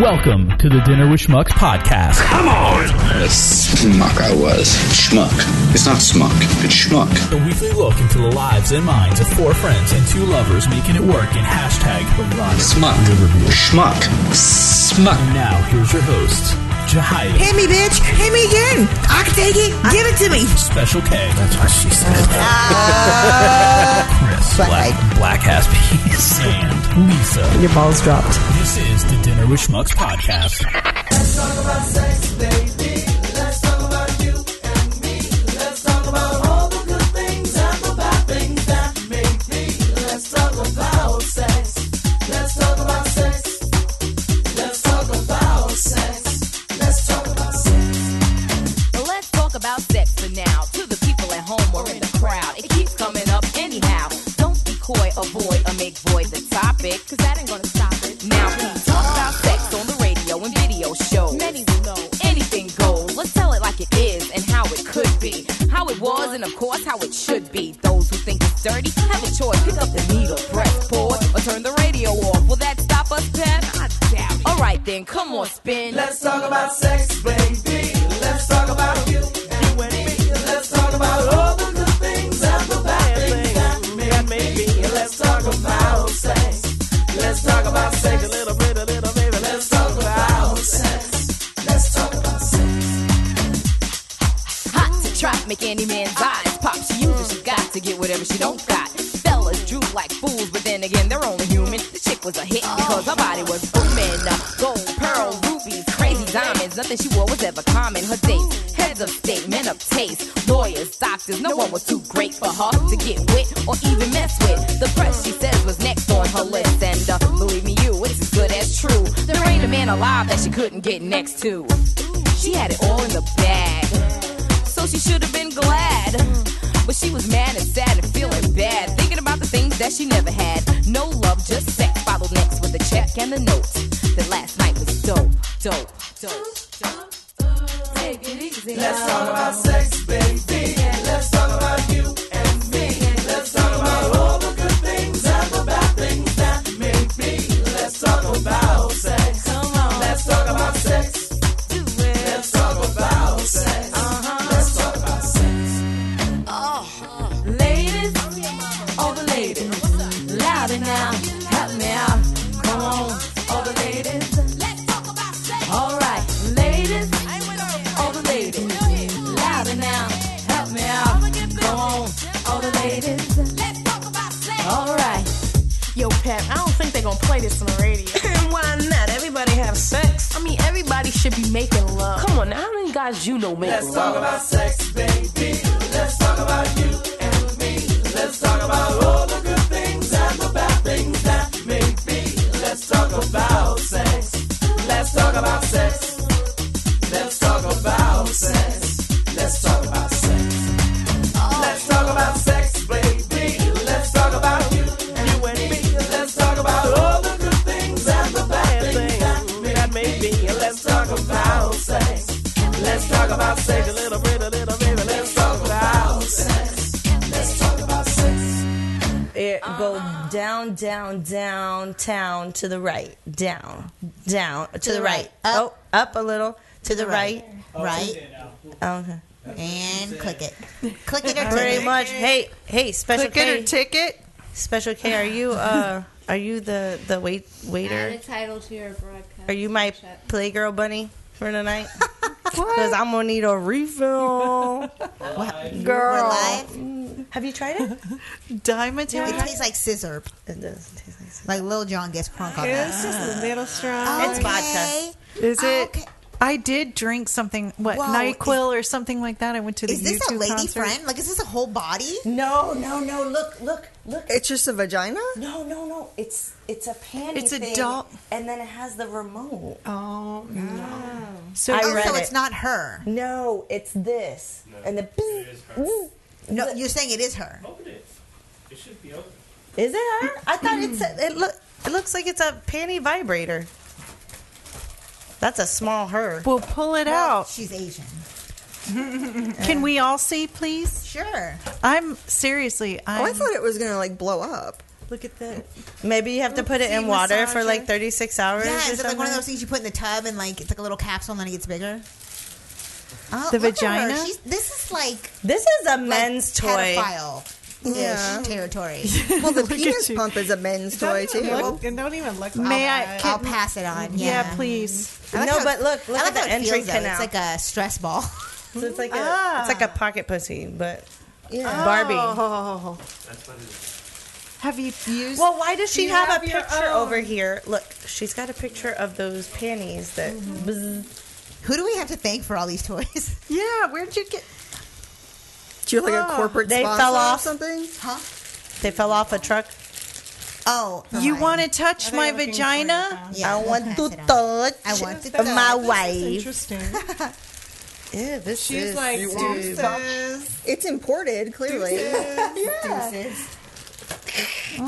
Welcome to the Dinner with Schmucks podcast. Come on! What a schmuck I was. Schmuck. It's not smuck, it's schmuck. A weekly look into the lives and minds of four friends and two lovers making it work in hashtag Smuck. Schmuck. Smuck. And now, here's your hosts, Jahida, Hit me, bitch. Hit me again. I can take it. Give it to me. Special K. That's what she said. Uh, Ah. Chris, Black Black, Eyed. Black Ass Peas, and Lisa. Your balls dropped. This is the Dinner with Schmucks podcast. But let's talk about sex for now. To the people at home or in the crowd, it keeps coming up anyhow. Don't be coy, avoid, or make void the topic, cause that ain't gonna stop it. Now we talk about sex on the radio and video shows. Many will know anything goes. Let's tell it like it is and how it could be, how it was, and of course how it should be. Those who think it's dirty have a choice. Pick up the needle, press pause, or turn the radio off. Will that stop us, Pat? I doubt it. All right then, come on, spin. Let's talk about sex, baby. Let's talk about you and me. Let's talk about all the good things and the bad things that may be. Let's talk about sex. Let's talk about sex. A little bit, a little baby. Let's talk about sex. Let's talk about sex. Hot to trot, make any man's eyes pop. She uses she got to get whatever she don't got. Fellas droop like fools, but then again, they're only human. The chick was a hit because her body was booming. Uh, Gold, pearl, rubies, crazy diamonds. Nothing she wore was ever common. Her dates, heads of state, men of taste, lawyers, doctors. No one was too great for her to get with or even mess with. The press, she says, was next on her list. And uh, believe me, you, it's as good as true. There ain't a man alive that she couldn't get next to. She had it all in the bag so she should have been glad. But she was mad and sad and feeling bad, thinking about the things that she never had. No love, just sex. Followed next with a check and a note. That last night was dope, dope, dope, dope. Take it easy. Let's talk about sex, baby. Let's talk about you and me. Let's talk about all the good things and the bad things that may be. Let's talk about sex. Come on, Let's talk about sex. do it. Let's talk about sex. Uh-huh. Let's talk about sex. Ladies, all the ladies, louder now, help me out. Come on, all the ladies, let's talk about sex. All right, ladies, all the ladies, louder now, help me out. Come on, all the ladies, let's talk about sex. All right. Yo, Pep, I don't think they're gonna play this on the radio. Why not? Everybody have sex. I mean, everybody should be making love. Come on, now, how many guys you know make Let's love? talk about sex, baby. Let's talk about you and me. Let's talk about all the good things and the bad things that may be. Let's talk about sex. Let's talk about sex. Let's talk about sex. Let's talk about sex. Let's talk about sex, baby. Let's talk about you you and me. Let's talk about all the good things and the bad things that may be. Let's talk about sex. Let's talk about sex a little bit, a little bit. Let's talk about sex. Let's talk about sex. It go down, down, down, town to the right, down, down to, the right, up, oh, up a little to the right. right? Okay. And click it. Click it or Very tick it. much. Hey, hey, special K. ticket. Special K, are you uh, are you the the wait waiter? title to your broadcast. Are you my playgirl bunny for tonight? Because I'm gonna need a refill, We're girl. live. Have you tried it? It tastes like scissor. It does taste like Like Lil John gets prunk on that. Little straw. Okay. It's vodka. Is it? Okay. I did drink something, what, Whoa, NyQuil or something like that. I went to the Is this U2 a lady concert. friend? Like, is this a whole body? No, no, no. Look, look, look. It's just a vagina? No, no, no. It's it's a panty. It's a thing, doll- and then it has the remote. Mm-hmm. Oh, no. So, I Oh, read so it. it's not her. No, it's this and the. No, you're saying it is her. Is it her? I thought it's a, it look. It looks like it's a panty vibrator. That's a small her. we'll pull it Well, out. She's Asian. Can we all see, please? Sure. I'm seriously. I'm, Oh, I thought it was gonna like blow up. Look at that. Maybe you have to put it in See, water massage for it. like 36 hours. Yeah, or is it like one of something? those things you put in the tub and like it's like a little capsule and then it gets bigger? Oh, The look at her. vagina? She's- This is like This is a men's toy. pedophile Yeah. yeah. territory. Well, the penis pump is a men's toy too. and don't even look. May I? I'll pass it on. Yeah, Yeah, please. I like no, how- but look, I look like at the how it entry feels, though. canal. It's like a stress ball. So it's like a Ah. it's like a pocket pussy, but Barbie. Oh. Have you used? Well, why does she You have, have a your picture own. over here? Look, she's got a picture of those panties that. Bzz. Who do we have to thank for all these toys? yeah. Where'd you get? Do you have like a Oh, corporate they sponsor fell or off. something? Huh? They fell off a truck. Oh, You fine. want to touch my vagina? Yeah, I want to pass it on. touch. I want to my touch. wife. Interesting. Yeah, this She's is like, deuces. It's imported, clearly.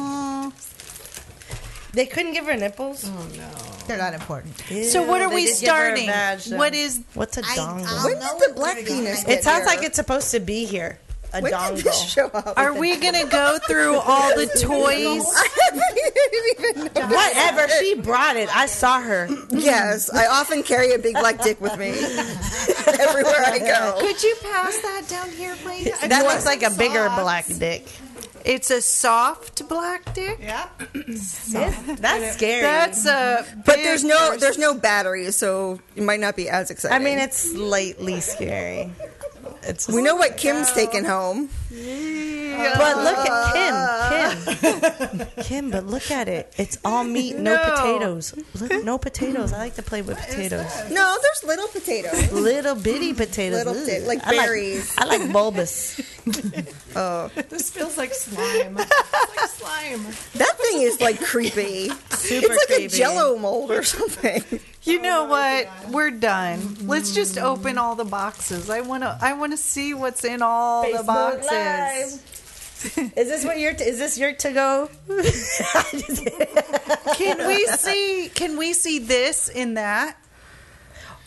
They couldn't give her nipples. They're not important. So what Oh, Ew, are they we did give her a starting? vag, though. What is? What's a I- dongle? I'll When did know the it black when penis I get get it sounds there. like it's supposed to be here. A When dongle. did this show up? Are we gonna go through all the toys? I didn't even know. Whatever she brought it, I saw her. Yes, I often carry a big black dick with me everywhere I go. Could you pass that down here, please? That looks like a bigger black dick. It's a soft black dick. That's scary. That's a. But there's no there's no battery, so it might not be as exciting. I mean, it's slightly scary. It's we know what Kim's taking home. But look at Kim, Kim, Kim. But look at it. It's all meat, no, No. potatoes. Look, no potatoes. I like to play with potatoes. No, there's little potatoes. Little bitty potatoes. Little Ooh. bit, like I berries. I like bulbous. This feels like slime. like slime. That thing is like creepy. Super it's like a creepy. jello mold or something. You know what? We're done. Let's just open all the boxes. I wanna. I wanna see what's in all the Facebook boxes. Is this what your is this your to go? Can we see? Can we see this in that? Is that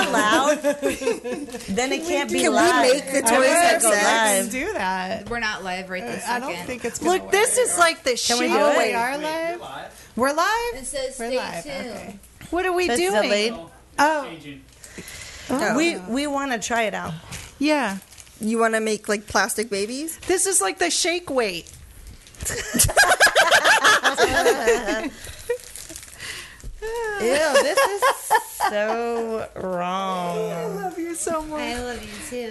allowed? then it can't be Can live. we make the toys have go live. sex? Let's do that. We're not live right this second. it's. Look, this is like the we shield. do it? live. We're live. It says stay tuned. What are we It's doing? delayed. Oh. Oh, We we want to try it out. yeah. You want to make like plastic babies? This is like the shake weight. Ew, this is so wrong. Love you so much. I love you too.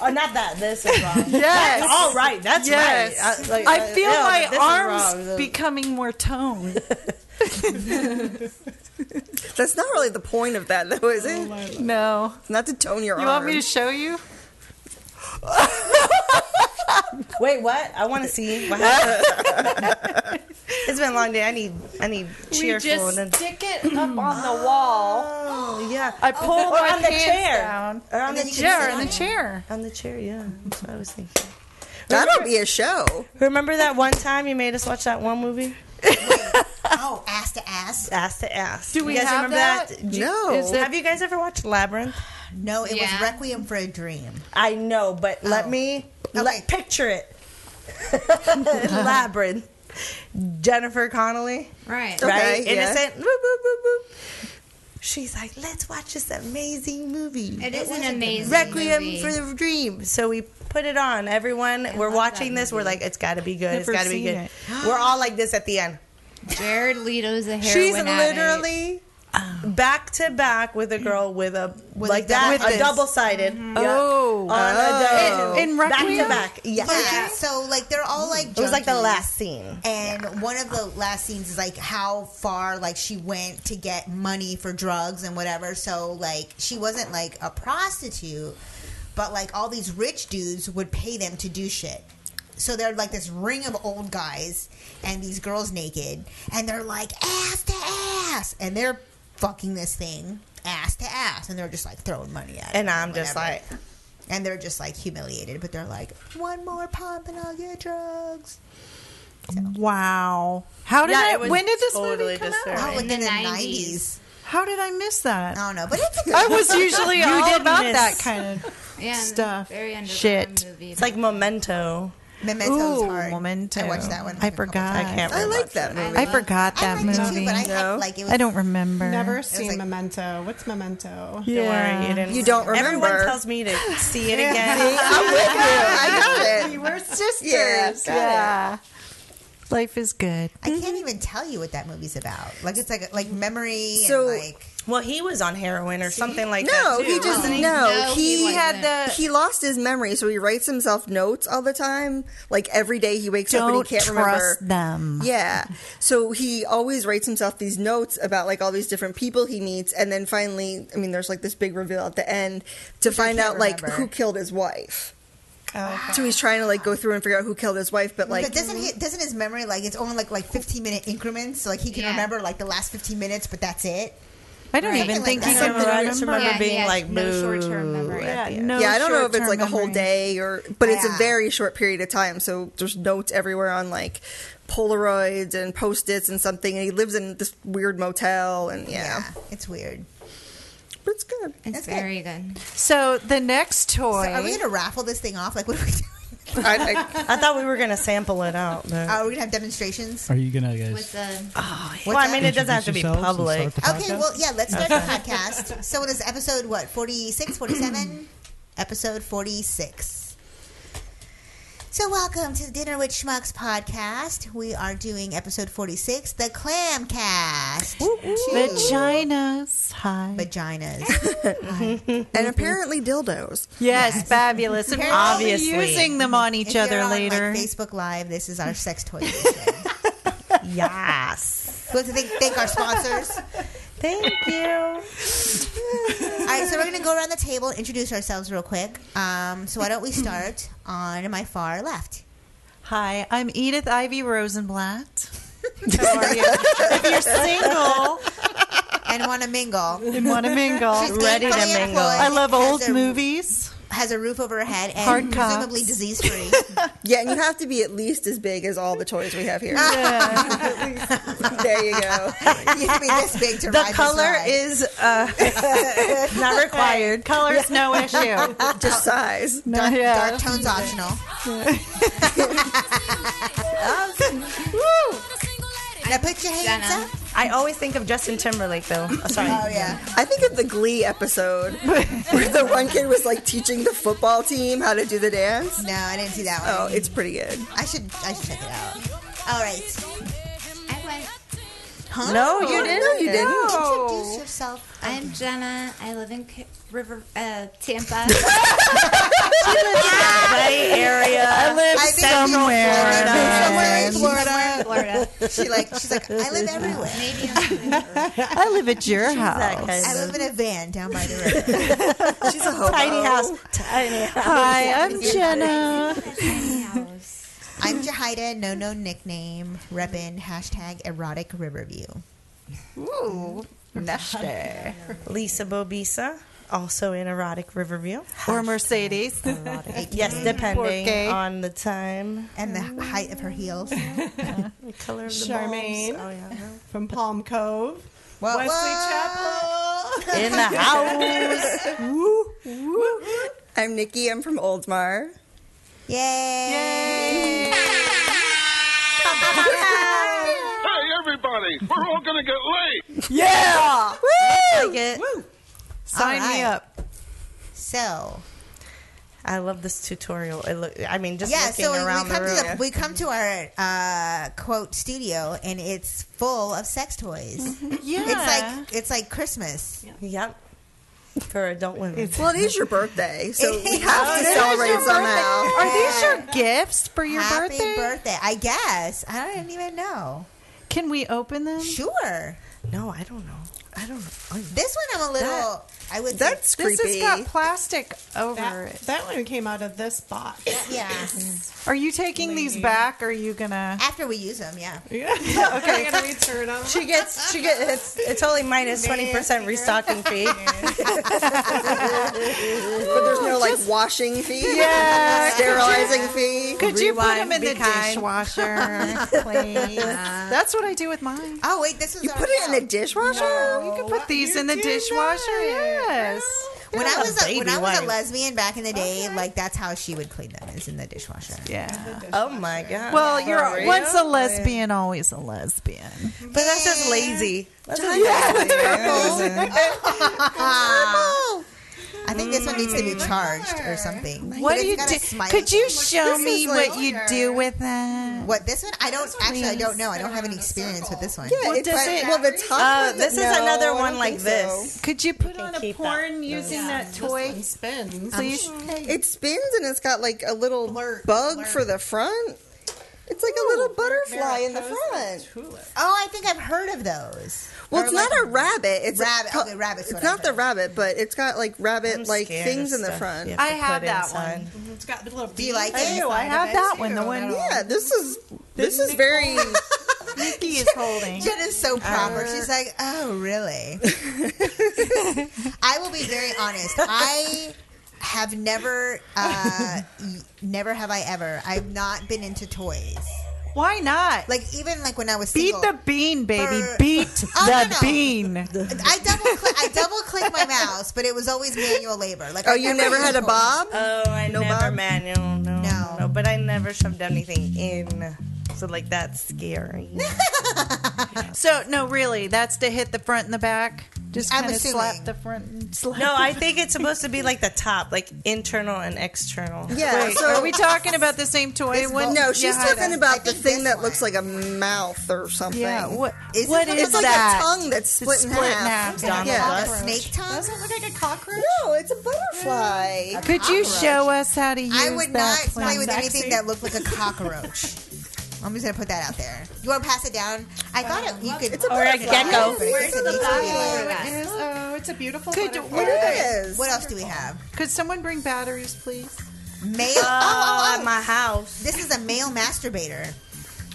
Oh, not that. This is wrong. Yes. All right, that's Yes. right. like, I feel yeah, but this is my wrong. arms becoming more toned. That's not really the point of that, though, is Oh, it? No. not to tone your You want arm. me to show you? Wait, what? I want to see. What happened. it's been a long day. I need, I need cheerful. and then- stick it up on the wall. oh yeah, I pull or my on the pants chair. down. Or on the then you can chair. Yeah, or in the chair. On the chair. Yeah, that's what I was thinking. That'll be a show. Remember that one time you made us watch that one movie, Oh, ass to ass. Ass to Ass. Do we you guys have remember that? Do you- No. Is that- have you guys ever watched Labyrinth? No, it Yeah. was Requiem for a Dream. I know, but let Oh. me Okay. let picture it. Labyrinth. Jennifer Connelly. Right. right? Okay, yeah. Innocent. Boop, boop, boop, boop. She's like, let's watch this amazing movie. It is an amazing Requiem movie. for the Dream. So we put it on. Everyone, we're watching this. We're like, it's got to be good. it's Never got to be seen good. it. We're all like this at the end. Jared Leto's a heroin She's addict. literally Oh. back to back with a girl with a like a that, double- a double sided. Mm-hmm. Oh. on a double. In- in Oh. back to Requiem? back. Yeah. Yeah. So like they're all like. It was like the junkies. last scene. And one of the last scenes is like how far like she went to get money for drugs and whatever. So like she wasn't like a prostitute, but like all these rich dudes would pay them to do shit. So they're like this ring of old guys and these girls naked and they're like ass to ass and they're fucking this thing ass to ass and they're just like throwing money at it. And I'm just whatever. like, and they're just like humiliated, but they're like one more pump and I'll get drugs. Wow. How did Yeah, I? it was When did this totally movie come disturbing. Oh, out? like in, the the 90s. nineties. How did I miss I that? don't know, but it's a good. I was usually all did about miss. that kind of. yeah, stuff. Very underground Shit. Movie. it's like Memento. Memento's Ooh, hard. Memento. I watched that one. I forgot. I can't I like that movie. I forgot that I liked it movie. too, but I- I- No? like, it was- I don't remember. Never It was seen like- Memento. What's Memento? Yeah. didn't- You don't Everyone remember. tells me to see it Yeah. again. See, I'm with you. I got it. We were sisters. Yeah, got Yeah. Life is good. I can't even tell you what that movie's about. Like it's like like memory So- and like Well, he was on heroin or something like that. no, too, he just wasn't no. he, had the he lost his memory, so he writes himself notes all the time. Like every day he wakes up and Don't he can't trust remember them. Yeah, so he always writes himself these notes about like all these different people he meets, and then finally, I mean, there's like this big reveal at the end to find out like remember. who killed his wife. So he's trying to like go through and figure out who killed his wife, but like but doesn't he, doesn't his memory like it's only like like 15 minute increments so like he can remember like the last 15 minutes but that's it I don't even think he can I just remember. remember being like, boo. Yeah, no yeah, I don't know if it's short-term like a whole memory. day or, but it's a very short period of time. So there's notes everywhere on like Polaroids and post its and something. And he lives in this weird motel, and yeah, it's weird. But it's good. It's very good. So the next toy. so are we gonna raffle this thing off like what are we doing I, thought we were going to sample it out. But... are we Oh, gonna have demonstrations Are you gonna guys? Oh, well, I mean, it doesn't have to be Introduce yourselves and public. start the okay well yeah let's start the podcast so it is episode what 46 47 episode 46 so welcome to the dinner with schmucks podcast we are doing episode 46 the clam cast Vaginas. Hi. Vaginas. and apparently dildos. Yes, fabulous. And Apparently- obviously using them on each If you're other on, like, later. Facebook Live. This is our sex toy. yes. We have to thank, thank our sponsors. Thank you. All right, so we're going to go around the table, introduce ourselves real quick. Um, so why don't we start on my far left? Hi, I'm Edith Ivy Rosenblatt. How are you? if you're single and want to mingle, and want to mingle, She's gainfully employed, I love old has a- movies. Has a roof over her head and Hard cocks. presumably disease free. yeah, and you have to be at least as big as all the toys we have here. there you go. you have to be this big to The ride this color ride. is uh, not required. Color is no issue. Just size. No, Dark, yeah. dark tone's optional. now put your hands up. I always think of Justin Timberlake, though. Oh, sorry. Oh yeah. I think of the Glee episode where the one kid was like teaching the football team how to do the dance. No, I didn't see that one. Oh, it's pretty good. I should I should check it out. All right. I went. Huh? Oh, No, you didn't. No, you didn't. Introduce yourself. I'm Jenna. I live in K- River uh, Tampa. Bay Area. I live I think you- somewhere. I think man. you- somewhere in Florida. she like she's like I live everywhere. I live at your house. I live in a van down by the river. She's a hobo. Tiny house. Tiny house. Hi, I'm Jenna. I'm Jahida, no no nickname, reppin hashtag erotic Riverview. Ooh, nasty. Lisa Bobisa, also in Erotic Riverview. Or Mercedes. Yes, depending Porque. on the time. And the height of her heels. The color of the Charmaine. balls. Oh, yeah. From Palm Cove. What, Wesley Chapel. In the house. I'm Nikki. I'm from Oldsmar. Hey, Yay! everybody, we're all gonna get late. Oh, Yeah. Like it. Sign All right. me up. So I love this tutorial. It look, I mean, just yeah, looking so we, we around come the room. to the, we come to our uh, quote studio and it's full of sex toys. Yeah. It's like it's like Christmas. Yep. For adult women. Well, it is your birthday, so we Oh, have to it is celebrate somehow. Are these your gifts for your Happy birthday? I guess I don't even know. Can we open them? Sure, no, I don't know. I don't know. Oh, yeah. this one I'm a little. I would. say- That's This creepy. has got plastic over That, it. that one came out of this box. yeah. Are you taking these back? Or are you gonna? After we use them, yeah. Yeah. okay. gonna return them. She gets, she gets, it's, it's only minus 20% restocking fee. but there's no like washing fee, Yeah. sterilizing fee. Could you put them in be the kind. dishwasher, please? That's what I do with mine. Oh wait, this is You put it in the dishwasher? You can put these in the dishwasher. Yes. When I Not a was a, when baby I was a wipe. lesbian back in the day, like that's how she would clean them is in the dishwasher. Yeah. Oh my god. Well, For you're real? once a lesbian, always a lesbian. But that's just lazy. That's just lazy. I think this one needs to be charged or something. What But do it's you got a do? smiley- Could you Mm. This show is me like- what you do with that? What this one? I don't actually. I Please. don't know. I don't have any experience with this one. Yeah, Well, it does doesn't- it- well, the top Uh, one- this is no, another I don't one like think this. so. Could you put on a porn using that toy? spins. Please? It spins and it's got like a little bug for the front. It's like a little butterfly in the front. Oh, I think I've heard of those. Well, Or it's like- not a rabbit. It's Rabbit. A, Okay, rabbit's It's what I not the rabbit, but it's got like rabbit like scared things of in the stuff front. you have to I have put that inside. It's got the little. Do you like I it? do, I have that one, the one- yeah, this is this is very. Uh, Nikki is holding. Jen is so proper. She's like, oh, really? I will be very honest. I have never, uh, y- never have I ever. I've not been into toys. Why not? Like even like when I was Beat single, the bean, baby. For- Beat Oh, the no, no. bean. I double click, I double click my mouse, but it was always manual labor. Like Oh, I you never had a used bob? toys. Oh, I No never bob? manual. No, no, But I never shoved anything in. So like that's scary. So no, really, that's to hit the front and the back. Just I'm kind of slap assuming. the front. And slap no, the I think it's supposed to be like the top, like internal and external. Yeah, Wait, so- are we talking about the same toy This one? No, she's Yeah, I talking don't- I about the thing that looks like a mouth or something. Yeah, what- It's- what it's is like that? a tongue that's split, It's in, split in half. half, Donald Yeah. Duck. Snake tongue? Does it look like a cockroach? No, it's a butterfly. Could you show us how to use I would that? not play with please? anything that looked like a cockroach. I'm just gonna put that out there. You want to pass it down? I thought it, you could. It's a Or butterfly. gecko. Where's the What It is. Oh, it's a beautiful. Could- butterfly. what are they? else do we have? Could someone bring batteries, please? Male. Uh, Oh, at my house. This is a male masturbator.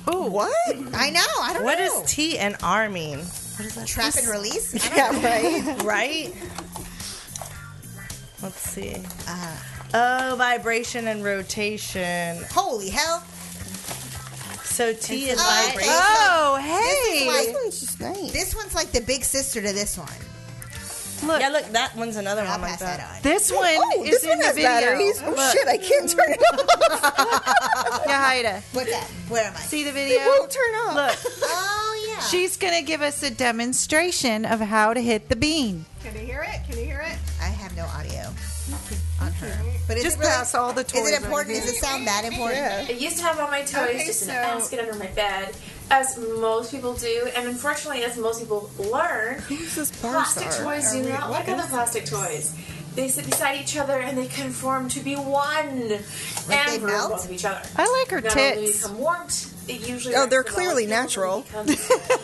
Oh, what? I know. I don't What know. does T and R mean? Trap and release? I don't know. Yeah, right. right. Let's see. oh, vibration and rotation. Holy hell! So T is It's like- vibration. Oh, Oh, This, is like, this one's like the big sister to this one. Look. Yeah, look, that one's another one like that. This one Oh, is this in one the has video. batteries. Oh, Look. shit, I can't turn it off. Yahaira. What's that? Where am I? See the video? won't turn off. Look. Oh yeah. She's going to give us a demonstration of how to hit the bean. Can you hear it? Can you hear it? I have no audio on her. But is Just it really, pass all the toys Is it right important? Is here. it sound that important? I used to have all my toys Okay, just in a so- basket under my bed, as most people do, and unfortunately, as most people learn, plastic Barsar? toys Are do we- not what like other is plastic toys. They sit beside each other and they conform to be one, they and melt? both of each other. I like her not only do they tits. become warped. It usually Oh, they're works with all clearly the people,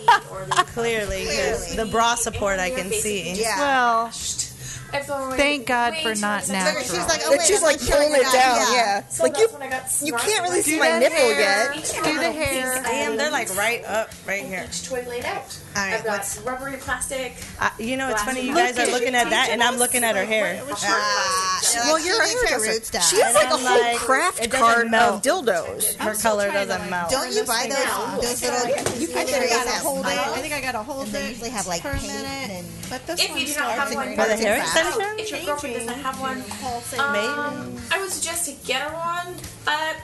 natural. Clearly, yes. The bra support I can see. Yeah. Well, I felt way- Thank God way for too not much sex. natural. She's like, oh, wait, I'm not sure you're not- yeah. So Like, that's you- when I got you smart can't really with see it. my Do the nipple hair. yet. Each Do one the of these hair. Damn, they're like items right up, right here. Each toy laid out. I've got rubbery plastic. Uh, you know, it's Glass funny. and You guys are plastic. looking at that, and I'm looking at her hair. well, you're she needs her a roots done. She has like a And whole like, craft it doesn't card melt. of dildos. Her color doesn't melt. Don't you buy those, those little? You I can think I got a hold hold it. I think I got a hold They it. usually have like for a paint minute. and. But this if one you do not have starts one, in- By the hair extension? Oh, if your girlfriend doesn't have one, um, I would suggest to get her one, but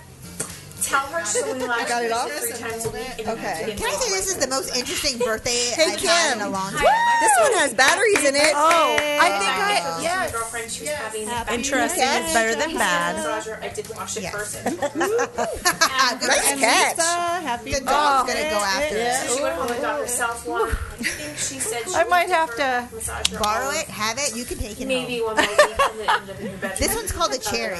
tell her she's only allowed I got to it use off? three times a week. and Oh, you have to Okay. get Can I one. say this is the most interesting birthday I've had in a long time? This one has batteries in it. Oh, I think I yes. girlfriend she was having back- Interesting is Yeah. better than Yeah. bad. Massager, I did wash it first. Nice catch. The dog's Oh. gonna go after Yeah. She went home and got Ooh. herself one. I think she said she I might used it have for to massager Borrow all- it, have it. You can take it. Maybe home. one more week and then end up in your bedroom. This one's called a cherry.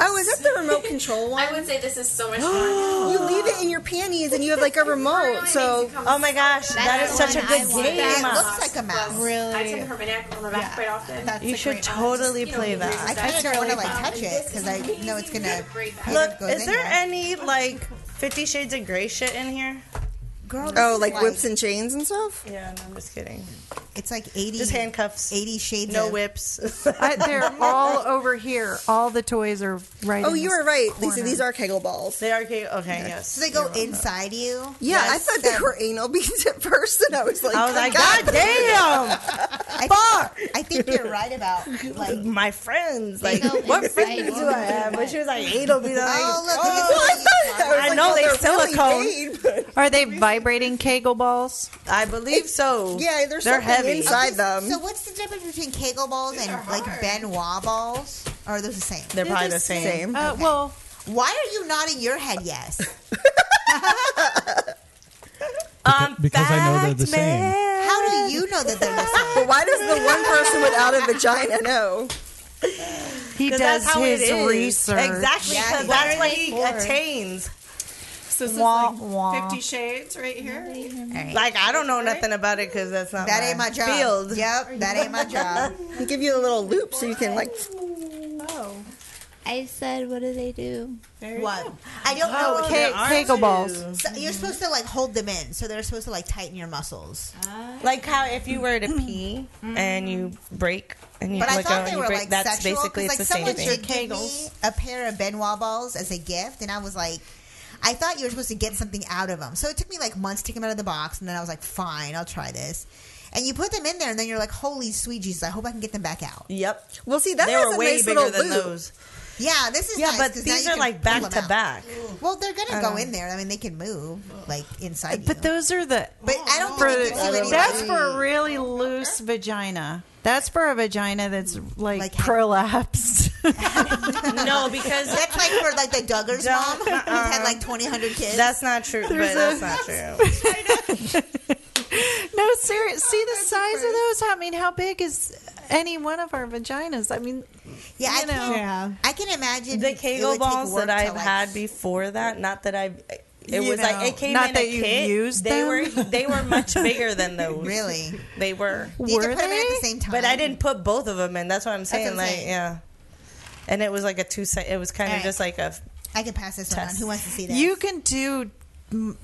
Oh, is that the remote control one? I would say this is so much fun. you leave it in your panties and you have like a remote. So, Oh my gosh, that is such a good game. It looks like a mouse. I tend to hurt my neck on my back quite often. You should totally play I that. kind of don't want to like touch it because I know it's gonna. Look, goes is in there any like Fifty Shades of Grey shit in here? Girl, oh, like whips and chains and stuff. Yeah, no, I'm just kidding. It's like eighty. Just handcuffs. Eighty shades. No of- whips. I, they're all over here. All the toys are right. Oh, in you this were right. Corner. These, these are Kegel balls. They are Kegel. Okay, yes. So they go inside you. Yeah, I Yes. thought they were anal beads at first, and I was like, I was like, God God damn! I bar. I think you're right about like my friends. Like what friends do I have? But she was like, eight will be like, Oh, look, oh, I, like, know well, they they're silicone. really Are they vibrating Kegel balls? I believe so. Yeah, there's They're something heavy. inside them. So what's the difference between Kegel balls and like Benoit balls? Or are those the same? Oh, They're probably the same. Uh, Well, why are you nodding your head? Yes. Um, because I know they're the same. How do you know that they're the same? But why does the one person without a vagina know? He 'Cause does that's how it his is. research Exactly, Yeah, 'cause he that's does. what he Why are they attains. So this Wah, is like wah. Fifty Shades right here. Like I don't know nothing about it because that's not That ain't my job. field. Yep, that ain't my job. They give you a little loop so you can like. Oh. I said, what do they do? What? I don't know. what Ke- they're- Kegel balls. So you're supposed to like hold them in, so they're supposed to like tighten your muscles. Ah. Like how if you were to pee and you break and you but I click on thought they and were uh, you break, like that's sexual. 'cause, basically like, it's the same someone thing. did give me a pair of Benoit balls as a gift, and I was like. I thought you were supposed to get something out of them. So it took me like months to take them out of the box. And then I was like, fine, I'll try this. And you put them in there, and then you're like, holy sweet Jesus, I hope I can get them back out. Yep. Well, see, that They has were a way nice bigger little than loop. those. Yeah, this is Yeah, nice, but 'cause now these you are, can like, pull back them to out. back. Well, they're gonna I go know. in there. I mean, they can move like inside. But those are the. But I don't for, think it gives you any that's like- for a really loose vagina. That's for a vagina that's like, prolapsed. no, because that's like for like the Duggars mom who's had like twenty hundred kids. Uh-uh. That's not true. There's but a- that's not true. no, serious. See the size of those. I mean, how big is any one of our vaginas? I mean, yeah, you know. I can imagine The it would Kegel take balls work that to, I've like- had before that, not that I've. It You was know, like it came not in that a you kit. used they them? were they were much bigger than those. Really? they were. You had to Were put them in at the they? same But I didn't put both of them in. That's what I'm saying. what I'm like, saying. yeah. And it was like a two. se- It was kind of Alright. just like a. I can pass this one on. Who wants to see that? You can do mm,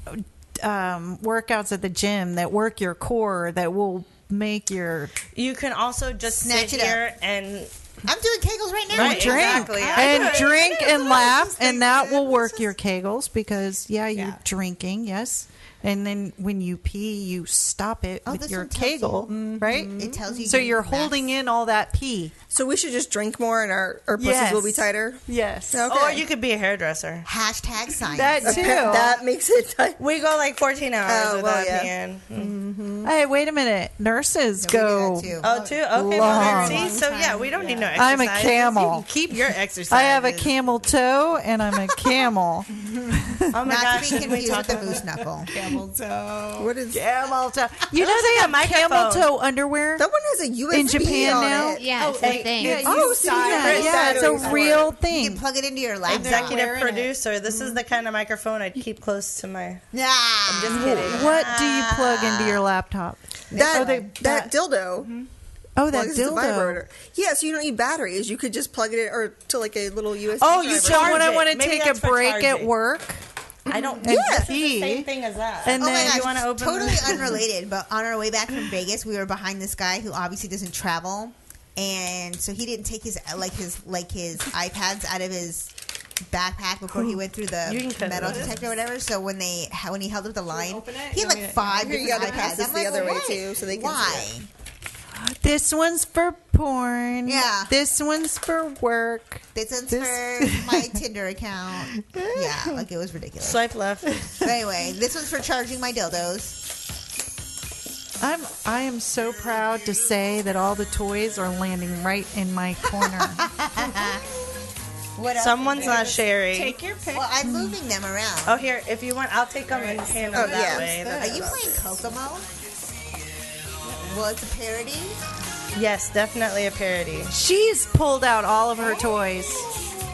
um, workouts at the gym that work your core that will make your You can also just Snatch sit it up. here and I'm doing Kegels right now. and drink exactly. and I- drink and laugh, and that will work your kegels because yeah, you're drinking, yes, and then when you pee, you stop it with Oh, this your one tells Mm-hmm. kegel, right? It tells you So your you're holding in all that pee. So we should just drink more and our, our pussies Yes. will be tighter? Yes. Okay. Or you could be a hairdresser. Hashtag science. That too. That makes it. We go like 14 hours Oh, without well, yeah. peeing. Mm-hmm. Hey, wait a minute. Nurses go. Oh, two. Okay, well, Long. then, see, so yeah, we don't need no exercise. I'm a camel. You can keep your exercise. I have a camel toe and I'm a camel. Oh my Not gosh, to be should we confused talk with the about- moose knuckle. Camel toe. What is camel toe? You It know looks they like have a camel microphone. toe underwear. That one has a USB in Japan on now. it. Yeah, it's a thing. Yeah, Oh, you see see that. that? Yeah, it's Batteries a for real You can thing. plug it into your laptop. Executive producer. This is the kind of microphone I'd keep close to my. Nah. I'm just kidding. What do you plug into your laptop? That, Oh, they- that dildo. Oh, that plugs into dildo. vibrator. Yeah, so you don't need batteries. You could just plug it in or to like a little USB. Oh, driver. you so when I it. want to Maybe take a that's for break at charging. work Mm-hmm. I don't. and This is the pee. same thing as that. And oh then my you gosh, wanna open totally the- unrelated, but on our way back from Vegas, we were behind this guy who obviously doesn't travel, and so he didn't take his like his like his iPads out of his backpack before he went through You can the cut metal it. detector or whatever. So when they when he held up the line, he want had like me to- five Here, you different gotta pass iPads. this I'm the like, other way, "What? too, so they can see why? This one's for porn. Yeah. This one's for work. This one's for my Tinder account. Yeah, like it was ridiculous. Swipe left. But anyway, this one's for charging my dildos. I'm I am so proud to say that all the toys are landing right in my corner. What else? Someone's not sharing. Take your pick. Well, I'm moving them around. Oh, here. If you want, I'll take them and hand them Oh, that yeah. way. Are you playing Kokomo? Well, it's a parody. Yes, definitely a parody. She's pulled out all of her Oh. toys.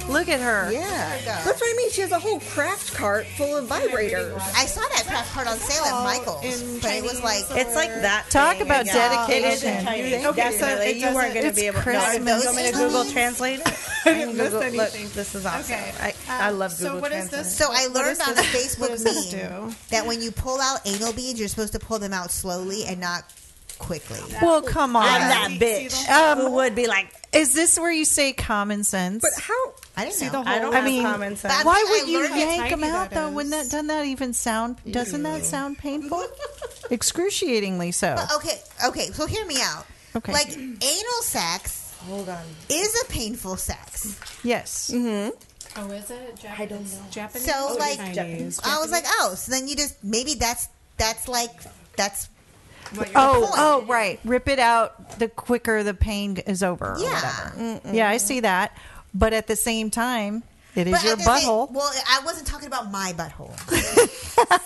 Look at her. Yeah, we go. that's what I mean. She has a whole craft cart full of vibrators. I saw that craft card on sale Oh, at Michael's, but it was like It's like that. Talk thing Uh, about again. dedication. It is in Chinese, Okay, so definitely. it you weren't doesn't- going to it's be able. to Christmas. No, I'm going to Google Translate it. I didn't miss Google, look, anything. this is awesome. Okay. I, I Um, love so Google what is Translate. this? So I What learned does on a this- what does this Facebook meme do? that when you pull out anal beads, you're supposed to pull them out slowly and not quickly. Well, come on. I'm that bitch um, who would be like, Is this where you say common sense? But how? I didn't know. I don't I have mean, common sense. That's Why what I would you learned. yank tiny them out that though? is. Wouldn't that doesn't that even sound? Oh. Doesn't that sound painful? Excruciatingly so. okay, okay. So hear me out. Okay. Like anal sex Hold on. is a painful sex. Yes. Mm-hmm. Oh, is it? Japanese? I don't know. Japanese. So like I was like, oh, so then you just maybe that's that's like that's Oh, oh, right. Rip it out. The quicker the pain is over. or Yeah. whatever. Mm-mm. Yeah, I see that. But at the same time, it is But your at the same- butthole. well, I wasn't talking about my butthole.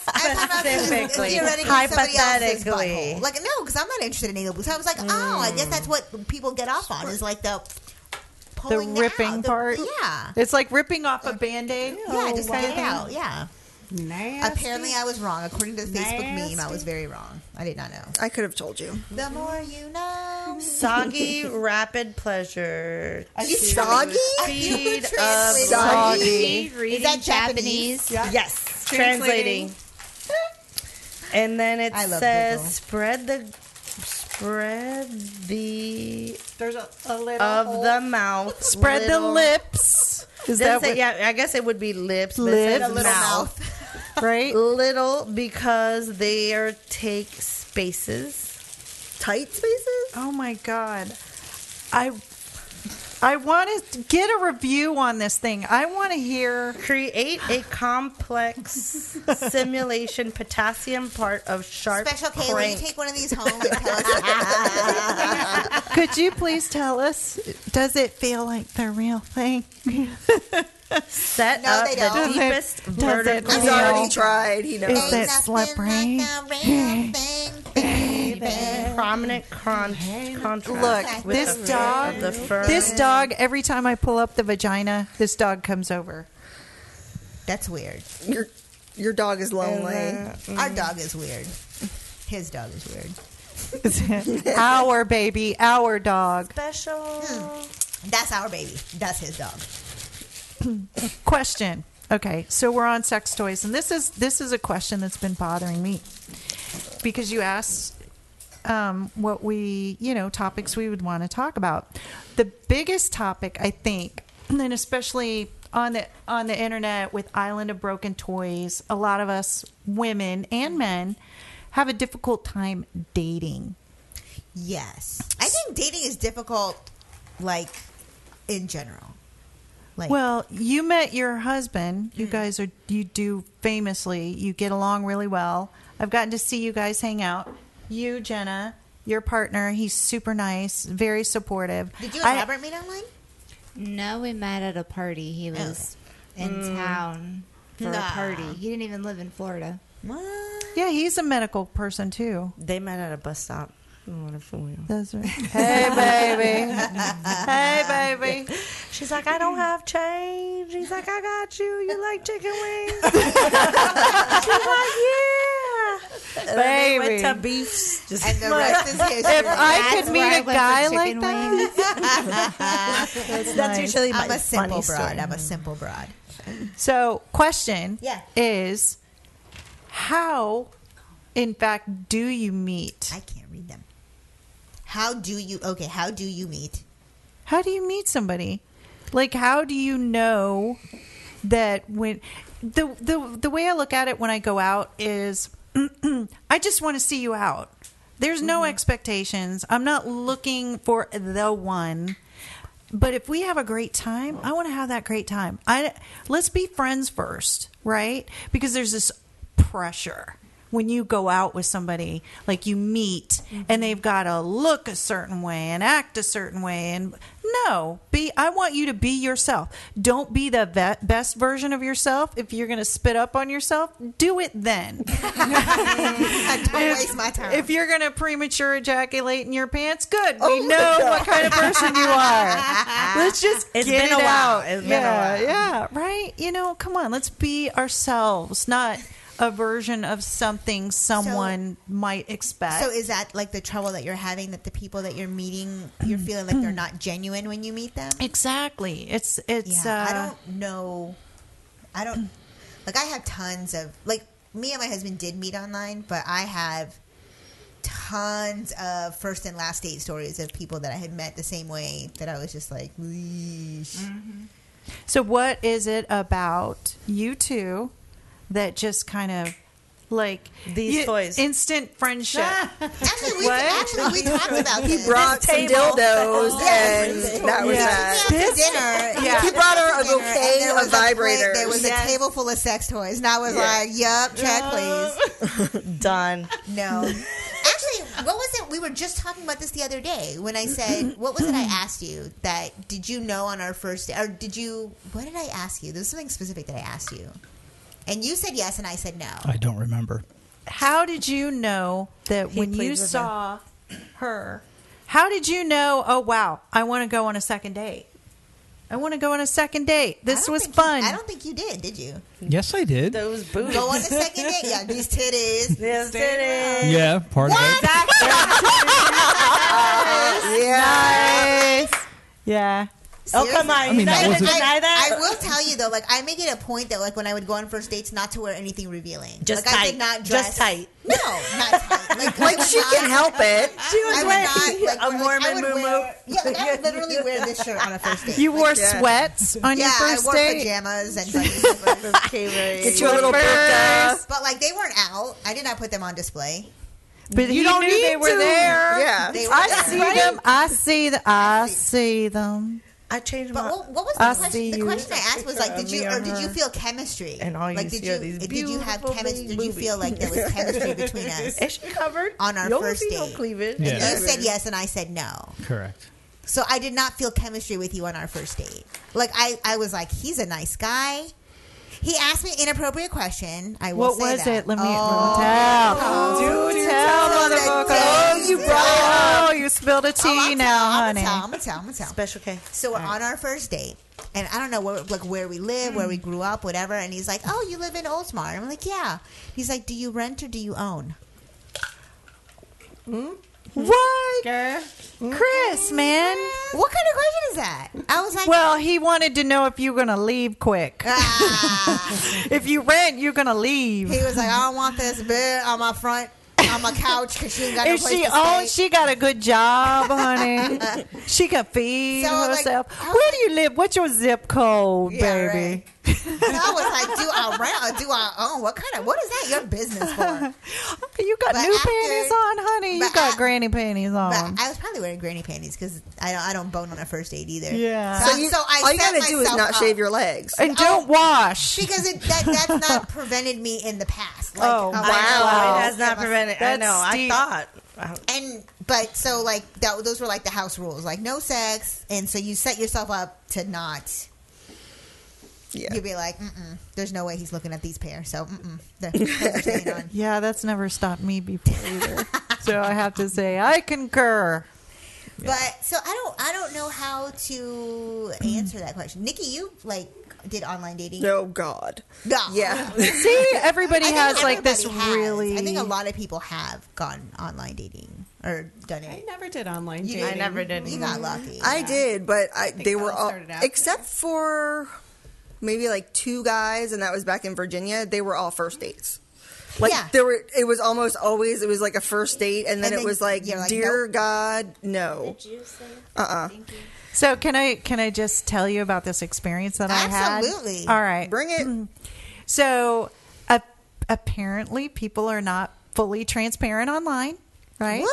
Specifically. hypothetically, Hypothetically. butthole. like no, because I'm not interested in anal boobs. I was like, oh, I guess that's what people get off on is like the Mm. the pulling ripping out, the- part. yeah. It's like ripping off a band aid. yeah, just get it out, yeah. Nasty. Apparently, I was wrong. According to the Facebook meme, I was very wrong. I did not know. I could have told you. The more you know. Soggy rapid pleasure. Is to soggy? Feed of Translated. Soggy? soggy. Is that Japanese? Yeah. Yes. Translating. Translating. And then it I love says Google. spread the spread the There's a, a little of hole. the mouth. Spread the lips. Is Is that that what- yeah, I guess it would be lips, but it says Lips. A little mouth. right? Little because they are take spaces. Tight spaces? Oh my god. I I want to get a review on this thing. I want to hear create a complex simulation potassium part of sharp Special K, will you crank. take one of these home? And tell Could you please tell us does it feel like the real thing? Set No, up they the don't. deepest Does it- does it vertical. He's already tried. He knows. Is it slippery? prominent con- contrast. Look, with this the fur dog, of the fur. this dog. Every time I pull up the vagina, this dog comes over. That's weird. Your your dog is lonely. Our Mm. dog is weird. His dog is weird. our baby, our dog. Special. Hmm. That's our baby. That's his dog. Question. Okay, so we're on sex toys, and this is this is a question that's been bothering me because you asked um, what we you know topics we would want to talk about. The biggest topic, I think, and especially on the on the internet with Island of Broken Toys, a lot of us women and men have a difficult time dating. Yes. I think dating is difficult, like, in general. Like, well, you met your husband. You guys are you do famously. You get along really well. I've gotten to see you guys hang out. You, Jenna, your partner. He's super nice, very supportive. Did you I- and Robert meet online? No, we met at a party. He was in Mm. town for Nah. a party. He didn't even live in Florida. yeah, he's a medical person too. They met at a bus stop. Wonderful. That's right. Hey, baby. hey, baby. She's like, I don't have change. He's like, I got you. You like chicken wings? She's like, yeah. And then they went Baby. to beefs. Just And the rest is history. If I could meet a guy like that, That's nice. usually I'm my a simple funny broad. story. I'm a simple broad. So, question Yeah. is how, in fact, do you meet? I can't read them. How do you? Okay, how do you meet? How do you meet somebody? Like, how do you know that when the the the way I look at it when I go out is, I just want to see you out. There's no Mm-hmm. expectations. I'm not looking for the one. But if we have a great time, I want to have that great time. I let's be friends first, right? Because there's this pressure when you go out with somebody, like you meet and they've got to look a certain way and act a certain way and no, be I want you to be yourself. Don't be the ve- best version of yourself. If you're going to spit up on yourself, do it then. Don't waste my time. If you're going to premature ejaculate in your pants, good. Oh, we know what kind of person you are. Let's just It's get been it a while. out. It's been a yeah, while. yeah, right. You know, come on. Let's be ourselves, not a version of something someone might expect. So is that like the trouble that you're having that the people that you're meeting, you're feeling like they're not genuine when you meet them? exactly. It's it's. Yeah, uh, I don't know. I don't like. I have tons of like. Me and my husband did meet online, but I have tons of first and last date stories of people that I had met the same way that I was just like, "Eesh." Mm-hmm. So, what is it about you two that just kind of Like These toys. instant friendship. Ah. actually, we- actually, we talked about He this. brought This some table. dildos, Yes. and that was Yeah. that. We went out to dinner. Yeah. He We brought her a went out to dinner, bouquet and there of was a plate- vibrators. There was Yes. a table full of sex toys, and I was Yeah. like, "Yup, check, please." Done. No, actually, what was it? We were just talking about this the other day when I said, "What was it?" I asked you that. Did you know on our first, or did you? What did I ask you? There's something specific that I asked you, and you said yes, and I said no. I don't remember. How did you know that when played you with her. saw her? How did you know? Oh wow, I want to go on a second date. I want to go on a second date. This was fun. I don't think you did. Did you? Yes, I did. Those boots. Go on the second date. Yeah, these titties. These titties. Yeah, part of it. Nice. Yeah. Oh come on! I mean, You're not that gonna wasn't- deny that. I will tell you though, like I make it a point that like when I would go on first dates, not to wear anything revealing. Just like, I tight. did not Just dress tight. No, not tight. Like, Like, I she would can not- help it. She was I would wearing not, like, a wear- like, I Mormon would moo wear- Yeah, like, I would literally wear this shirt on a first date. You Like, wore yeah. sweats on your Yeah, first I wore date. pajamas and bunny slippers. Get you a little burka. But like they weren't out. I did not put them on display. But You you don't don't knew need they were to. there. Yeah. They were I there. see Right? them. I see them. I see them. I changed But what, what was the I see question? The you. question I asked was like, did you Me or on did you her. feel chemistry? And all you like, see did are you these did you have beautiful chemistry? big Did you feel like there was chemistry between us? Is she covered on our You'll first see date? no cleavage. And Yeah. you said yes, and I said no. Correct. So I did not feel chemistry with you on our first date. Like I, I was like, he's a nice guy. He asked me an inappropriate question. I will What say was that. it? Let me Oh. tell. Oh, do do tell, tell, motherfucker. Oh, do you tell. brought it up. You spilled a tea now, honey. tell, I'm gonna tell. I'm gonna tell. Special K. So we're on our first date, and I don't know where, like where we live, where Hmm. we grew up, whatever. And he's like, "Oh, you live in Oldsmar." I'm like, "Yeah." He's like, "Do you rent or do you own?" Hmm. What? Hmm? Chris, man. What kind of question is that? I was like, well, he wanted to know if you were gonna leave quick. if you rent, you're gonna leave. Ah. He was like, "I don't want this bed on my front, on my couch, because she ain't got no If place she to owns, stay." she got a good job, honey. she can feed So, like, herself. Where do you live? What's your zip code, Yeah, baby? So I was like, "Do I rent or do I own? What kind of what is that your business for?" You got But new after- panties on, honey. You but got I- granny panties Um, But on. I was probably wearing granny panties because I don't I don't bone on a first date either. Yeah. So, So you- so I all you set gotta do is myself not up. Oh. shave your legs. and don't wash. because it, that that's not prevented me in the past. Like, Oh, I'm wow. It has not prevented- I That's know, I steep. thought. And but so like that those were like the house rules, like no sex, and so you set yourself up to not. Yeah. You'd be like, mm-mm, there's no way he's looking at these pairs. So, mm-mm, they're, they're staying on. yeah, that's never stopped me before either. so I have to say, I concur. But so I don't, I don't know how to answer that question. Nikki, you like did online dating? No God. Yeah. Yeah. See, everybody I think has like this everybody has. really. I think a lot of people have gone online dating or done it. I never did online You dating. didn't? You got lucky. I did, but I, think they that were all all started out except for maybe like two guys, and that was back in Virginia. They were all first dates. Like Yeah. there were, it was almost always it was like a first date, and then, And it then was like, you're like, dear nope. God, no. Uh uh Uh-uh. So can I can I just tell you about this experience that I Absolutely. had? All right, bring it. So a- apparently, people are not fully transparent online, right?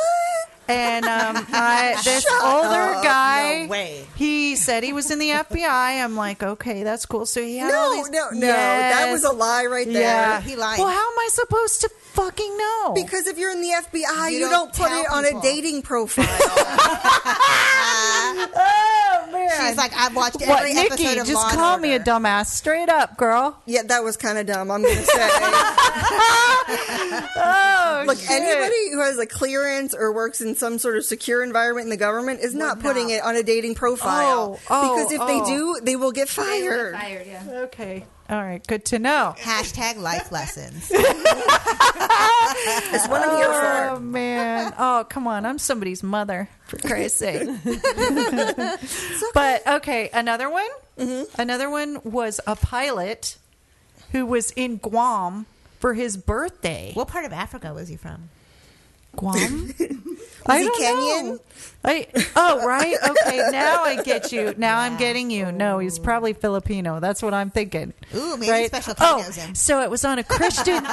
And um, I, this Shut older up. guy, No way. he said he was in the FBI. I'm like, okay, that's cool. So he had all No, these- no, no. That was a lie right there. Yeah. He lied. Well, how am I supposed to fucking know? Because if you're in the FBI, you, You don't, don't put tell it on people. a dating profile. oh man! She's like, I've watched every what, episode Nikki? of Just Law and call Order. me a dumbass, straight up, girl. Yeah, that was kind of dumb. I'm gonna say. oh, Look, anybody who has a clearance or works in some sort of secure environment in the government is not putting it on a dating profile Oh, oh, because if oh. they do, they will get fired. Fired, yeah. Okay. All right, good to know. Hashtag life lessons. That's what I'm here for. Oh man! Oh come on! I'm somebody's mother for Christ's sake. But okay, another one. Mm-hmm. Another one was a pilot who was in Guam for his birthday. What part of Africa was he from? Guam? I he don't Kenyan? know. I, oh right, okay. Now I get you. Now I'm getting you. No, he's probably Filipino. That's what I'm thinking. Ooh, maybe right? Special K Oh, knows him. so it was on a Christian.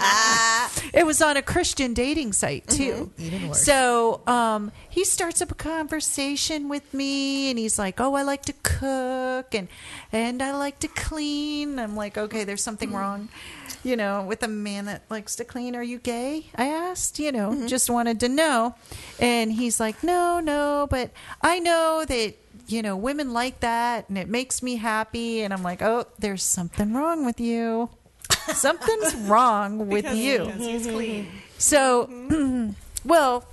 it was on a Christian dating site too. Mm-hmm. Even worse. So um, he starts up a conversation with me, and he's like, "Oh, I like to cook, and and I like to clean." I'm like, "Okay, there's Mm-hmm. something wrong." You know, with a man that likes to clean, are you gay? I asked, you know, Mhm. just wanted to know. And he's like, no, no, but I know that, you know, women like that and it makes me happy. And I'm like, oh, there's something wrong with you. Something's wrong with Because- you. because he's clean. Mm-hmm. So, well,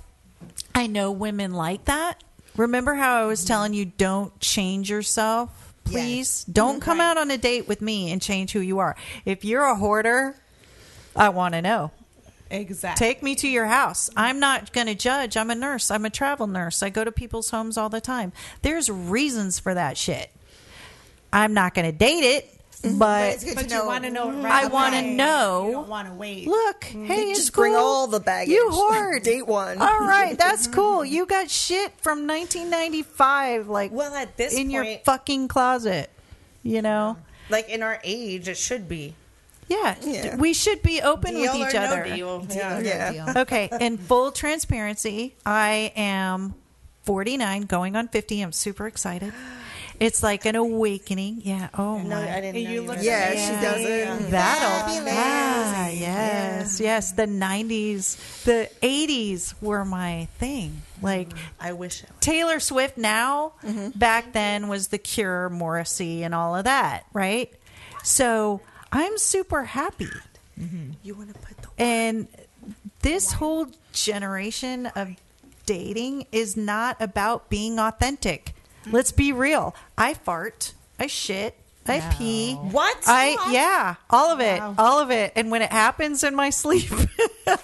I know women like that. Remember how I was telling you don't change yourself? Please don't come out on a date with me and change who you are. If you're a hoarder, I want to know. Exactly. Take me to your house. I'm not going to judge. I'm a nurse. I'm a travel nurse. I go to people's homes all the time. There's reasons for that shit. I'm not going to date it, but, Mm-hmm. but you want to know it right I want to away. You know. don't want to wait. Look, hey, it's just bring cool. all the baggage. You hoard. Date one. All right, that's cool. You got shit from 1995, like well at this in your point- fucking closet. You know, Like in our age, it should be. yeah, Yeah. we should be open Deal with each or no other. deal. Deal or no Yeah. deal. okay. In full transparency, I am 49, going on 50. I'm super excited. It's like an awakening. Yeah. Oh No, my. I didn't know. You look Yeah, amazing. she does it. That'll. Fabulous. Ah, yes, yes. The 90s, the 80s were my thing. Like Mm-hmm. I wish. it Mm-hmm. Taylor Swift now, back then was The Cure, Morrissey, and all of that, right? So I'm super happy. You want to put And this whole generation of dating is not about being authentic. Let's be real. I fart, I shit, I pee. What? I yeah, all of it, all of it. And when it happens in my sleep, and I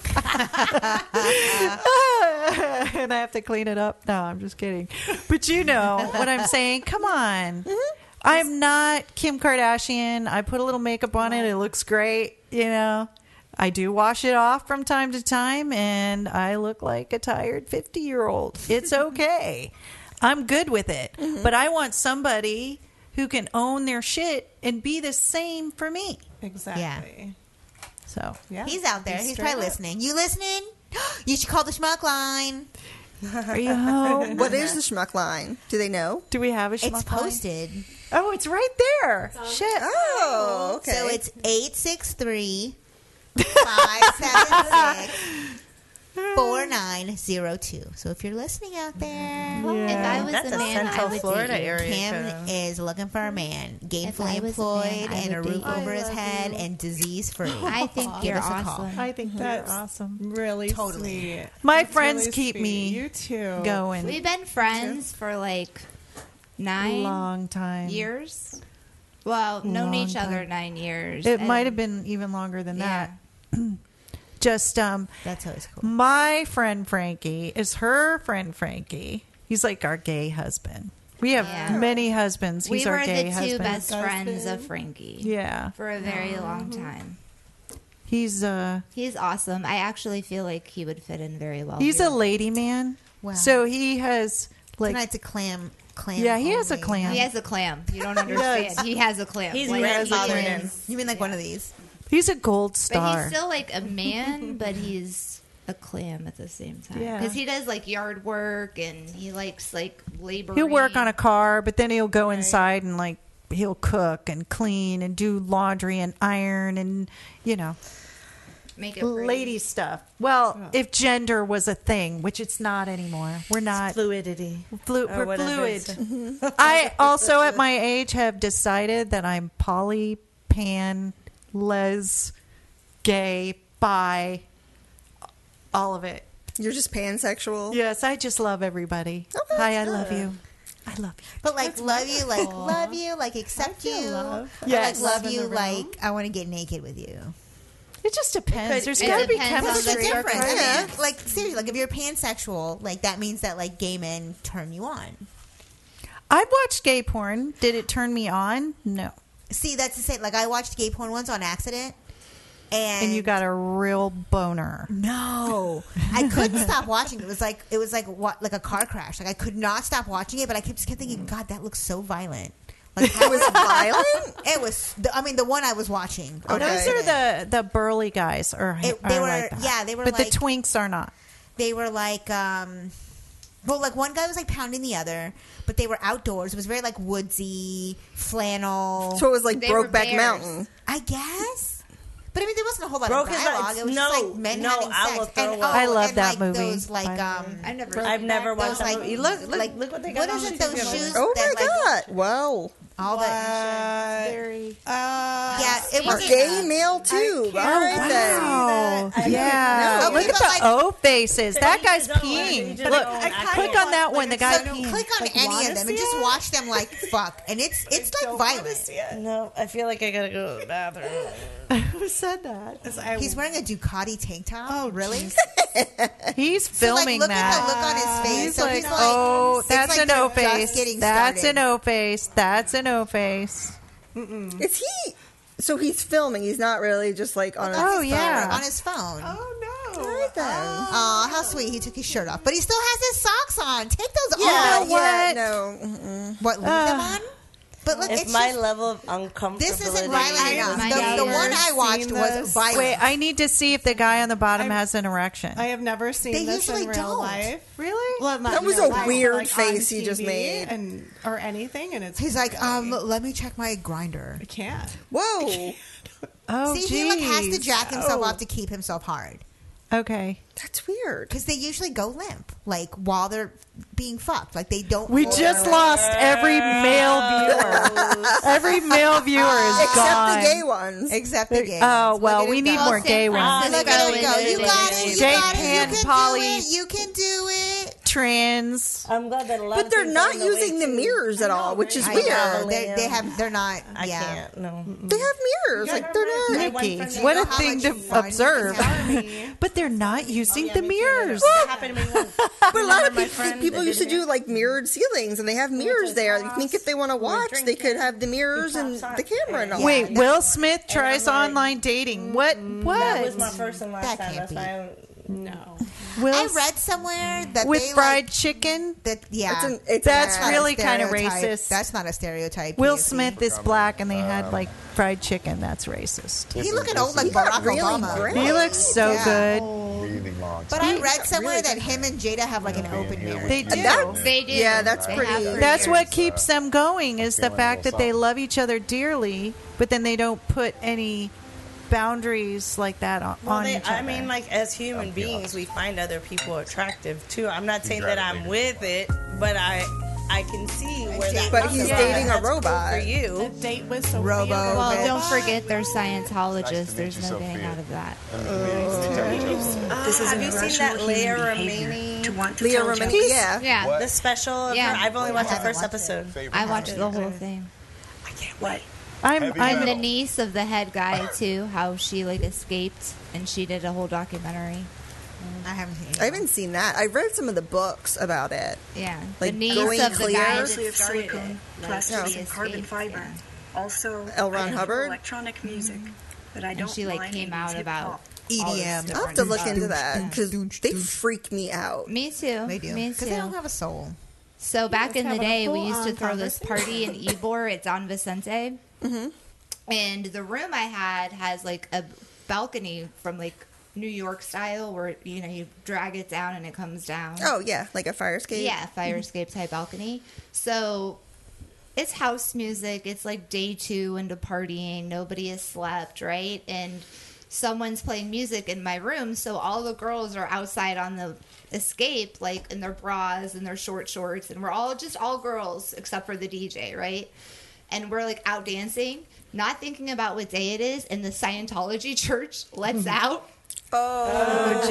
have to clean it up. No, I'm just kidding. But you know what I'm saying? Come on. Mm-hmm. I'm not Kim Kardashian. I put a little makeup on it. It looks great, you know. I do wash it off from time to time and I look like a tired 50-year-old. It's okay. I'm good with it. Mm-hmm. But I want somebody who can own their shit and be the same for me. Exactly. So, He's out there. He's, probably listening. You listening? You should call the schmuck line. Are you home? What is the schmuck line? Do they know? Do we have a It's posted. Oh, it's right there. Shit. Oh, okay. So it's 863 576 4902. So if you're listening out there, If I was That's the a man, I Central would Florida date. area Kim code. is looking for a man, gainfully I was a man, I employed, and a would roof date you. over I his love head, you. and disease free. I think Give you're us a call. awesome. I think that's awesome. Really totally. sweet. My That's friends really keep sweet. me You too. going. We've been friends for like nine Long time. years. Well, known Long each other time. nine years. It might and- have been even longer than Yeah. that. Just um That's always cool. My friend Frankie is her friend Frankie. He's like our gay husband. We have Yeah. many husbands. we He's were our gay the two husband. best friends of Frankie. Yeah. for a very long time. He's uh He's awesome. I actually feel like he would fit in very well. he's here. a lady man. Wow. So he has like Tonight's a clam clam. Yeah, he has a clam. He has a clam. You don't He does. understand. he has a clam. He's Like, red he hot. is- You mean like one of these? He's a gold But star. he's still like a man, but he's a clam at the same time. Yeah. Because he does like yard work and he likes like labor. He'll work on a car, but then he'll go inside and like he'll cook and clean and do laundry and iron and you know Make it pretty. lady stuff. Well, if gender was a thing, which it's not anymore, we're not fluidity. Flu- Or we're whatever fluid. it's- Mhm. I also at my age have decided that I'm poly, pan, les, gay, bi, all of it. You're just pansexual. Oh, Yes, I just love everybody. Hi, I love you. I love you. But like love you, like love you, like accept you. Or, Yes. Like love Love in you, the room. like I want to get naked with you. It just depends. There's It got to be depends on the chemistry. difference. I mean, Like seriously, like if you're pansexual, like that means that like gay men turn you on. I've watched gay porn. Did it turn me on? No. See, that's the same. Like I watched gay porn once on accident, and, you got a real boner. No, I couldn't stop watching. It was like it was like what like a car crash. Like I could not stop watching it, but I kept just kept thinking, God, that looks so violent. Like it was violent. It was. The, I mean, the one I was watching. Oh, Those are the the burly guys, or It- they were yeah they were but like, the twinks are not. they were like um well like one guy was like pounding the other but they were outdoors it was very like woodsy flannel So it was like They were Brokeback bears. Mountain. i guess but i mean there wasn't a whole lot Broke of is dialogue like- it was just no, like men no, having I sex will throw and, up. oh, I love and, that like, movie, those like um I've never. I've never watched those, that like, movie. Look, look, like, look what they got. what on is it the Oh those other shoes one. Oh my god! Wow. all that Very. uh, yeah it Or was gay male too. All right then. Oh, I- yeah. No, Look but at the oh, like- O faces. That guy's Don't peeing. But Look, I- I click kinda on that want- one. The like, guy so peeing. Click on Like, any wanna of them and see just it? watch them like fuck. And it's it's like violent. No, I feel like I gotta go to the bathroom. Who said that? He's wearing a Ducati tank top. Oh, really? He's So, like, filming look that. at the look on his face. He's so like, he's like, oh, it's that's like an they're O just face. getting That's started. an O face. That's an O face. Hmm. Is he? So he's filming. He's not really just like Oh, on. That's a, his phone, on his phone. Oh no! Oh, how sweet! He took his shirt off, but he still has his socks on. Take those Yeah, off. yeah, no. mm-mm. What? Leave them on. But look, Uh, if it's my just- level of uncomfortability. This isn't violent enough. The, the one I watched was violent. Wait, I need to see if the guy on the bottom has an erection. I have never seen They this in usually real don't. life. Really? Well, not That in was real a life, weird but, like, on face he just TV made. and or anything, and it's He's like, um, let me check my grinder. I can't. Whoa! Oh, See, he like has to geez. jack himself Oh. off to keep himself hard. Okay. That's weird because they usually go limp, like while they're being fucked. Like they don't. We hold just their- lost every male viewer. every male viewer is Except the gone. gay ones. Except the gay. Oh well, Look at we it need go. more gay ones. Look at it go. You got it. You Gay got it. pan You can poly do it. You can do it. trans. I'm glad that a lot But they're not using the mirrors at all, which is I weird. know. They- they have. They're not. I yeah. can't. No. They have mirrors. Like they're not. Nikki, what a thing to observe. but they're not using the mirrors. but a lot of people, people used to do like mirrored ceilings, and they have mirrors there. You think if they want to watch, they could have the mirrors and the camera and all. Wait, Will Smith tries online mm, dating. What? What? That was my first and last That time. can't That's why I no. Will I read somewhere that with they, fried chicken. That yeah, It's an- it's that's not a really kind of stereotype. racist. That's not a stereotype. Will POC. Smith is black, and they had like fried chicken. That's racist. He looking old like Barack Obama. He looks so Yeah. good. Really long. But I read somewhere that him and Jada have like an open marriage. They do. That's- they do. Yeah, that's They pretty. That's what keeps them going is the feeling fact real that they soft. love each other dearly, but then they don't put any boundaries like that on, Well, on they, each other. I mean, like as human beings, we find other people attractive too. I'm not saying that I'm with it, but I I can see where that. But comes he's from. dating a That's cool robot. for you. date with some Robo. Well, Robot. don't forget they're Scientologists. There's you, no getting Sophia. out of that. This is uh, have you seen that Leah Remini? To want to Leah tell Remini, jokes. yeah. Yeah. The special. of Yeah. her- I've only I watched the haven't first watched episode. I watched the whole thing. I can't wait. I'm, I'm the niece of the head guy too. How she like escaped and she did a whole documentary. I haven't. Seen I haven't seen that. I read some of the books about it. Yeah, Like the niece going of the guy clear? that Mostly of started silicone, it. Like, plastics, she and carbon escaped. fiber. Also, L. Ron I like Hubbard? electronic music, Mm-hmm. but I And don't. she, like, mind came out 80s about E hip-hop. EDM. E I'll have to look into that because they freak me out. Me too. They do. Me Because they too. don't have a soul. So back in the having a day, we used to full-on um, throw this party in Ybor at Don Vicente, Mm-hmm. and the room I had has like a balcony from like New York style, where you know you drag it down and it comes down. Oh yeah, like a fire escape. Mm-hmm. Yeah, fire escape type balcony. So it's house music. It's like day two into partying. Nobody has slept, right? And someone's playing music in my room. So all the girls are outside on the escape, like in their bras and their short shorts. And we're all just all girls except for the DJ, right? And we're like out dancing, not thinking about what day it is. And the Scientology church lets out. Oh,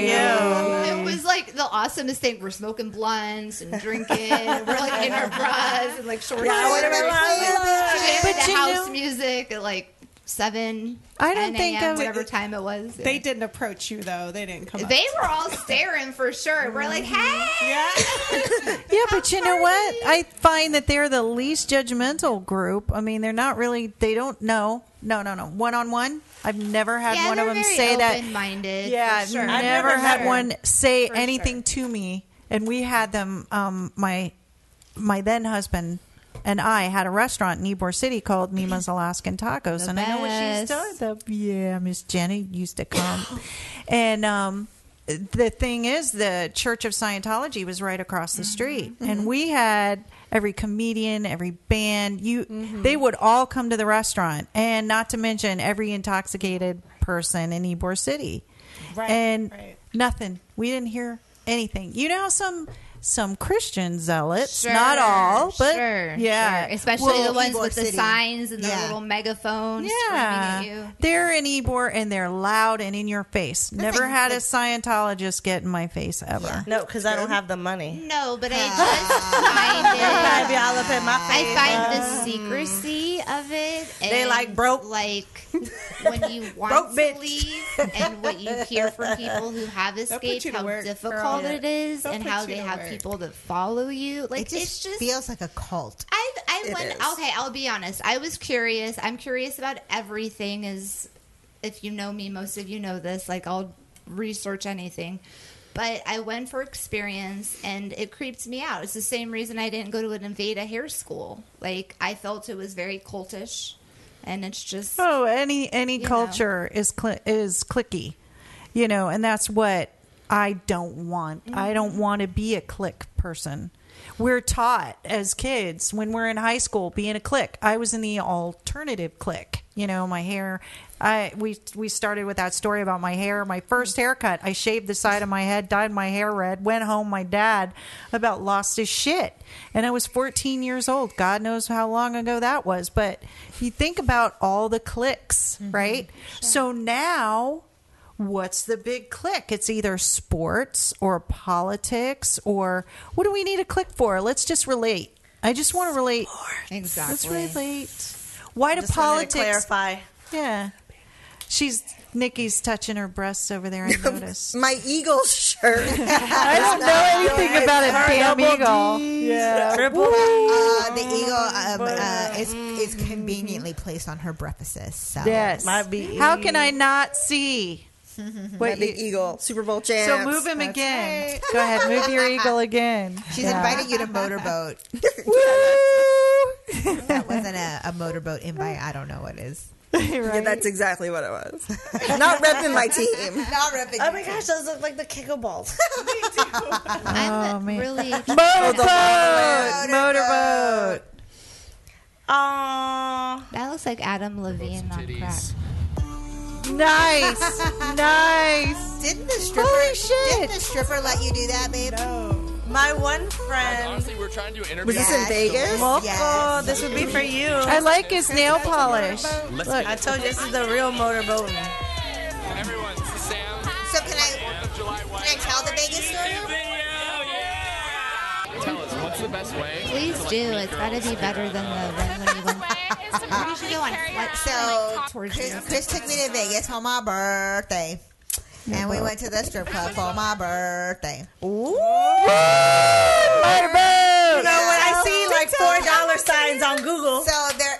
It was like the awesomest thing. We're smoking blunts and drinking. We're like in our bras and like shorts. Yeah, I wanna be Jamming like, but to you house know- music. and, Like seven. I don't 10 think a.m., of- whatever time it was. They didn't approach you though. They didn't come. up They to were all staring for sure. We're Mm-hmm. like, hey, Yeah, but you know what? I find that they're the least judgmental group. I mean, they're not really. They don't know. No, no, no. One on one. I've never had yeah, one of they're them very say that. open-minded. Yeah, for sure. I've never, had one say anything to me. And we had them. Um, my my then husband and I had a restaurant in Ybor City called Mima's Alaskan Tacos, The and I know what she's best. done. The, yeah, Miss Jenny used to come, and um, the thing is, the Church of Scientology was right across Mm-hmm. the street, and we had every comedian, every band. You, Mm-hmm. Mm-hmm. they would all come to the restaurant, and not to mention every intoxicated person in Ybor City Right, and nothing. We didn't hear anything. You know how some some Christian zealots, Sure, not all, but sure, yeah, sure. especially will- the ones with the signs and the little megaphones Yeah, screaming at you. they're in Ebor and they're loud and in your face. Never like- had a Scientologist get in my face ever. No, because I don't have the money. No, but I just find Everybody be it. all up in my I face. find the secrecy of it. And They like broke, like when you want to leave, and what you hear from people who have escaped, you to how work, difficult girl. it is, They'll and put how you they to have work. people to follow you. Like it just, it's just feels like a cult. I I It went is. okay. I'll be honest. I was curious. I'm curious about everything. Is if you know me, most of you know this. Like I'll research anything, but I went for experience, and it creeped me out. It's the same reason I didn't go to an Invada hair school. Like I felt it was very cultish, and it's just Oh, any any You know. culture is cli is clicky, you know, and that's what I don't want. I don't want to be a click person. We're taught as kids when we're in high school being a click. I was in the alternative click. You know, my hair. I we we started with that story about my hair. My first haircut. I shaved the side of my head, dyed my hair red, went home. My dad about lost his shit, and I was 14 years old. God knows how long ago that was. But you think about all the clicks, right? So now what's the big click? It's either sports or politics or what do we need a click for? Let's just relate. I just want to relate. Let's Exactly. relate. Why do Just wanted politics to clarify. Yeah. She's Nikki's touching her breasts over there. I noticed my Eagles shirt. I don't know anything about a damn eagle. Yeah, Uh, the eagle um, uh, is, is Mm-hmm. conveniently placed on her brevises. So. Yes. How can I not see? My What big eagle, Super Bowl champs. So move him That's again. right. Go ahead, move your eagle again. She's Yeah. inviting you to motorboat. that wasn't a, a motorboat invite. I don't know what is. Yeah, that's exactly what it was. Not repping my team. Not repping. Oh my gosh, those look like the kickleballs. I'm really motorboat, motorboat. Aww. That looks like Adam Levine on crack. Nice, nice. Didn't the stripper? Didn't the stripper let you do that, babe? My one friend. Honestly, we're trying to do interviews. Was this in Vegas? Moco, this would be for you. I like his nail polish. Let's Look, I told you this is the real motorboat. Everyone, this is Sam. So can I Fourth of July can I tell the Vegas story? wedding. Tell us, what's the best way? Please to, like, meet do. It's got to be better than the one where you went. Where did you go on? What? So Chris, Chris took me to Vegas for my birthday, and we went to the strip club for my birthday. Ooh. Motorboat. You know when I see like four dollar signs on Google. So there,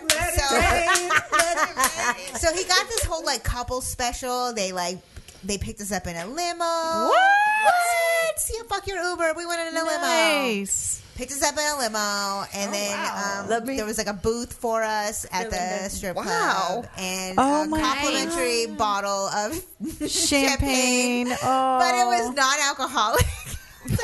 so, so he got this whole like couple special. They like they picked us up in a limo. What? See you fuck your Uber. We went in a limo. Nice. Picked us up in a limo, Oh, and then um, there was like a booth for us at the strip club, and Oh a my complimentary bottle of Champagne. Oh. but it was non-alcoholic.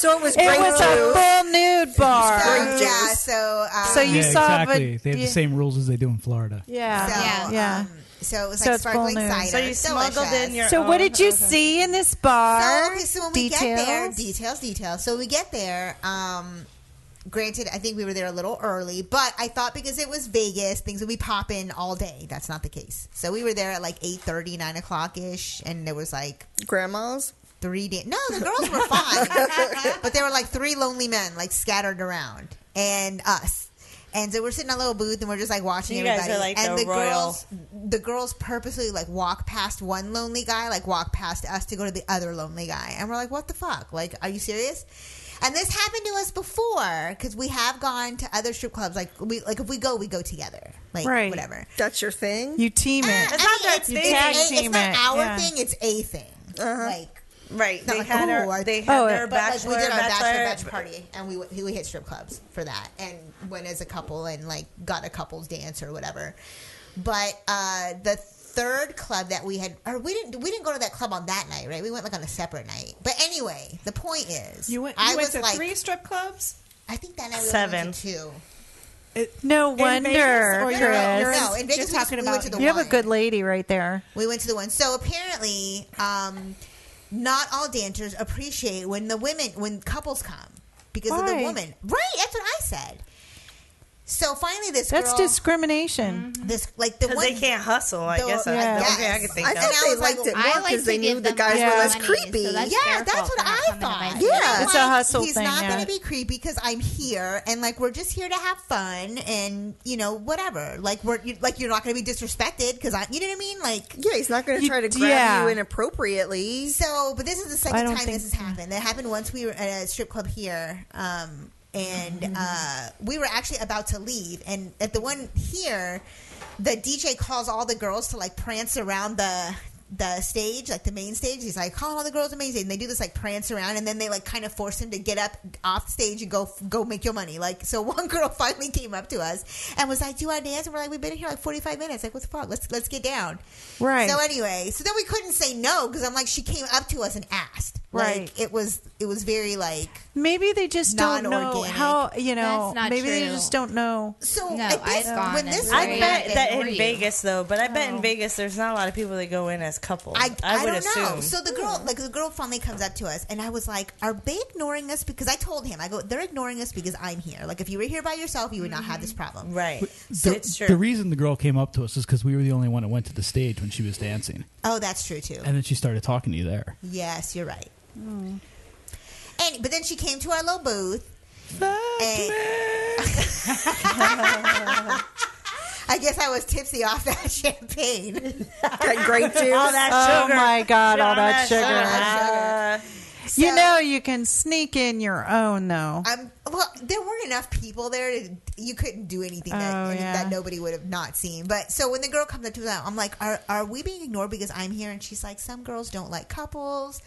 So it was Oh. It great was a juice. full nude bar. So, yeah, so um, So you yeah, saw but- exactly. they have yeah. the same rules as they do in Florida. Yeah, So, yeah, um, yeah. So it was So like it's full sparkling nude. cider. So you Delicious. smuggled in your So what own- did you okay. see in this bar? So, okay, so when we Details? get there, details, details. So we get there. Um, granted, I think we were there a little early, but I thought because it was Vegas, things would be popping all day. That's not the case. So we were there at like 8.30, 9 o'clock ish, and there was like grandmas. Three days. No, the girls were fine, but there were like three lonely men like scattered around, and us. And so we're sitting in a little booth and we're just like watching You guys everybody. are like and the royal- girls, the girls purposely like walk past one lonely guy, like walk past us to go to the other lonely guy, and we're like, "What the fuck? Like, are you serious?" And this happened to us before because we have gone to other strip clubs. Like we, like if we go, we go together. Like Right. whatever. That's your thing. You team it. I mean, it's, you it's tag a- it's team not it. our yeah. thing. It's a thing. Like right. They had our- they had their Oh, we did bachelor- our bachelor- bachelor batch party, and we went- we hit strip clubs for that, and went as a couple and like got a couples dance or whatever. But uh, the third club that we had, or we didn't we didn't go to that club on that night, right? We went like on a separate night. But anyway, the point is, You went. You I went was to like three strip clubs. I think that night Seven. two. No Vegas, wonder, or Chris. you're- you're- no, in Vegas You're we just- we went to the you have a wine. good lady right there. We went to the one. So apparently, um, not all dancers appreciate when the women when couples come because of Why? the woman. Right? That's what I said. So finally, this That's girl, Mm-hmm. discrimination. This like the 'Cause one they can't hustle. Oh, I the- guess I- that's the only thing I could think I of. thought they liked it more because they knew the guys more were less money, creepy. yeah, that's what I thought. Yeah. Yeah. It's a hustle He's thing, not yeah. going to be creepy because I'm here and like we're just here to have fun and you know whatever. Like we're you, like you're not going to be disrespected because I you know what I mean. Like yeah, he's not going to try to grab you inappropriately. So, but this is the I second don't time think this has happened. That happened once we were at a strip club here, um, and uh, we were actually about to leave. And at the one here, the DJ calls all the girls to like prance around the the stage, like the main stage. He's like, call all the girls to the main stage. And they do this like prance around, and then they like kind of force him to get up off the stage and go go make your money. Like, so one girl finally came up to us and was like, do you want to dance? And we're like, we've been in here like forty five minutes. Like, what the fuck? Let's let's get down. Right. So anyway, so then we couldn't say no because I'm like, she came up to us and asked. Right. Like it was, it was very like. Maybe they just don't know Non-organic. how you know. That's not maybe they true. just don't know. So No, I've gone when this- I Right. bet They that in agree. Vegas though, but I bet Oh. in Vegas there's not a lot of people that go in as couples. I, I, would don't assume. know. So the Hmm. girl, like the girl, finally comes up to us, and I was like, "Are they ignoring us?" Because I told him, I go, "They're ignoring us because I'm here. Like if you were here by yourself, you would not Hmm. have this problem." Right. So It's true. The reason the girl came up to us is because we were the only one that went to the stage when she was dancing, oh, that's true too. Uh, and then she started talking to you there. Yes, you're right. Hmm. And but then she came to our little booth. and- I guess I was tipsy off that champagne. That grape juice? All that Oh sugar. my God, all that sugar. that sugar. you know, you can sneak in your own though. I'm, well, there weren't enough people there. To, you couldn't do anything that, Oh, yeah. that nobody would have not seen. But so when the girl comes up to us, I'm like, are, are we being ignored because I'm here? And she's like, some girls don't like couples.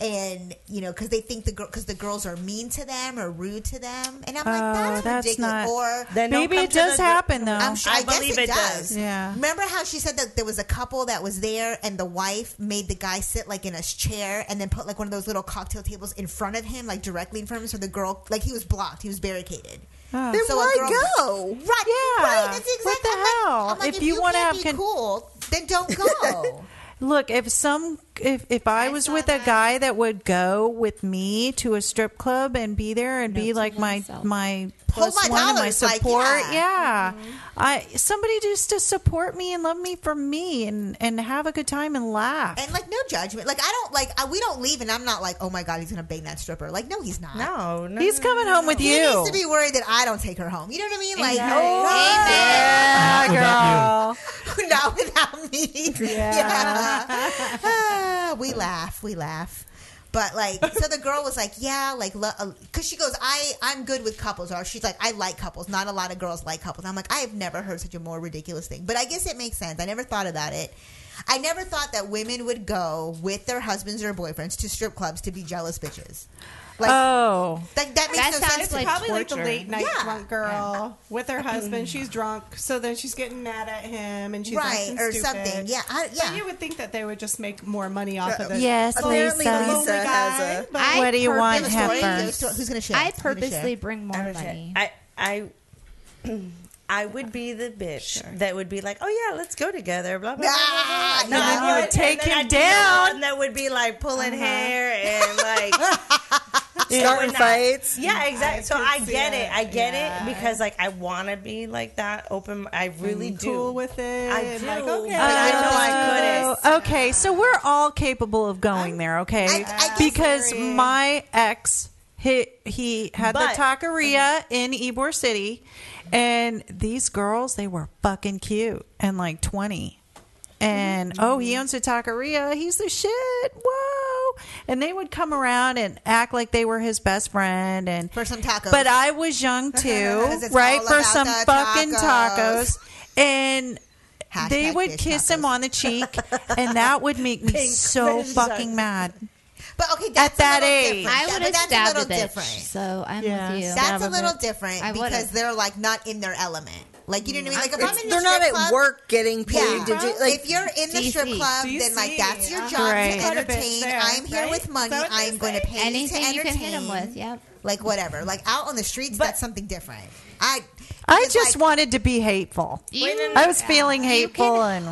And, you know, because they think the girl, because the girls are mean to them or rude to them. And I'm Oh, like, that's, that's ridiculous. not- or Then don't Maybe come it to does the- happen, though. I'm sure, I I, guess believe it, it does. does. Yeah. Remember how she said that there was a couple that was there and the wife made the guy sit like in a chair and then put like one of those little cocktail tables in front of him, like directly in front of him. So the girl, like he was blocked, he was barricaded. Oh. Then why go? Right. Yeah. Right. That's exactly. What the hell? I'm like, if, if you, you want to can't have be cool, then don't go. Look, if some if if I, was with a guy that would go with me to a strip club and be there and be like my my plus Oh my one and my dollars, like, support, yeah. Mm-hmm. yeah, I somebody just to support me and love me for me and and have a good time and laugh. And like no judgment. Like I don't like I, we don't leave, and I'm not like oh my god he's gonna bang that stripper. Like no he's not. No, no He's coming home with He you. needs to be worried that I don't take her home. You know what I mean? Like Exactly. oh, Yeah, Not girl. not without me. Yeah. Ah, we laugh. We laugh. But like, so the girl was like, yeah, like, because she goes, I, I'm good with couples, or she's like, I like couples. Not a lot of girls like couples. I'm like, I have never heard such a more ridiculous thing. But I guess it makes sense. I never thought about it. I never thought that women would go with their husbands or boyfriends to strip clubs to be jealous bitches. Like, oh, like that makes That no sounds sense. It's like probably like the torture. late night drunk girl with her Mm. husband. She's drunk, so then she's getting mad at him, and she's Right, acting or stupid. something. Yeah, I- yeah. So you would think that they would just make more money off of Uh, it. yes, Apparently Lisa. the lonely Lisa guy, has a- but- I What do you want, purpose- Heifer? Who's gonna share? I Who's gonna purposely share? bring more money. I I I would be the bitch that would be like, oh yeah, let's go together, blah blah blah. Ah, blah, blah. No, and then I you would and take then him I'd be the down. one that would be like pulling hair and like Starting showing out. fights. Yeah, exactly. so could I see get it. it. I get Yeah. it because like I want to be like that open. I really do. cool with it. I do. like, okay. okay. But I know I couldn't. Oh, okay, so we're all capable of going there, okay? because my ex He he had But- the taqueria in Ybor City, and these girls they were fucking cute and like twenty. And oh, he owns a taqueria. He's the shit. Whoa! And they would come around and act like they were his best friend and for some tacos. But I was young too, 'Cause it's right? all For about some the fucking tacos. tacos. And they Hashtag would fish kiss him on the cheek, and that would make me Pink so fish fucking mad. But okay, that's At that a little age. different. I That- would've but that's stabbed a a little bitch, different. So I'm with you. That's a little different I would've. because they're like not in their element. Like you know what I mean? Like if Mm, It's- I'm in the they're not strip at club, work getting paid Yeah. to do like if you're in the strip club, then like that's your job Right. to Quite a bit entertain. there, I'm here right? with money. Is that what I'm they going to say? pay you Anything to you can entertain. hit 'em with, yep. Like whatever. Like out on the streets, that's something different. I I just wanted to be hateful. You- I was feeling uh, you hateful can and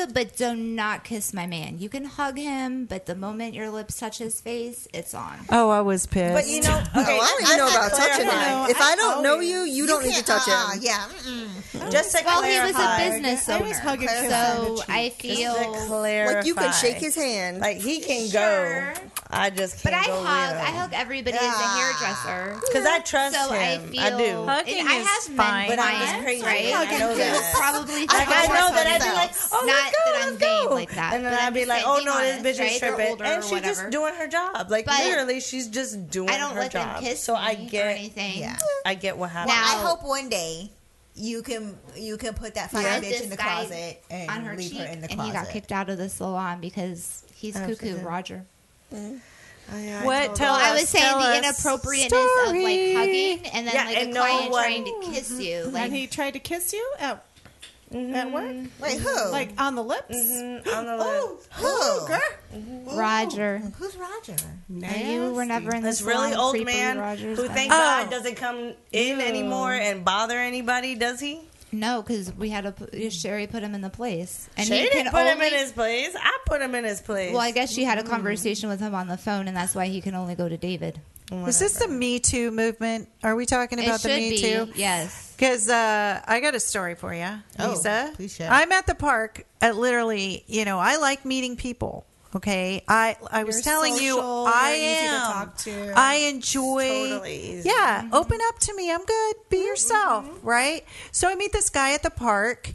hug, but do not kiss my man. You can hug him, but the moment your lips touch his face, it's on. oh, I was pissed. But you know- Oh, I don't even know about touching clarify. him. If I don't know always- you, you, you don't need to can't- touch him. uh-uh, yeah. Just to well, he was clarify. a business I owner, was hugging him on so the cheek. I Just to feel Like, you can clarify. shake his hand. Like he can go. I just But can't I go hug. with I him. hug everybody as a Yeah. hairdresser 'Cause I trust so him. I I feel. do. Hugging and I is have fine. men But I'm just clients, crazy. right? I know who that. Probably Like, think I more know of that. I'd be themselves. like, not oh, let's go, that I'm let's go. vain like that. And then but I'm I'd be just like, saying, oh being no, this honest, bitch right? is They're tripping, older or and she's whatever. just doing her job. Like But literally, she's just doing. I don't her let them job. kiss So I me or get anything. Yeah. I get what Well, happened. I hope one day you can you can put that fire Yeah. bitch in This the guy closet and on her leave cheek, her in the and he closet. got kicked out of the salon because he's Oh, cuckoo, she did. Roger. Mm. Oh, yeah, What? told Tell well, I us, was saying tell the us. inappropriateness of Story. Mm-hmm. like hugging, and then Yeah, like and a no client one- trying to kiss you. Like and he tried to kiss you at, Mm-hmm. at work? Wait, who? Like on the lips? on the lips. Who? Girl? Roger. Who's Roger? And you were never in the This really salon, old creepy man Rogers who guy. thank Oh. God doesn't come in anymore and bother anybody, does he? No, because we had a Sherry put him in the place, and she he didn't can put him only- in his place. I put him in his place. Mm. Well, I guess she Mm. had a conversation with him on the phone, and that's why he can only go to David. Oh, Was this the Me Too movement? Are we talking It about the should Me be, Too? Yes. Because uh, I got a story for you, Oh, Lisa. please share. I'm at the park. At literally, you know, I like meeting people. Okay, I I was You're telling you, social, I you're easy to am. talk to. I enjoy. Totally easy. Yeah, Mm-hmm. open up to me. I'm good. Be yourself, right? So I meet this guy at the park,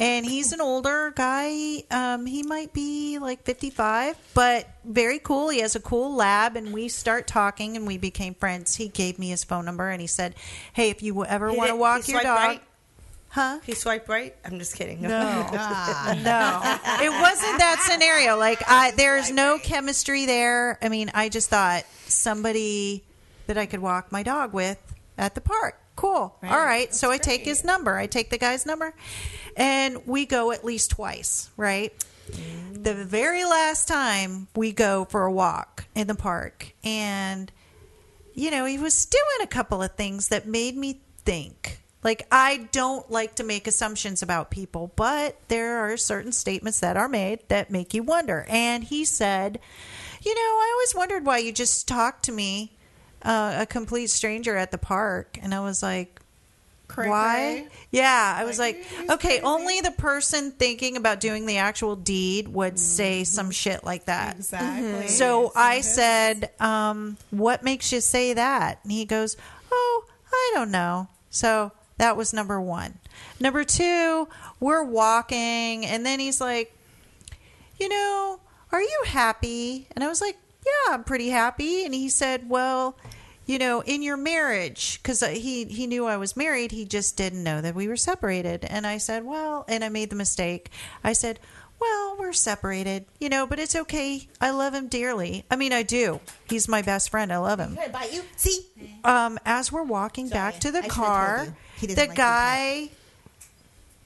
and he's an older guy. Um, he might be like 55, but very cool. He has a cool lab, and we start talking, and we became friends. He gave me his phone number, and he said, "Hey, if you ever He want to did- walk he your swiped dog." right? Huh? He swiped right. I'm just kidding. No, no, it wasn't that scenario. Like, I there's no chemistry there. I mean, I just thought somebody that I could walk my dog with at the park. Cool. All right. So I take his number. I take the guy's number, and we go at least twice. Right. The very last time we go for a walk in the park, and you know, he was doing a couple of things that made me think. Like, I don't like to make assumptions about people, but there are certain statements that are made that make you wonder. And he said, You know, I always wondered why you just talked to me, uh, a complete stranger at the park. And I was like, why? Yeah, I was like, okay, only the person thinking about doing the actual deed would say some shit like that. Exactly. Mm-hmm. So I said, um, what makes you say that? And he goes, oh, I don't know. So that was number one. Number two, we're walking, and then he's like, you know, are you happy? And I was like, yeah, I'm pretty happy. And he said, well, you know, in your marriage, because he, he knew I was married, he just didn't know that we were separated. And I said, well, and I made the mistake. I said, well, we're separated, you know, but it's okay. I love him dearly. I mean, I do. He's my best friend. I love him. Hey, bye, you. See, Um, as we're walking back to the I should've told car, you. He the doesn't like being guy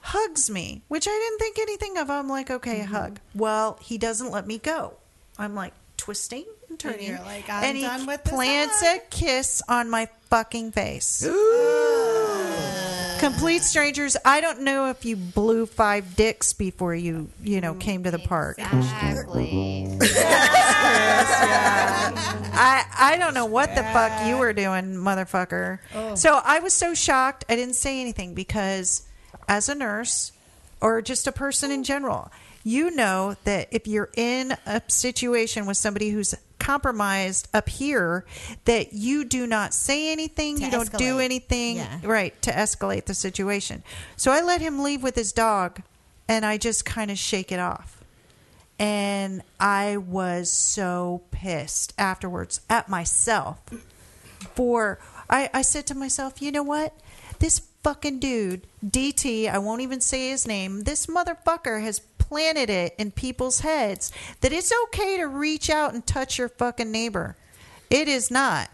hugs me, which I didn't think anything of. I'm like, okay, hug. Well, he doesn't let me go. I'm like twisting and turning, And you're like, I'm and he done with this plants a kiss on my fucking face. Complete strangers. I don't know if you blew five dicks before you, you know, came to the park. Exactly. I I don't know what the fuck you were doing, motherfucker. Oh. So I was so shocked. I didn't say anything because, as a nurse, or just a person in general, you know that if you're in a situation with somebody who's compromised up here that you do not say anything, To you don't do escalate. anything, Yeah. right, to escalate the situation. So I let him leave with his dog and I just kind of shake it off. And I was so pissed afterwards at myself for I, I said to myself, you know what? This fucking dude, DT, I won't even say his name, this motherfucker has planted it in people's heads that it's okay to reach out and touch your fucking neighbor. It is not.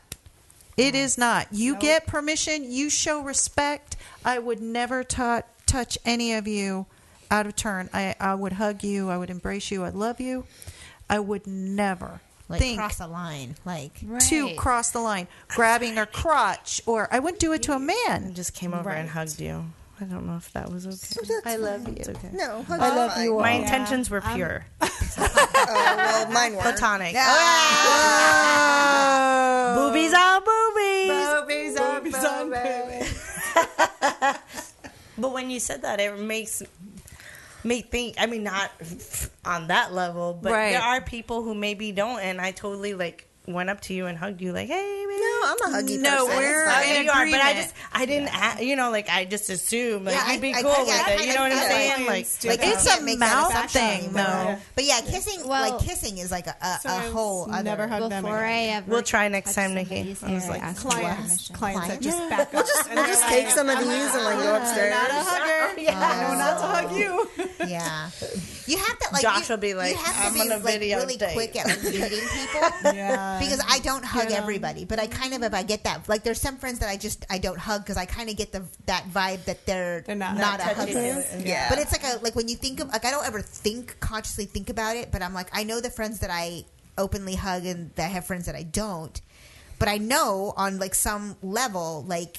It is not. You get permission, you show respect. I would never tou touch any of you out of turn. I, I would hug you, I would embrace you, I love you. I would never Like, think cross a line, like to cross the line, grabbing her crotch, or I wouldn't do it to a man. just came over and hugged you. I don't know if that was Oh, okay. I love you. No, hugs I are love fine. you. My intentions were pure. well, mine were. Platonic. Boobies are boobies. Boobies are boobies. But when you said that, it makes me think. I mean, not on that level, but Right. there are people who maybe don't, and I totally like went up to you and hugged you, like, "Hey, baby." no, Oh, I'm a huggy No, person. we're It's fine. in you are, but I just I didn't, a you know, like I just assume like Yeah, you'd be I- I- cool I- with I- it. You I- know what I'm I- saying? Like, Like, like, you can't make that assumption anymore. But yeah, kissing like kissing is like a, a, a whole other. We'll try next time, Nikki. I was like, clients, clients that just Yeah. back We'll just, we'll just take some of these and like go upstairs. Not a hugger. Yeah, I know not to hug you. Yeah, you have to like. Josh you, will be like, you have to "I'm be on a like, video really date." quick at like, meeting people. Yeah. because I don't hug everybody, but I kind of if I get that like there's some friends that I just I don't hug because I kind of get the that vibe that they're, not, Not a touching hugger. you. Yeah. but it's like a like when you think of like I don't ever think consciously think about it, but I'm like I know the friends that I openly hug and that I have friends that I don't, but I know on like some level like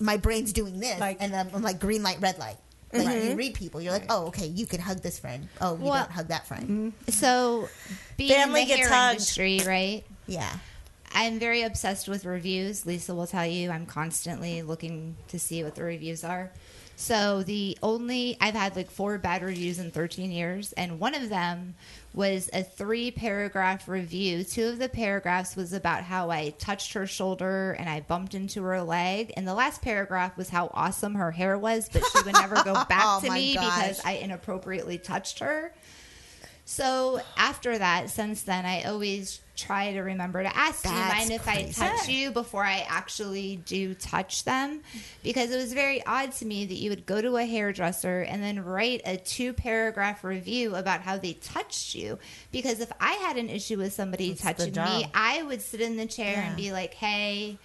my brain's doing this and I'm, I'm like green light red light. Like Right. Mm-hmm. you read people, you're like, oh, okay, you can hug this friend. Oh, you Well- don't hug that friend. mm-hmm. So being Family in the gets hair hugged. industry, right? Yeah. I'm very obsessed with reviews. Lisa will tell you I'm constantly looking to see what the reviews are. So the only I've had like four bad reviews in 13 years and one of them was a three paragraph review. Two of the paragraphs was about how I touched her shoulder and I bumped into her leg and the last paragraph was how awesome her hair was but she would never go back Oh to my me gosh. because I inappropriately touched her. So after that, since then, I always try to remember to ask, "Do you That's mind if I crazy. touch you?" before I actually do touch them, because it was very odd to me that you would go to a hairdresser and then write a two-paragraph review about how they touched you. Because if I had an issue with somebody the touching job. me, I would sit in the chair and Yeah. be like, "Hey,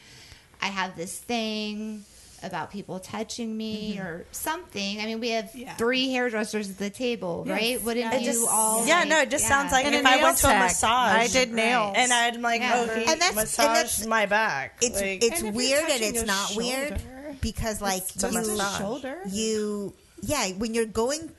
I have this thing." About people touching me Mm-hmm. or something. I mean, we have three hairdressers at the table, Yes. right? Wouldn't It you just- all? Yeah, like- no, it just sounds like And if a I nail went to a tech. massage, and I'd like, oh, he And that's- and massaged that's- my back. It's Like- it's weird and it's not weird because like It's a massage. you, you yeah when you're going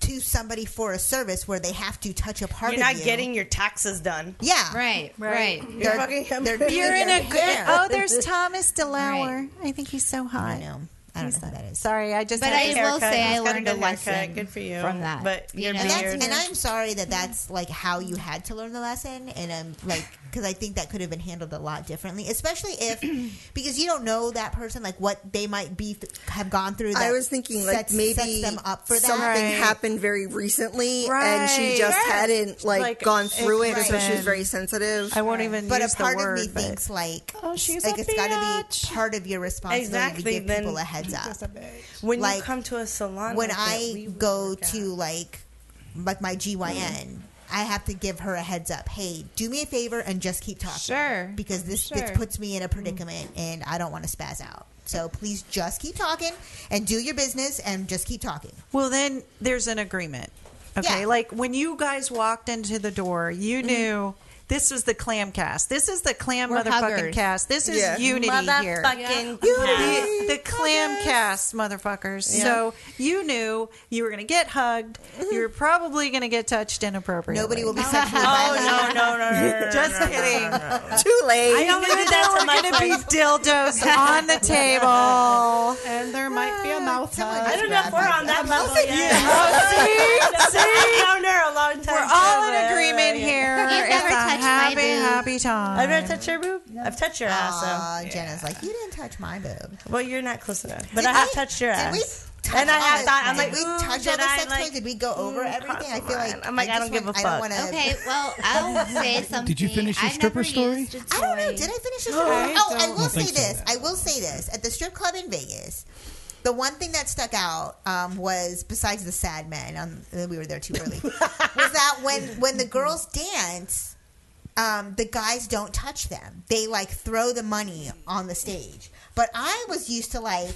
to somebody for a service where they have to touch a part You're of not you, getting your taxes done. yeah right Right. right. they're, You're fucking- they're doing You're in your a good- hair. Oh, there's Thomas DeLauer. I think he's so hot. I know. I don't know who that is. Sorry, I just. But had I this will haircut. say I He's got good learned a haircut. lesson Good for you. from that. But your and, that's- beard. and I'm sorry that that's like how you had to learn the lesson, and I'm like, because I think that could have been handled a lot differently, especially if because you don't know that person, like what they might be th- have gone through. That I was thinking like sets- maybe sets them up for that. something happened very recently and Right. she just Sure. hadn't like, Like, gone it through it, so could've she was been- very sensitive. I won't even But use a part the word, of me but- thinks like, oh, she's like a it's got to be part of your responsibility Exactly, to give then- people a heads up. When you Like, come to a salon, when like that, we I go to like like my GYN, Mm-hmm. I have to give her a heads up. Hey, do me a favor and just keep talking. Sure. Because this this Sure. puts me Mm-hmm. in a predicament and I don't want to spaz out. So please just keep talking and do your business and just keep talking. Well, then there's an agreement. Okay, like when you guys walked into the door, you knew this was the clam cast. This is the clam We're motherfucking huggers. cast. This is Yeah. unity here. Motherfucking Unity, the clam cast, motherfuckers. Yeah. So you knew you were going to get hugged. You were probably going to get touched inappropriately. Nobody will be sexually Oh, no, no, no, no, no, no, Just no, no, kidding. no, Too late. I only I did that to knew there were my going to be dildos on the table. and there might be a mouth time. I don't know if we're on that level yet. Oh, see? See? I've known her a long time. We're all in so- uh, agreement here. You've It's never a touched my happy, boob. happy time. I've never touched your boob. I've touched your ass. Aw, So Jenna's like, you didn't touch my boob. Well, you're not close enough. But Did I have we- touched your did ass. we touch and I all have the- thought, I'm did like, we ooh, touch all did the I, sex toys? like- mm, Did we go over everything? I feel like I'm like, I just don't give want- a I don't fuck. want to. Okay, well, I'll say something. Did you finish your I stripper never story? used a I don't know. toy. Did I finish this? No, I oh, I don't will say think so. this. I will say this. At the strip club in Vegas, the one thing that stuck out um, was, besides the sad men, um, we were there too early, was that when when the girls dance, um, the guys don't touch them. They like throw the money on the stage. But I was used to like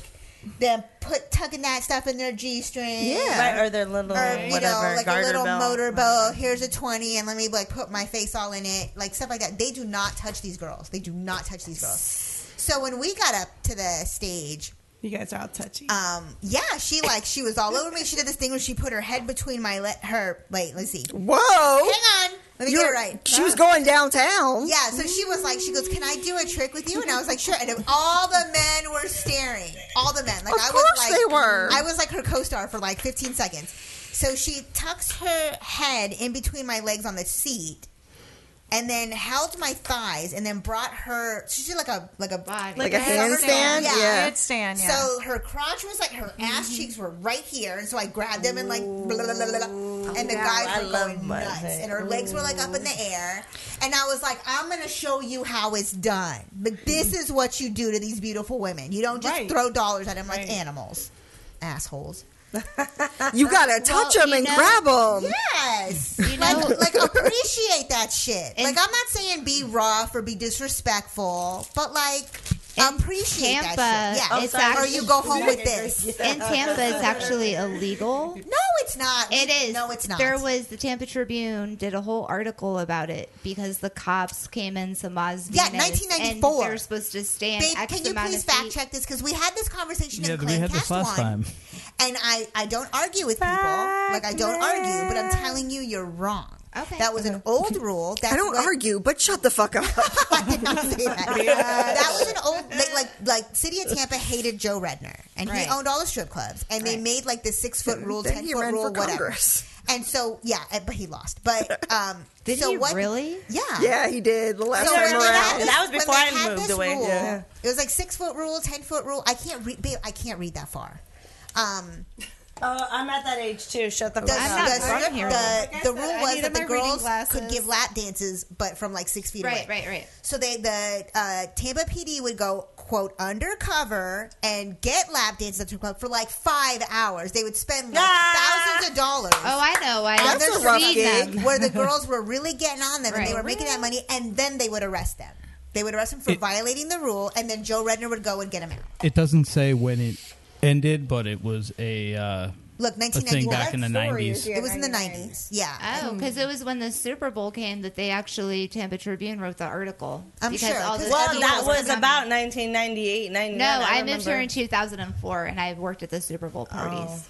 them put tucking that stuff in their g string, Right, or their little or you whatever know, like a garter little belt. motorboat. Here's a twenty, and let me like put my face all in it, like stuff like that. They do not touch these girls. They do not touch these girls. So when we got up to the stage, You guys are all touchy. um, yeah, she like she was all over me. She did this thing where she put her head between my le- her. Wait, let's see. Whoa! hang on. Let me get You're- it right. She was going downtown. Yeah, so she was like, she goes, "Can I do a trick with you?" And I was like, "Sure." And all the men were staring. All the men, like Of I was course like, they were. I was like her co-star for like 15 seconds. So she tucks her head in between my legs on the seat, and then held my thighs, and then brought her. She did like a like a body. Like a handstand? Yeah. Handstand, yeah. So her crotch was like her ass Mm-hmm. cheeks were right here, and so I grabbed them and like blah, blah, blah, blah, blah, and the Yeah, guys I were love going my nuts, thing. and her legs were like up in the air, and I was like, I'm gonna show you how it's done, but this is what you do to these beautiful women. You don't just Right. throw dollars at them like animals, assholes. You gotta touch 'em and grab 'em. Yes, You know- like, like appreciate that shit. Like I'm not saying be rough or be disrespectful, but like appreciate Tampa, that shit. Yeah, it's or actually, you go home with this. In Tampa, it's actually illegal. No, it's not. It is. No, it's not. There was the Tampa Tribune did a whole article about it because the cops came in some Oz. Yeah, Venus, 1994. And they're supposed to stand. Babe, X can you amount of please feet. fact check this? Because we had this conversation Yeah, in we had Clancast this last one, time. and I, I don't argue with people. Like I don't argue, but I'm telling you, you're wrong. Okay. That was an old rule. That's I don't what- argue, but shut the fuck up. that was an old like, like like city of Tampa hated Joe Redner, and Right. he owned all the strip clubs, and they made like the six foot rule, Then ten he foot ran rule, for whatever. Congress. And so yeah, uh, but he lost. But um, Did so he what, really? Yeah, Yeah, he did the last So time when they had around. this- That was before when I they had moved this away, Rule, yeah. It was like six foot rule, ten foot rule. I can't read. Babe, I can't read that far. Um, Oh, I'm at that age too. Shut the Oh, fuck the, up. the- the- the rule I was needed that the my reading girls could glasses. give lap dances, but from like six feet away. Right, right, right. So they the uh, Tampa PD would go quote undercover and get lap dances at the club for like five hours. They would spend like, thousands of dollars. Oh, I know. I on That's their a rough street gig. where the girls were really getting on them and they Right. were making that money, and then they would arrest them. They would arrest them for violating the rule, and then Joe Redner would go and get them out. It doesn't say when it ended, but it was a uh, Look, a thing 1991. back in the nineties. It was in the 90s. Yeah. Mm. Oh, because it was when the Super Bowl came that they actually Tampa Tribune wrote the article. I'm because sure, All the well, people that were was coming. about 1998, 99. No, I, remember. moved here in 2004, and I worked at the Super Bowl parties.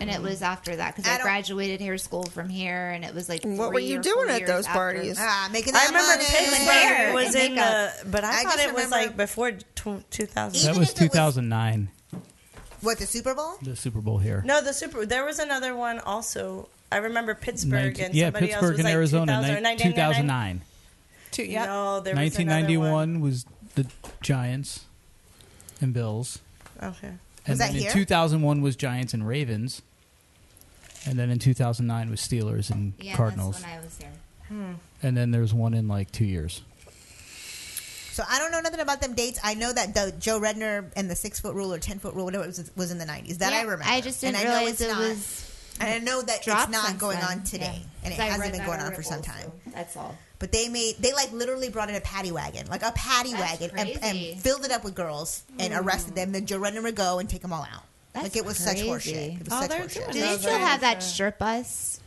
And it was after that because I, graduated hair school from here, and it was like What were three you or doing four at years those after. parties? Ah, making I remember Pittsburgh was And in the, makeup. but I, I thought just it was remember- like before tw 2000. That was two thousand nine. What the Super Bowl? The Super Bowl here. No, the Super. There was another one also. I remember Pittsburgh Nineteen- and yeah, somebody else Pittsburgh was and like Arizona, 2000, ni- two thousand nine. Two, No, there was Nineteen another ninety one. one was the Giants and Bills. Okay. And Was that then here? in two thousand one was Giants and Ravens. And then in two thousand nine was Steelers and Yeah, Cardinals. that's when I was here. Hmm. And then there's one in like two years. So I don't know nothing about them dates. I know that the Joe Redner and the six foot rule or ten foot rule, whatever it was, was in the nineties. That Yeah, I remember. I just And didn't know realize it's it not- was And I know that it's dropped not since going then. on today, Yeah. and it 'Cause I hasn't read been that going on for some article, time. so That's all. But they made they like literally brought in a paddy wagon, like a paddy That's wagon, and, crazy. and filled it up with girls and Mm. arrested them. Then Joe Redner would go and take them all out. like it was such horseshit. It was Oh, such horseshit. Do they still have that strip bus?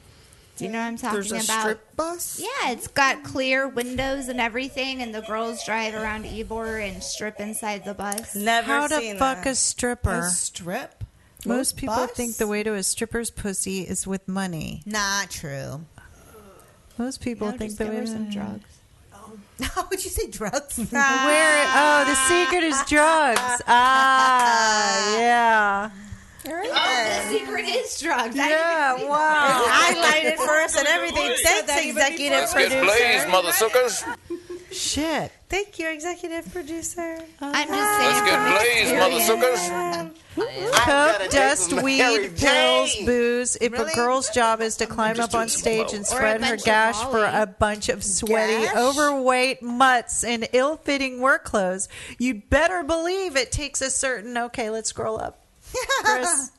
Do you know what I'm talking There's a about? strip bus. Yeah, it's got clear windows and everything, and the girls drive around Ebor and strip inside the bus. Never How to fuck a stripper? A strip? Most people Bus? think the way to a stripper's pussy is with money. Not true. Most people No, think just the give way her to some drugs. How would you say drugs? Where? Oh, the secret is drugs. Ah, yeah. Oh, right. the secret is drugs. I Yeah, didn't see wow. that. Highlighted for us and everything. Thanks, executive Let's get producer. blazed, mother suckers. Shit. Thank you, executive producer. I'm just saying Let's get blazed, mother Coke, dust, with Mary weed, pills, booze. If a girl's job is to climb Just up on do stage slow. and Or a spread her bunch of gash for Molly. a bunch of sweaty, Gash? overweight mutts in ill-fitting work clothes, you'd better believe it takes a certain. Okay, let's scroll up. Chris.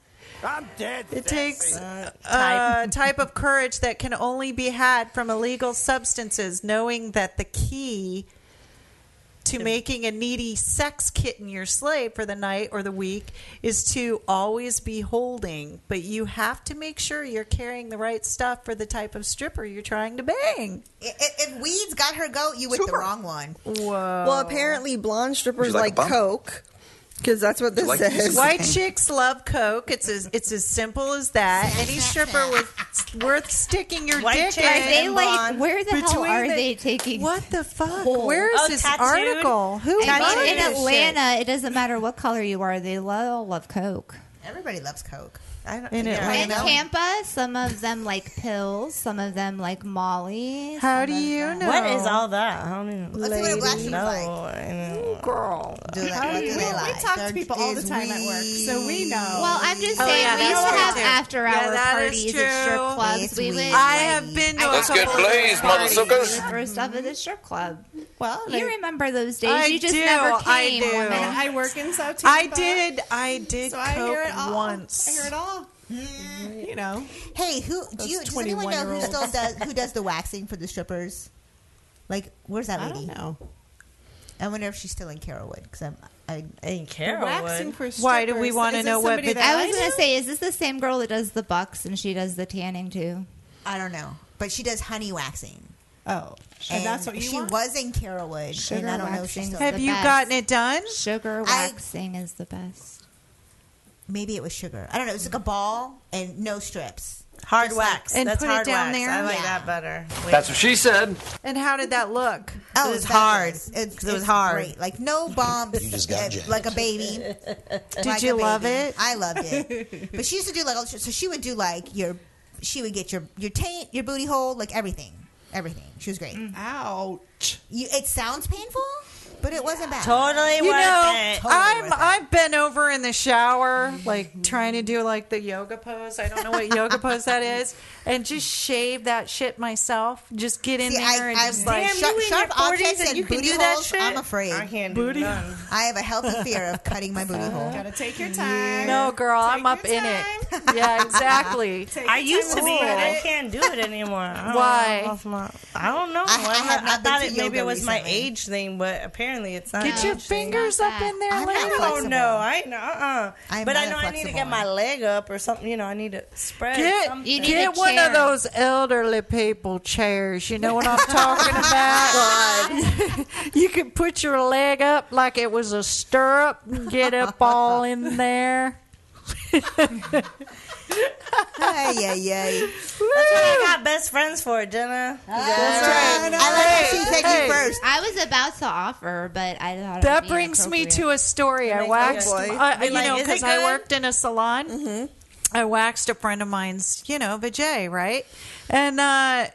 I'm dead. It takes a type. type of courage that can only be had from illegal substances, knowing that the key to making a needy sex kitten your slave for the night or the week is to always be holding, but you have to make sure you're carrying the right stuff for the type of stripper you're trying to bang. If, if weeds got her goat, you with the wrong one. Whoa. Well, apparently blonde Would strippers you like like, a bump? coke because that's what this says. White chicks love coke. It's as it's as simple as that. Any stripper with worth sticking your White dick chicks in. Are they and like- blonde. where the hell Between are the- they taking- What the fuck? Where Oh, is this article? Who I mean, wrote in this shit? Atlanta, it doesn't matter what color you are. They all love Coke. Everybody loves Coke. I don't, In In Atlanta. Tampa, some of them like pills. Some of them like Molly. How do you know? What is all that? I don't even Let's see what a black sheep's like. like. Girl. How do you- we we talk to people all the time at work, so we know. Well, I'm just Oh, Oh, saying we used to have after hour parties at strip clubs. we would, I have been to a Let's get couple of blazed, strip mother parties. suckers. throw stuff at the strip club. Well, they- you remember those days. Mm-hmm. I you just do, never came. I do. woman. I work in South Tampa. I did. I did So coke I hear it all. once. I hear it all. You know. Hey, who do you? Does anyone know who 21-year-olds. still does who does the waxing for the strippers? Like, where's that lady? I don't know. I wonder if she's still in Carrollwood because I'm. I, in waxing for Why do we strippers. wanna Is it know what somebody vid- that I was I going know? to say, is this the same girl that does the bucks and she does the tanning too? I don't know, but she does honey waxing. Oh, And she was in Carrollwood. and I don't know if she's still Have you gotten it done? Sugar waxing is the best. Maybe it was sugar. I don't know. It was like a ball and no strips. Hard Just wax. like- That's hard wax. I like Yeah. that better. That's what she said. And how did that look? Oh, It was that hard. It's, It was it's hard. Great. Like no bumps. You just got uh, jacked. like a baby. Did you love it? I loved it. But she used to do like all so she would do like your she would get your your taint, your booty hole, like everything, everything. She was great. Mm. Ouch. You, it sounds painful, but it wasn't bad. Totally You know, Totally I'm worth it. I've been over in the shower, like trying to do like the yoga pose. I don't know what yoga pose that is, and just shave that shit myself. Just get in See, there I, and I'm just like like sharp, sharp objects and, booty holes. I'm afraid. I can't do Booty- none. I have a healthy fear of cutting my booty hole. Gotta take your time. No, girl, I'm up in it. Yeah, exactly. I used to be, but I Cool. can't do it anymore. Oh, I don't Why? know. Off my- I don't know. I, have I not been thought to it maybe it yoga was my recently. age thing, but apparently it's not. Get your fingers up in there. I lady. don't know. I know. Uh. I'm uh But I not know a I need to flexible get my leg up or something. You know, I need to spread. Get, something. get one of those elderly people chairs. You know what I'm talking about? you can put your leg up like it was a stirrup and get up all in there. Ay, ay, ay. That's what I got best friends for, Jenna. That's right. I like Hey, hey. I was about to offer, but I thought it That would brings me inappropriate. to a story. I Like, waxed, oh, boy. I- Be you like, know, "Is it because I good?" worked in a salon. Mm-hmm. I waxed a friend of mine's, you know, vajay, right? And uh,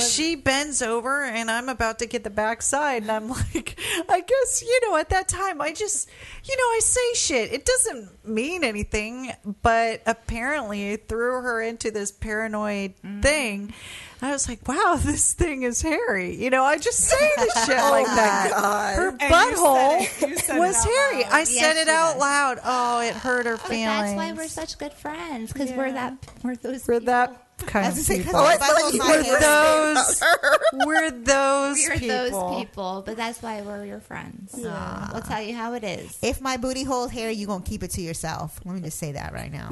she bends over, and I'm about to get the backside, and I'm like, I guess, you know, at that time, I just, you know, I say shit. It doesn't mean anything, but apparently it threw her into this paranoid Mm-hmm. thing. I was like, wow, this thing is hairy. You know, I just say this shit Oh like that. my God. Her And you said it. butthole You said it was out hairy. loud. I Yes, said it she out loud. Oh, it hurt her But that's feelings. why we're such good friends because we're that we're those We're that I kind was of gonna say, 'cause people. my butthole's not We're hairy. those. We're those we're people. those people, but that's why we're your friends. Yeah. We'll tell you how it is. Ah. If my booty hole's hairy, you gonna keep it to yourself. Let me just say that right now.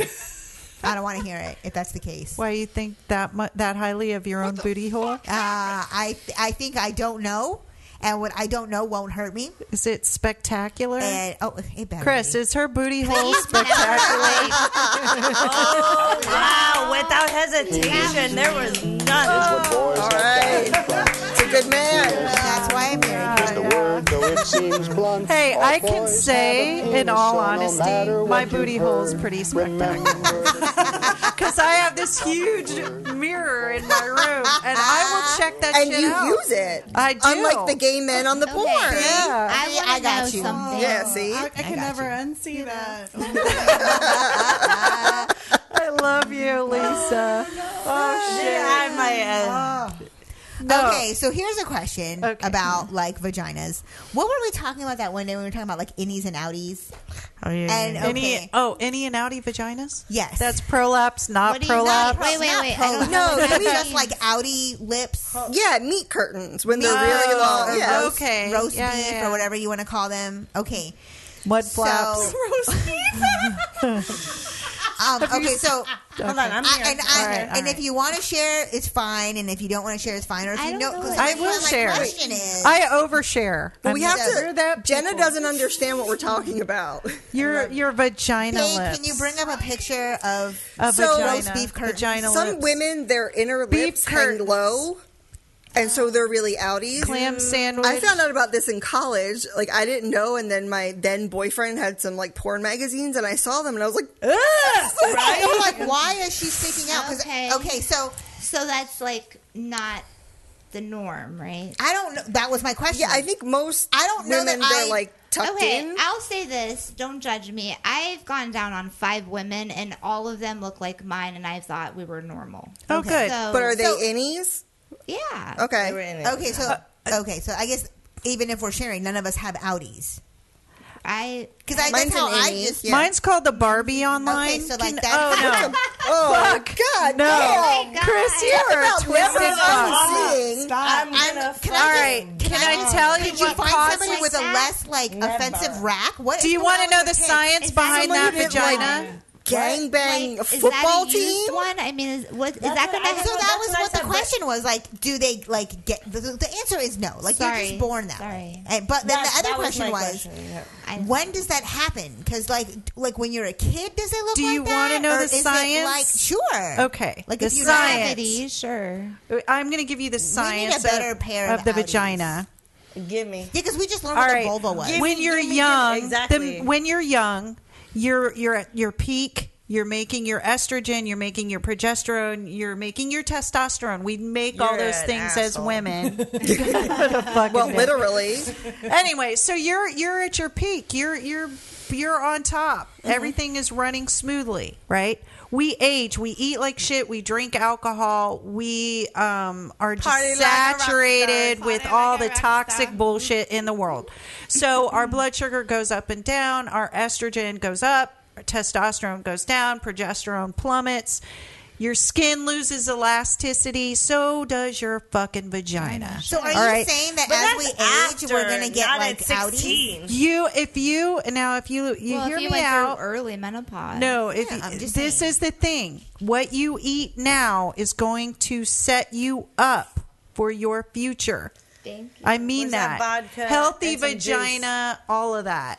I don't want to hear it if that's the case. Why you think that mu- that highly of your own booty hole? Uh, I I think I don't know, and what I don't know won't hurt me. Is it spectacular? And, oh, it better Chris, be. is her booty hole spectacular? oh wow! Without hesitation, there was none. All right. It's a good man. That's why I'm married. the word, the it seems blunt. Hey, I can say, in all honesty, my booty hole is pretty spectacular. Because I have this huge mirror in my room, and I will check that And shit you out. use it. I do. Ah. Unlike the gay men on the board. Yeah. I, got you. Yeah, Oh, see? I, I can never unsee that. I love you, Lisa. Oh, shit. I might. No. Okay, so here's a question about like vaginas. What were we talking about that one day when we were talking about like innies and outies? Oh, yeah, And any, okay. oh, any and outy vaginas? Yes. That's prolapse, not What do you- prolapse. not pro- Wait, wait, not wait, I don't prolapse. know No, what that we- means. like outy lips. Yeah, meat curtains when they're Meat really Oh, curtains long. or yeah. roast, roast beef or whatever you want to call them. Okay, mud flaps. roast Um, Have you- okay, so Hold on, I'm I- here. and I- All right, all and if right. you want to share, it's fine. And if you don't want to share, it's fine. Or if you know, 'cause I that's will what my share. question is- I overshare. But we I'm have just- to. Jenna doesn't understand what we're talking about. Your your vagina Pink, lips. can you bring up a picture of A vagina. Vagina Some lips. women, their inner lips hang low, and so they're really outies. Mm. Clam sandwich. I found out about this in college. Like I didn't know, and then my then boyfriend had some like porn magazines, and I saw them, and I was like, Ugh! I'm like, why is she sticking out? 'Cause- Okay. okay, so so that's like not the norm, right? I don't know. That was my question. Yeah, I think most I don't know that women, they're, I like, tucked okay, in. I'll say this. Don't judge me. I've gone down on five women, and all of them look like mine, and I thought we were normal. Oh, Oh, So- But are they so- innies? Yeah. Okay. Okay. Uh, So okay. So I guess even if we're sharing, none of us have outies. I because I that's Mine's how an I innie. just Mine's called the Barbie online. Okay, so, like, Can- Oh that's- oh no. Oh Fuck. God! No. damn. Chris, you're a twisted fuck. I'm gonna can fuck. I, Alright, Um, Can, can I, I just- tell you could you what find causes somebody with a that? less like Never. offensive rack? What Do is you the want one to know with the pink? science behind that someone who did, vagina? Gang bang Like, football is that a used team? One. I mean, is, what, is That's that what going to I- so that was what the question was like do they like get the, the answer is no like you're Sorry. just born that way and, but then That- the other that was my question was, question, yeah. when does that happen because like like when you're a kid does it look Do like you want to know the it science? like sure Okay. like the if you science. sure I'm going to give you the need a science better of, pair of of the outies. vagina. Give me. yeah because we just learned All what right. the vulva was when you're young, the, when you're young, you're you're at your peak. You're making your estrogen. You're making your progesterone. You're making your testosterone. We make all You're those an things as asshole. women. well, literally. anyway, so you're you're at your peak. You're you're you're on top. Mm-hmm. Everything is running smoothly, right? We age. We eat like shit. We drink alcohol. We um, are just Party like a rock saturated star. with Party all like a the rock toxic bullshit in the world. So our blood sugar goes up and down. Our estrogen goes up. Our testosterone goes down. Progesterone plummets. Your skin loses elasticity. So does your fucking vagina. so are All you right? saying that But as we age we're after, gonna get not like at outies You, if you now, if you you Well, hear if you me went out. through early menopause. No, if this is the thing, what you eat now is going to set you up for your future. Thank you. I mean Was that vodka healthy and some juice? vagina, all of that.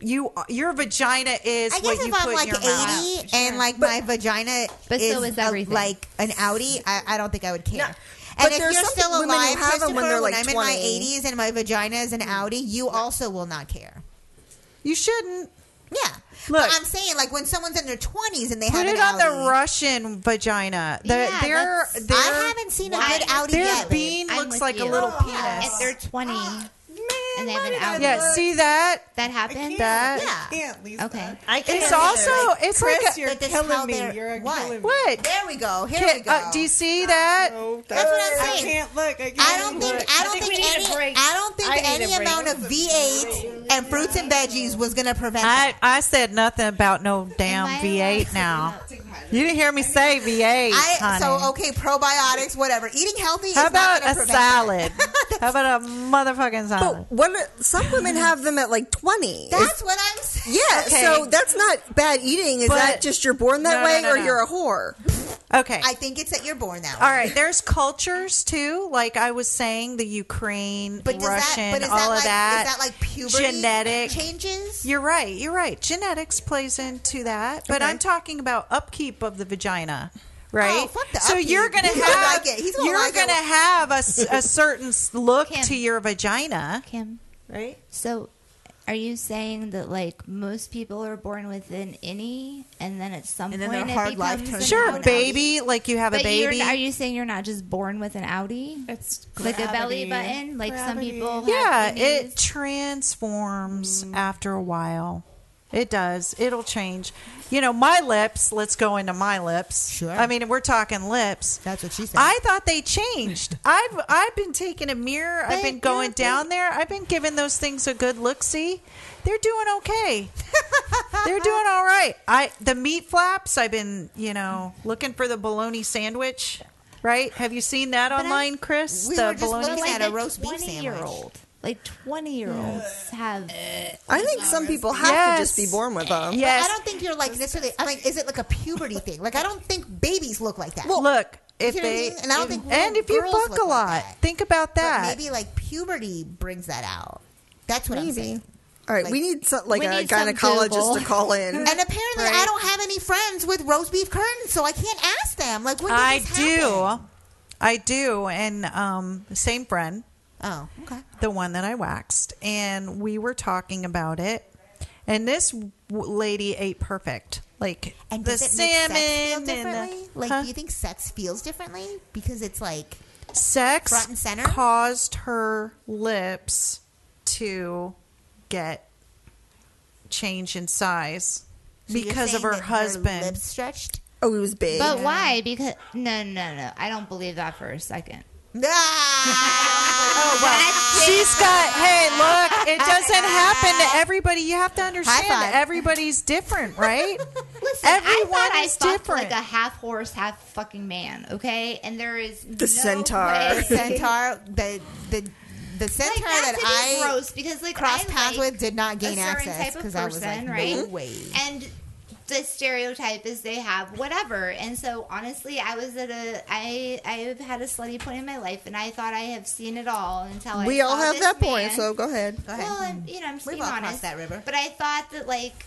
You, your vagina is I guess what you if put I'm in like your 80 mouth. and like my vagina But is, so is a- everything. like an Audi, I, I don't think I would care. but and if there's you're some still women who alive, have 'em when they're, Christopher, when like, I'm in my 20. 80s and my vagina is an Audi, you also will not care. Mm-hmm. You shouldn't. Yeah. Look. but I'm saying like when someone's in their 20s and they Put have it an on Audi, the Russian vagina. The, Yeah, their, that's- their, I haven't seen a good Audi Their yet, babe. bean I'm looks with like a you. little Oh. penis. Ah, If they're 20 and they have an out, Yeah, see that? That happened? That- can't, Lisa. Okay. It's also it's Chris, like a, you're But that's killing how me. they're- You're a what? killing me. What? There we go. Here Can- we go. uh, do you see that? That's what I'm I saying. can't look. I, can't I don't think look. I don't think, we need a any break. I don't think I need a any break. amount of V8 and fruits and veggies was going to prevent I, that. I said nothing about no damn Am I V8 now. You didn't hear me say V8, I, honey. so okay, probiotics, whatever. Eating healthy. How is not about gonna a prevent salad? How about a motherfucking salad? What? Some women have them at like twenty. That. That's what I'm saying. yeah, Okay. so that's not bad eating. Is But- that just you're born that No, no, way, no, or no. you're a whore? Okay. I think it's that you're born that way. All right, there's cultures too, like I was saying, the Ukraine, But does Russian, that, but is all that of like, that. Is that like puberty genetic changes? You're right. You're right. Genetics plays into that, but Okay. I'm talking about upkeep of the vagina, right? Oh, fuck the so upkeep. you're gonna He's gonna have like it. He's gonna you're like it. gonna have a, s- a certain s- look to your vagina. Kim. Right? So are you saying that like most people are born with an innie and then at some then point their it hard life becomes turns an Sure, outie? baby, like you have a But you're- baby. are you saying you're not just born with an outie? It's like a belly gravity. button. Like some people. Have Hmm. yeah, innies. it transforms after a while. It does. It'll change. You know, my lips. Let's go into my lips. Sure. I mean, we're talking lips. That's what she said. I thought they changed. I've I've been taking a mirror. I've been going down there. I've been giving those things a good look. See, they're doing okay. they're doing all right. I the meat flaps. I've been you know looking for the bologna sandwich. Right? Have you seen that online, Chris? We the were just bologna looking sandwich. at a roast beef 20-year-old. Like twenty year olds have. I think some people have to just be born with them. I don't think you're like necessarily. I like, is it like a puberty thing? Like, I don't think babies look like that. look if You know what I they mean? and I don't think and little if you girls fuck look a like lot, that. think about But that. maybe like puberty brings that out. That's what I'm Maybe. saying. All right, we need some, like We a need some gynecologist Google. to call in. And apparently, I don't have any friends with roast beef curtains, so I can't ask them. Like, when did I this do, I do, and um, the same friend. Oh, okay. The one that I waxed, and we were talking about it, and this w- lady ate perfect, like And the does it make salmon sex feel and the- differently? like, Huh? do you think sex feels differently because it's like sex front and center? caused her lips to get change in size So you're because of saying her that her husband. lips stretched. Oh, he was big. But why? Because no, no, no. I don't believe that for a second. Oh, well, she's got. Hey, look, it doesn't happen to everybody. You have to five. understand everybody's different, right? Listen, I Everyone thought I is fucked different. like a half horse, half fucking man. Okay, and there is The centaur. The centaur, the the the centaur that that to me is I gross because like crossed I paths like with did not gain a certain access type of because I was like, person, right? no way. And the stereotype is they have whatever, and so honestly, I was at a I I've had a slutty point in my life, and I thought I have seen it all until we I all saw have this that point, man. so go ahead. Go Well, I'm, you know, I'm just We've being all honest. crossed that river. But I thought that like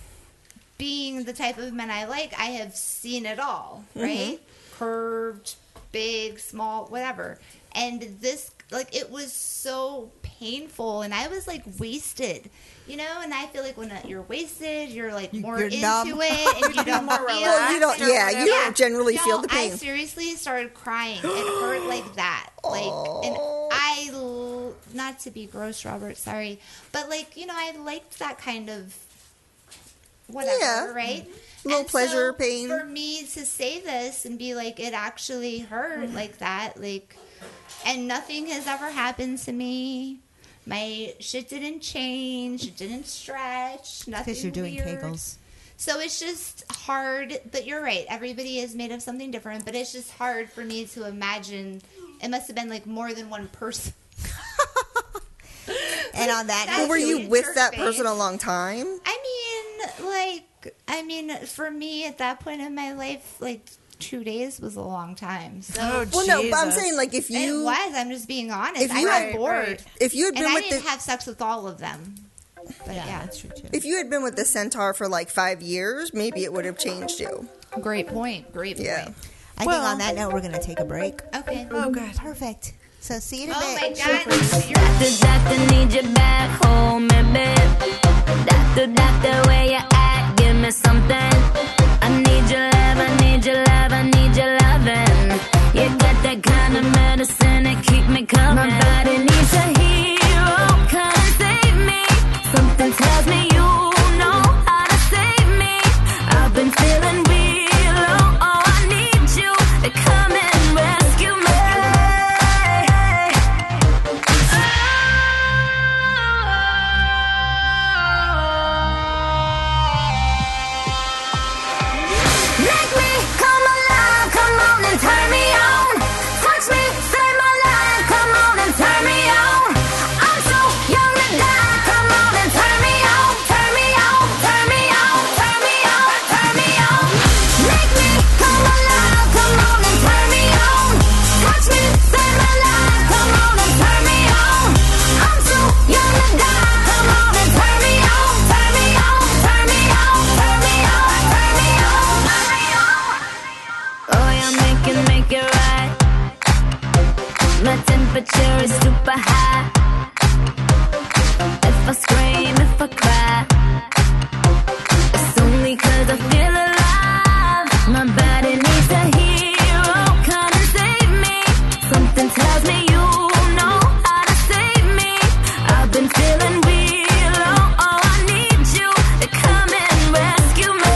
being the type of men I like, I have seen it all, Mm-hmm. right? Curved, big, small, whatever. And this like it was so painful and I was like wasted. You know, and I feel like when uh, you're wasted, you're like more you're into numb. it and you don't feel Well, you don't. or Yeah, you whatever. don't generally No, feel the I pain. seriously started crying. It hurt like that. Like, and I, l- not to be gross, Robert, sorry, but like, you know, I liked that kind of whatever, Yeah. right? Little so pleasure, pain. For me to say this and be like, it actually hurt Mm. like that, like, and nothing has ever happened to me. My shit didn't change. It didn't stretch. Nothing. you're doing weird. Kegels. So it's just hard, but you're right. Everybody is made of something different, but it's just hard for me to imagine. It must have been like more than one person. And on that, Well, note, were should you we- with that person a long time? I mean, like, I mean, for me at that point in my life, like two days was a long time. So, Oh, Well, no, but I'm saying like if it you was. I'm just being honest. If I you got had- bored. right. If you had and been I with didn't the- have sex with all of them. But yeah, that's true too. if you had been with the centaur for like five years, maybe it would have changed you. Great point. Great point. Yeah. I Well- think on that note, we're gonna take a break. Okay. Mm-hmm. Oh god, perfect. So see you in a Oh my bit. god. Doctor, doctor, need you back home, baby. Doctor, doctor, where you at? Give me something. I need your love, I need your love, I need your loving. You got that kind of medicine that keep me coming. My body needs a hero, come and save me. Something tells me you know how to save me. I've been feeling real low, oh, I need you to come and rescue me. Oh Oh. if I scream, if I cry. It's only 'cause I feel alive. My body needs a hero. Come and save me. Something tells me you know how to save me. I've been feeling real low. Oh, I need you to come and rescue me.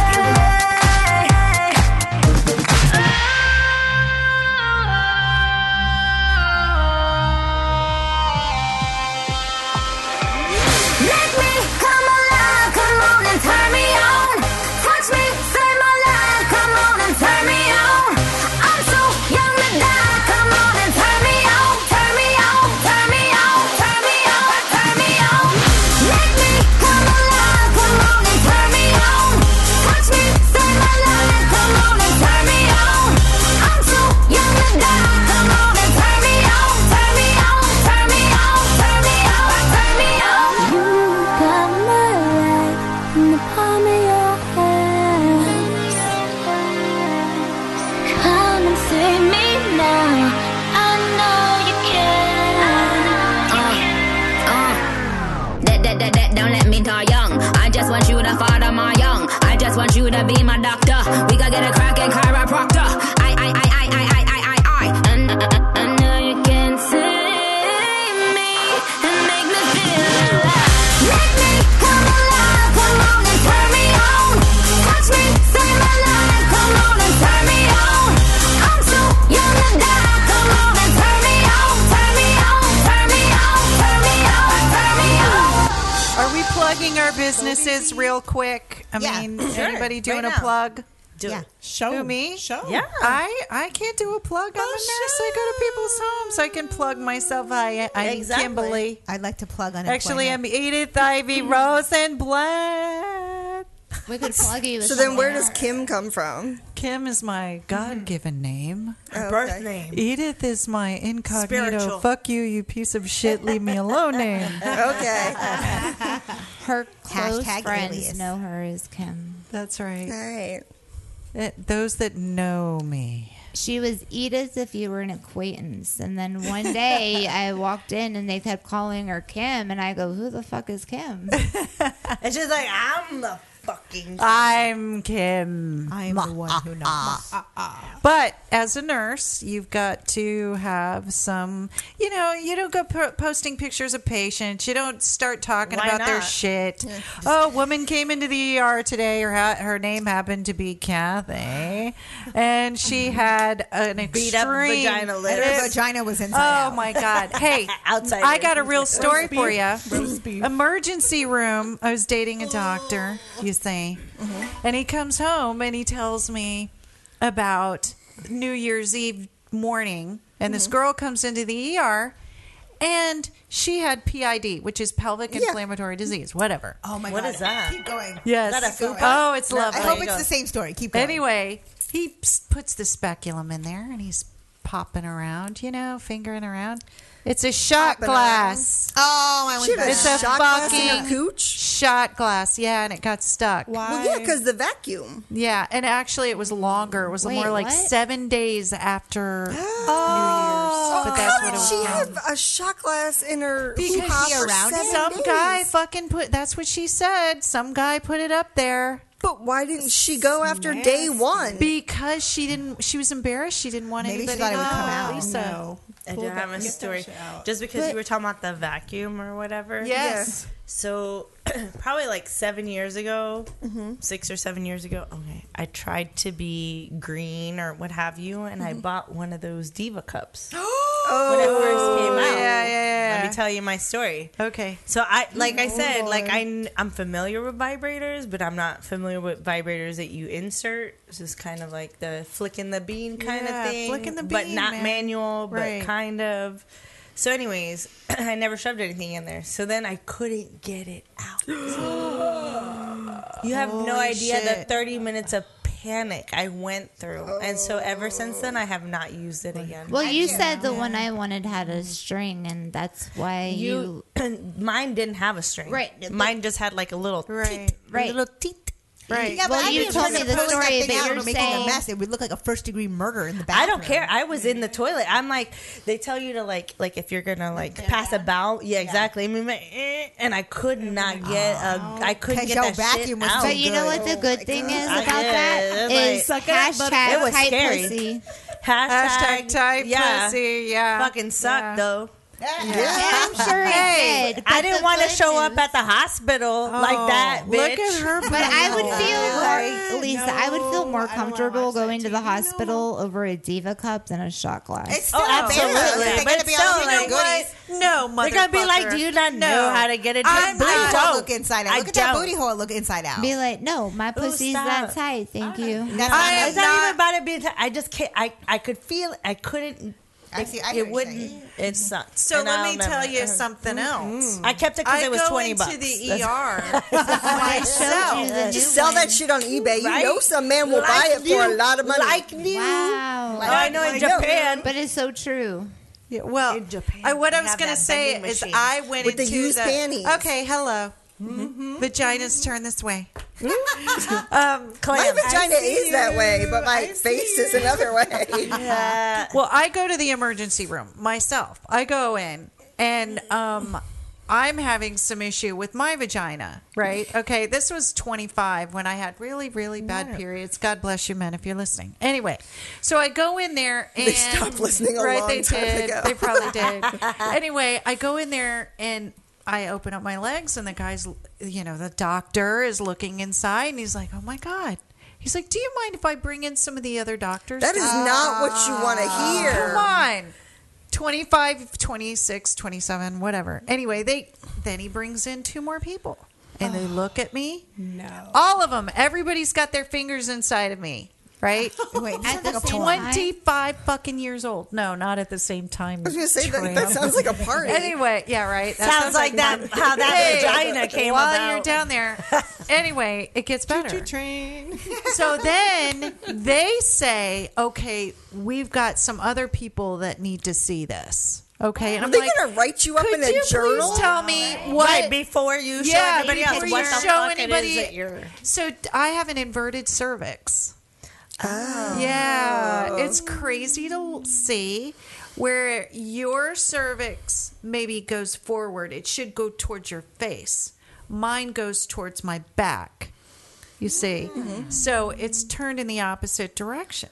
Make me come alive, come on and turn me on. Touch me, save my life, come on and turn me on. I'm so young to die, come on and turn me on, turn me on, turn me on, turn me on, turn me on. Make me come alive, come on and turn me on. Touch me, save my life, come on and turn me on. I'm so young to die, come on and turn me on, turn me on, turn me on, turn me on, turn me on. You got my life in the palm of your hand. Come and save me now. I know you can. Uh, that, that, that, that, don't let me die young. I just want you to father my young. I just want you to be my doctor. We gotta get a crack and chiropractor. I, I, I, I, I, I, I, I, I. And, uh, uh, I know you can save me and make me feel alive. Make me come alive, come on and turn me on. Touch me, save my life, come on and turn me on. I'm so young to die, come on and turn me on, turn me on, turn me on, turn me on, turn me on. Are we plugging our businesses real quick? I Yeah, mean, sure, anybody right doing now. a plug? Do Yeah. it. Show Who, me. Show. Yeah. I I can't do a plug. I'm a nurse. I go to people's homes. I can plug myself. I I'm Exactly. Kimberly. I'd like to plug on. Actually, I'm Edith Ivy Rosenblatt. We could plug you. So then, where does Kim come from? Kim is my God-given name. Mm-hmm. Oh, Birth okay. name. Edith is my incognito. Spiritual. Fuck you, you piece of shit. Leave me alone. Name. Okay. Her close Hashtag friends alias. know her as Kim. That's right. Uh, Right. those that know me. She was Edith if you were an acquaintance. And then one day I walked in and they kept calling her Kim. And I go, Who the fuck is Kim? And she's like, I'm the fucking. I'm Kim. I'm the one who knows. Ma, But as a nurse, you've got to have some, you know, you don't go po- posting pictures of patients. You don't start talking Why about their not? shit. Oh, a woman came into the ER today. Her, ha- her name happened to be Kathy. And she had an extreme. Beat up vagina lips. And her vagina was inside Oh, out. my God. Hey, Outside I in. got a real story Roast for beef. you. Roast beef. Emergency room. I was dating a doctor, you see. And he comes home and he tells me about New Year's Eve morning. And Mm-hmm. this girl comes into the ER and she had PID, which is pelvic inflammatory disease, whatever. Oh my What god. is that? Keep going. Yes. Keep going. Oh, it's lovely. I hope it's the same story. Keep going. Anyway, he s- puts the speculum in there and he's popping around, you know, fingering around. It's a shot Popping glass. around. Oh, I went It's back. a Shot glass in fucking her cooch? shot glass. Yeah, and it got stuck. Well, yeah, because the vacuum. Yeah, and actually, it was longer. It was Wait, more like what? seven days after New Year's. Oh, But that's how what it did was she called. have a shot glass in her because hoo-ha for seven some days? guy fucking put. That's what she said. Some guy put it up there. But why didn't she go after day one? Because she didn't. She was embarrassed. She didn't want Maybe she anybody to thought it would know come about out. Lisa. No. I do Pull have that- a get story. that shit out. Just because But- you were talking about the vacuum or whatever. Yes. Yeah. So, probably like seven years ago, Mm-hmm. six or seven years ago, Oh, okay, I tried to be green or what have you, and Mm-hmm. I bought one of those Diva cups. when it first came out. Oh, yeah, yeah, yeah. Let me tell you my story. Okay. So I, like I Oh, said, Lord. like I, kn- I'm familiar with vibrators, but I'm not familiar with vibrators that you insert. This is kind of like the flicking the bean kind Yeah, of thing, flicking the but bean, not man. manual, but Right. kind of. So, anyways, I never shoved anything in there. So then I couldn't get it out. you have no Holy idea the shit. 30 minutes of panic I went through, and so ever since then I have not used it again. Well, I you can't- said the one I wanted had a string, and that's why you. mine didn't have a string. Right, but- Mine just had like a little right. right. little teat. Right. Yeah, but Well, I you think told turn me the the toilet story, thing but out you're and making a saying- mess. It would look like a first degree murder in the I bathroom. don't care. I was in the toilet. I'm like, they tell you to like, like if you're gonna like pass a bowel. Yeah, exactly. I mean, my- eh, And I could not get a. I couldn't 'Cause get your that shit vacuum was out. so But you know what the Oh good my thing God. is about that is hashtag it was tight scary. pussy. Hashtag, Hashtag tight yeah. pussy, yeah. Fucking sucked Yeah. though. Yeah, I'm sure it Hey, did, I but didn't the want to good show up at the hospital Oh, like that. Bitch. look at her But I would feel more, Lisa. I would feel more comfortable going to the hospital over a diva cup than a shot glass. It's still oh, absolutely. But But be still, all like, like, goodies. No, They're gonna be like, "Do you not know how to get a I'm booty not hole?" gonna look inside out. I Look at that don't. booty hole. Look inside out. Be like, no, my pussy's not tight. Thank you. That's I not- am it's not, even about it being. I just can't. I I could feel. it. I couldn't. I it, see- I hear it what you're wouldn't. It sucked. So And let I'll me tell never- you something Mm-hmm. else. I kept it because I it was go twenty into bucks. the That's- ER. Myself. Just sell that shit on eBay. You know some man will buy it for a lot of money. Like new. Wow. Like- I know in like- Japan. But it's so true. Yeah, well, I, what I they was have going to that say vending is machine. I went With the into used panties. Okay, hello. Mm-hmm. Vaginas turn this way. um, My vagina is that way, but my face is another way. well, I go to the emergency room myself. I go in and um, I'm having some issue with my vagina, right? Okay, this was 25 when I had really, really bad periods. God bless you, men, if you're listening. Anyway, so I go in there and They stopped listening a right, long they time did. ago. They probably did. anyway, I go in there and I open up my legs, and the guy's, you know, the doctor is looking inside, and he's like, "Oh my god." He's like, "Do you mind if I bring in some of the other doctors?" Ah, That is not what you want to hear. Come on. 25, 26, 27, whatever. Anyway, they then he brings in two more people. And they look at me. No. All of them. Everybody's got their fingers inside of me. Right? Wait, At the same time? 25 fucking years old. No, not at the same time. I was gonna say, that- that sounds like a party. Anyway, yeah, right. Sounds like that- how that vagina came while about. you're down there. Anyway, it gets better. train. So then they say, okay, we've got some other people that need to see this. Okay. And Are I'm they like, gonna write you up could in a you please journal? tell me what. Right, before you show yeah, anybody before else you what the show fuck it is anybody. that you're- So d- I have an inverted cervix. Oh. Yeah. It's crazy to see where your cervix maybe goes forward. It should go towards your face. Mine goes towards my back. You see? Mm-hmm. So it's turned in the opposite direction.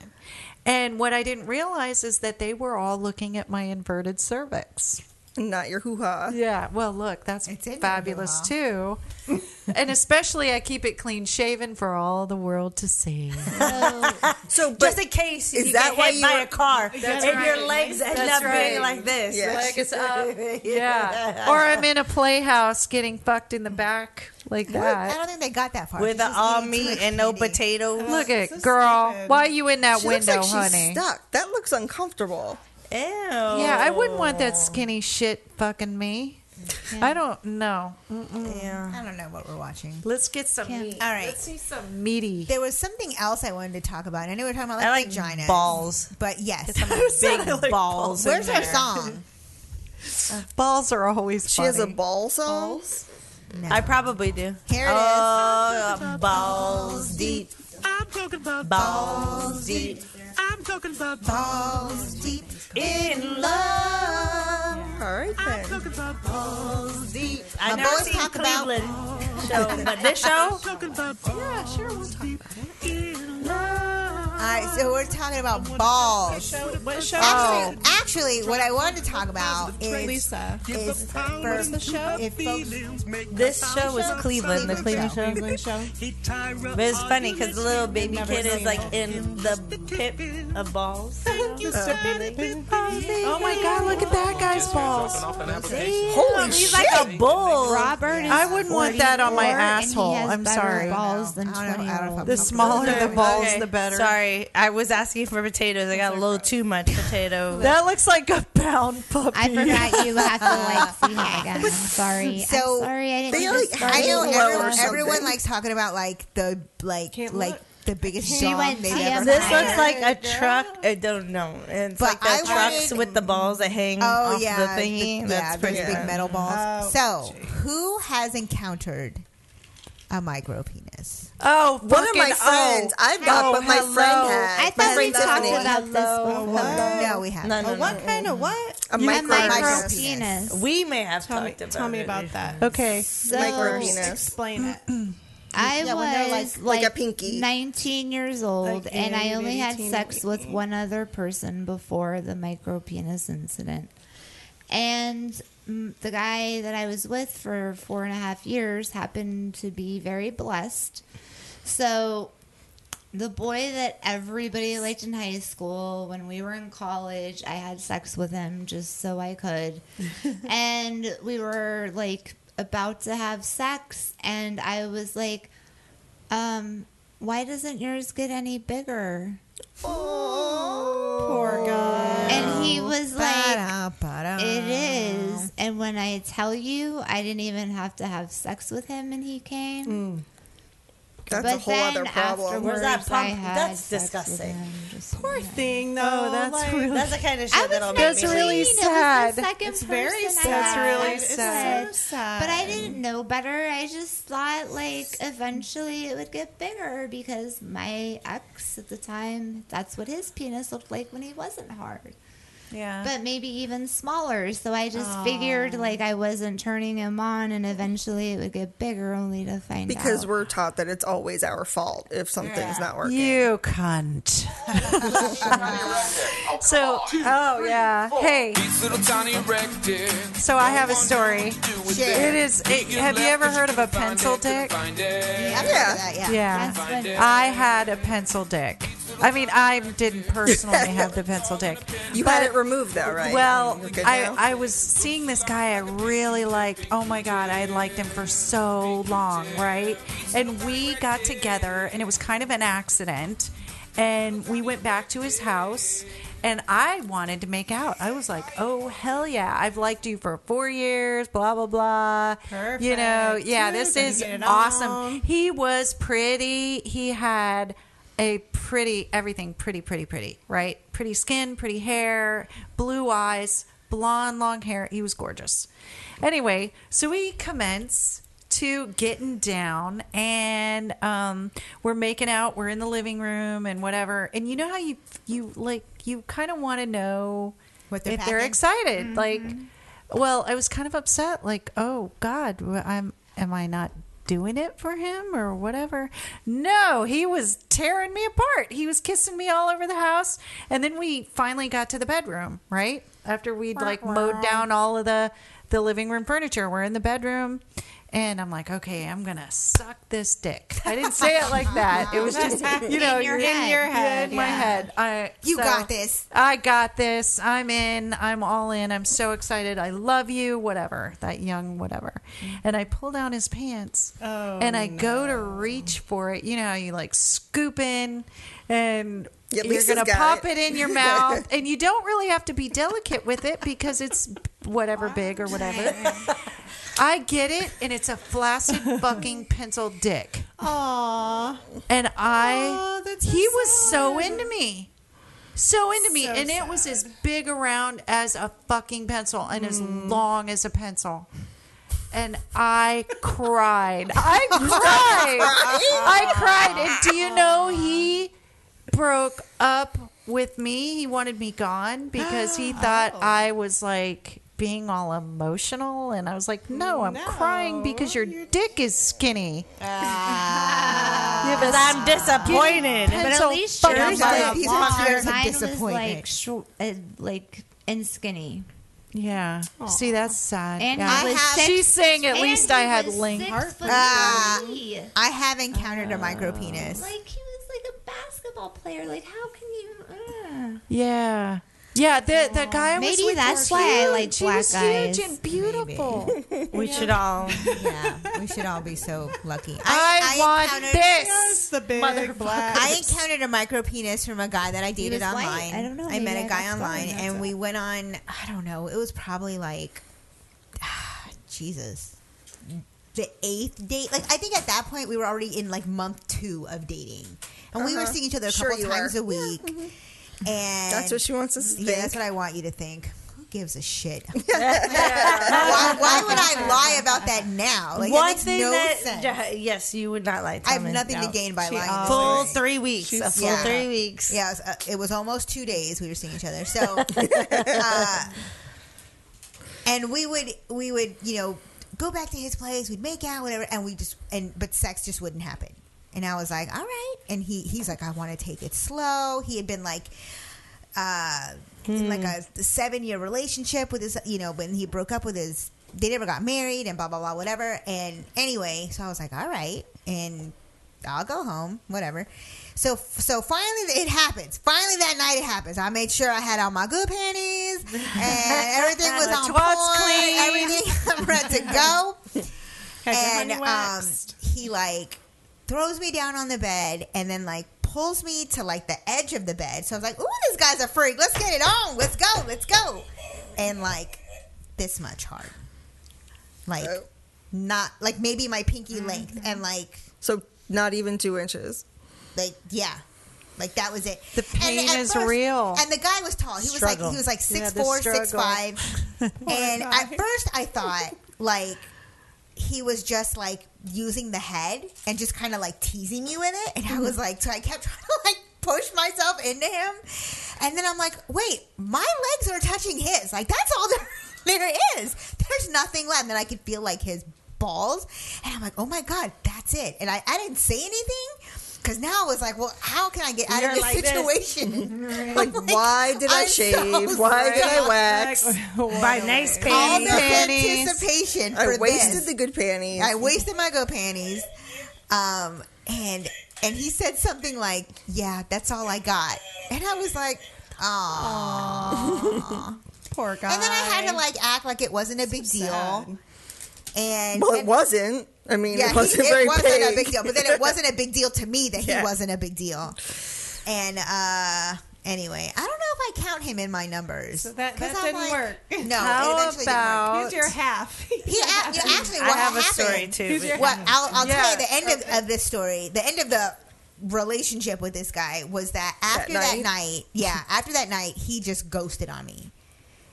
And what I didn't realize is that they were all looking at my inverted cervix. Not your hoo ha. Yeah, well, look, that's fabulous too. and especially, I keep it clean shaven for all the world to see. So, just in case is you that get why hit you by were- a car That's and right. your legs end That's up right. being like this. Yes. Like, Legs up. uh, Yeah. or I'm in a playhouse getting fucked in the back like I that. don't think they got that far. with They the just all eat too meat much and no candy. potatoes. Look at girl. Why are you in that She window, looks like honey? she's stuck. That looks uncomfortable. Ew. Yeah, I wouldn't want Oh. that skinny shit fucking me. I don't know. I don't know what we're watching. Let's get some Yeah. meat. All right. Let's see some meaty. There was something else I wanted to talk about. I know we are talking about like, I like vaginas, balls. but yes, Big balls. in Where's our there. song? Balls are always. She has a funny. ball song. I probably do. Here it is. oh, balls deep. I'm talking about Balls deep. I'm talking about Balls deep In love. All right then. about balls Deep. I My never boys seen talk about- Cleveland show, but this show. talking about balls yeah, sure, we'll talk about in love. All right, so we're talking about balls. What show? Oh. Actually, actually, what I wanted to talk about is Lisa. is for the show? if folks. This show was Cleveland, the Cleveland show. But it's funny because the little baby kid is like in the pit of balls. Oh my god, look at that guy's balls. Holy He's shit! like a bull. Robert is I wouldn't want that on my 44, and he asshole. has I'm better sorry. Balls than I don't know, I don't twenty. know if I'm The smaller the balls, the better. Sorry, I was asking for potatoes. I got a little too much potato. That looks like a pound puppy. I forgot you have to like see him again. I'm sorry. So, I'm sorry. I didn't. They mean like, to start I know with Halo everyone, or that. something. everyone likes talking about like the like like the biggest She song went they've TMI. ever This had. looks like a truck. I don't know. It's like But the I trucks wanted- with the balls that hang Oh off yeah, the thingy. the- yeah, That's Oh, those pretty big metal balls. so, who has encountered a micro penis. Oh, One of my friends. I've got what my friend had. oh, I my thought we friend talked Tiffany. about this before. No, we haven't. No, no, what kind of what? A micro- micro penis. We may have Tell me- talked about tell me it. about that. Okay. So- Micro penis. Explain it. I Yeah, when they're was like- like, like a pinky. 19 years old, Like and I itty only bitty had teeny sex bitty. with one other person before the micro penis incident. And mm, the guy that I was with for four and a half years happened to be very blessed. So the boy that everybody liked in high school when we were in college i had sex with him just so i could and we were like about to have sex and i was like um why doesn't yours get any bigger Poor guy. and he was like Ba-da-ba-da. it is and when i tell you i didn't even have to have sex with him and he came That's a whole other problem. afterwards, Mm. Where's that I problem? had That's sex with disgusting. him, just so Poor you know. thing, though. Oh, that's like, really- that's the kind of I shit was that'll make me That's really leave. sad. second It's very person I sad. had It's really sex sad. with. It's so sad. But I didn't know better. I just thought like eventually it would get bigger because my ex at the time, that's what his penis looked like when he wasn't hard. Yeah. But maybe even smaller. So I just Aw. figured like I wasn't turning him on and eventually it would get bigger only to find out. Because we're taught that it's always our fault if something's Yeah. not working. You cunt. so, oh yeah. Hey, so I have a story. It is. It, have you ever heard of a pencil dick? yeah. Yeah. I had a pencil dick. I mean, I didn't personally have the pencil dick. You had it removed though, right? Well, You're good I, now? I was seeing this guy I really liked. Oh my God, I had liked him for so long, right? And we got together, and it was kind of an accident. And we went back to his house, and I wanted to make out. I was like, oh, hell yeah, I've liked you for four years, blah, blah, Uh, blah. Perfect. You know, yeah, You're this gonna is get it awesome. on. He was pretty. He had a pretty everything pretty pretty pretty right pretty skin pretty hair blue eyes blonde long hair he was gorgeous anyway so we commence to getting down and um, we're making out we're in the living room and whatever and you know how you you like you kind of want to know what they're if they're packing? excited like well i was kind of upset like oh god w- i'm am i not doing it for him or whatever no he was tearing me apart he was kissing me all over the house and then we finally got to the bedroom right after we'd like mowed down all of the the living room furniture we're in the bedroom and i'm like okay i'm gonna suck this dick i didn't say it like that it was just you know In your head. in my Yeah. head I, You so- got this. I got this. I'm in. I'm all in. I'm so excited. I love you. Whatever. That young whatever. And I pull down his pants. Oh, and I go to reach for it. You know, how you like scoop in and Yeah, you're Lisa's going to got pop it. it. in your mouth. and you don't really have to be delicate with it because it's whatever big or whatever. I get it. And it's a flaccid fucking pencil dick. Aww. And I, he was so into me. So into me. So and it was as big around as a fucking pencil and as long as a pencil. And I cried. I cried. I cried. And do you know he broke up with me? He wanted me gone because he thought I was like being all emotional. And I was like, no, I'm crying because your dick is skinny. Because I'm disappointed. But at least fucking yours dick. was yours long. Mine are was disappointed. like short, uh, like and skinny. Yeah. See, that's sad. And yeah. he was six- She's saying at and least he I had was length. six foot Ah. three. I have encountered a micro penis. Like he was like a basketball player. Like how can you? Yeah. Yeah, the the guy I was uh. Maybe with that's was why I huge. like He black was guys. huge and beautiful. We should all. Yeah, we should all be so lucky. I want this. Yes, the big black. I encountered a micro penis from a guy that I dated was white. online. I don't know, I maybe met I a guy got online, stolen, and that's we went on. I don't know. It was probably like Jesus, the eighth date. Like I think at that point we were already in like month two of dating, and we were Uh-huh. seeing each other a Sure couple you times were. a week. And That's what she wants us to Yeah, think. that's what I want you to think. gives a shit? why, why would I lie about that now? Like, One that makes thing no that sense. yeah, yes, you would not lie. I have Tommy, nothing to no. gain by lying. to Full somebody. three weeks. A full Yeah. three weeks. Yeah, it was, uh, it was almost two days we were seeing each other. So, uh, and we would we would you know go back to his place. We'd make out, whatever, and we just and but sex just wouldn't happen. And I was like, all right. And he he's like, I want to take it slow. He had been like. Uh, in like a seven year relationship with his, you know, when he broke up with his, they never got married and blah, blah, blah, whatever. And anyway, so I was like, all right. And I'll go home, whatever. So, so finally it happens. Finally that night it happens. I made sure I had on my good panties and everything was My on twat's clean. point. Everything I'm ready to go. Had your and honey um, he like throws me down on the bed and then like pulls me to like the edge of the bed. So I was like, "Ooh, this guy's a freak. Let's get it on. Let's go. Let's go." And like this much hard, like not like maybe my pinky Mm-hmm. length, and like So not even two inches. like yeah. Like that was it. The pain at is real. And the guy was tall. He Struggle. was like he was like Yeah, six the four, six struggle. five. and at first I thought like he was just like using the head and just kind of like teasing me with it. And Mm-hmm. I was like, so I kept trying to like push myself into him. And then I'm like, wait, my legs are touching his. Like that's all there, there is. There's nothing left. And then I could feel like his balls. And I'm like, oh my God, that's it. And I, I didn't say anything. Cause now I was like, well, how can I get out You're of this like this. situation? I'm Like, why did I I'm so shave? Why did I sorry. wax? Buy nice All panties. this anticipation. I for wasted this. the good panties. I wasted my go panties. Um, and and he said something like, "Yeah, that's all I got," and I was like, "Aw, poor guy." And then I had to like act like it wasn't a big deal. And Well, it and- wasn't. I mean, yeah, it wasn't he, very it wasn't a big. big deal. But then it wasn't a big deal to me that he Yeah. wasn't a big deal. And uh anyway, I don't know if I count him in my numbers. So that- that didn't work. No, How it eventually didn't about- work. Here's your half. He a- you know, actually, I what have a happened, story, too, Here's but- your Well, half. I'll, I'll Yeah, tell you the end of, of this story. The end of the relationship with this guy was that after that night? night, yeah, after that night, he just ghosted on me.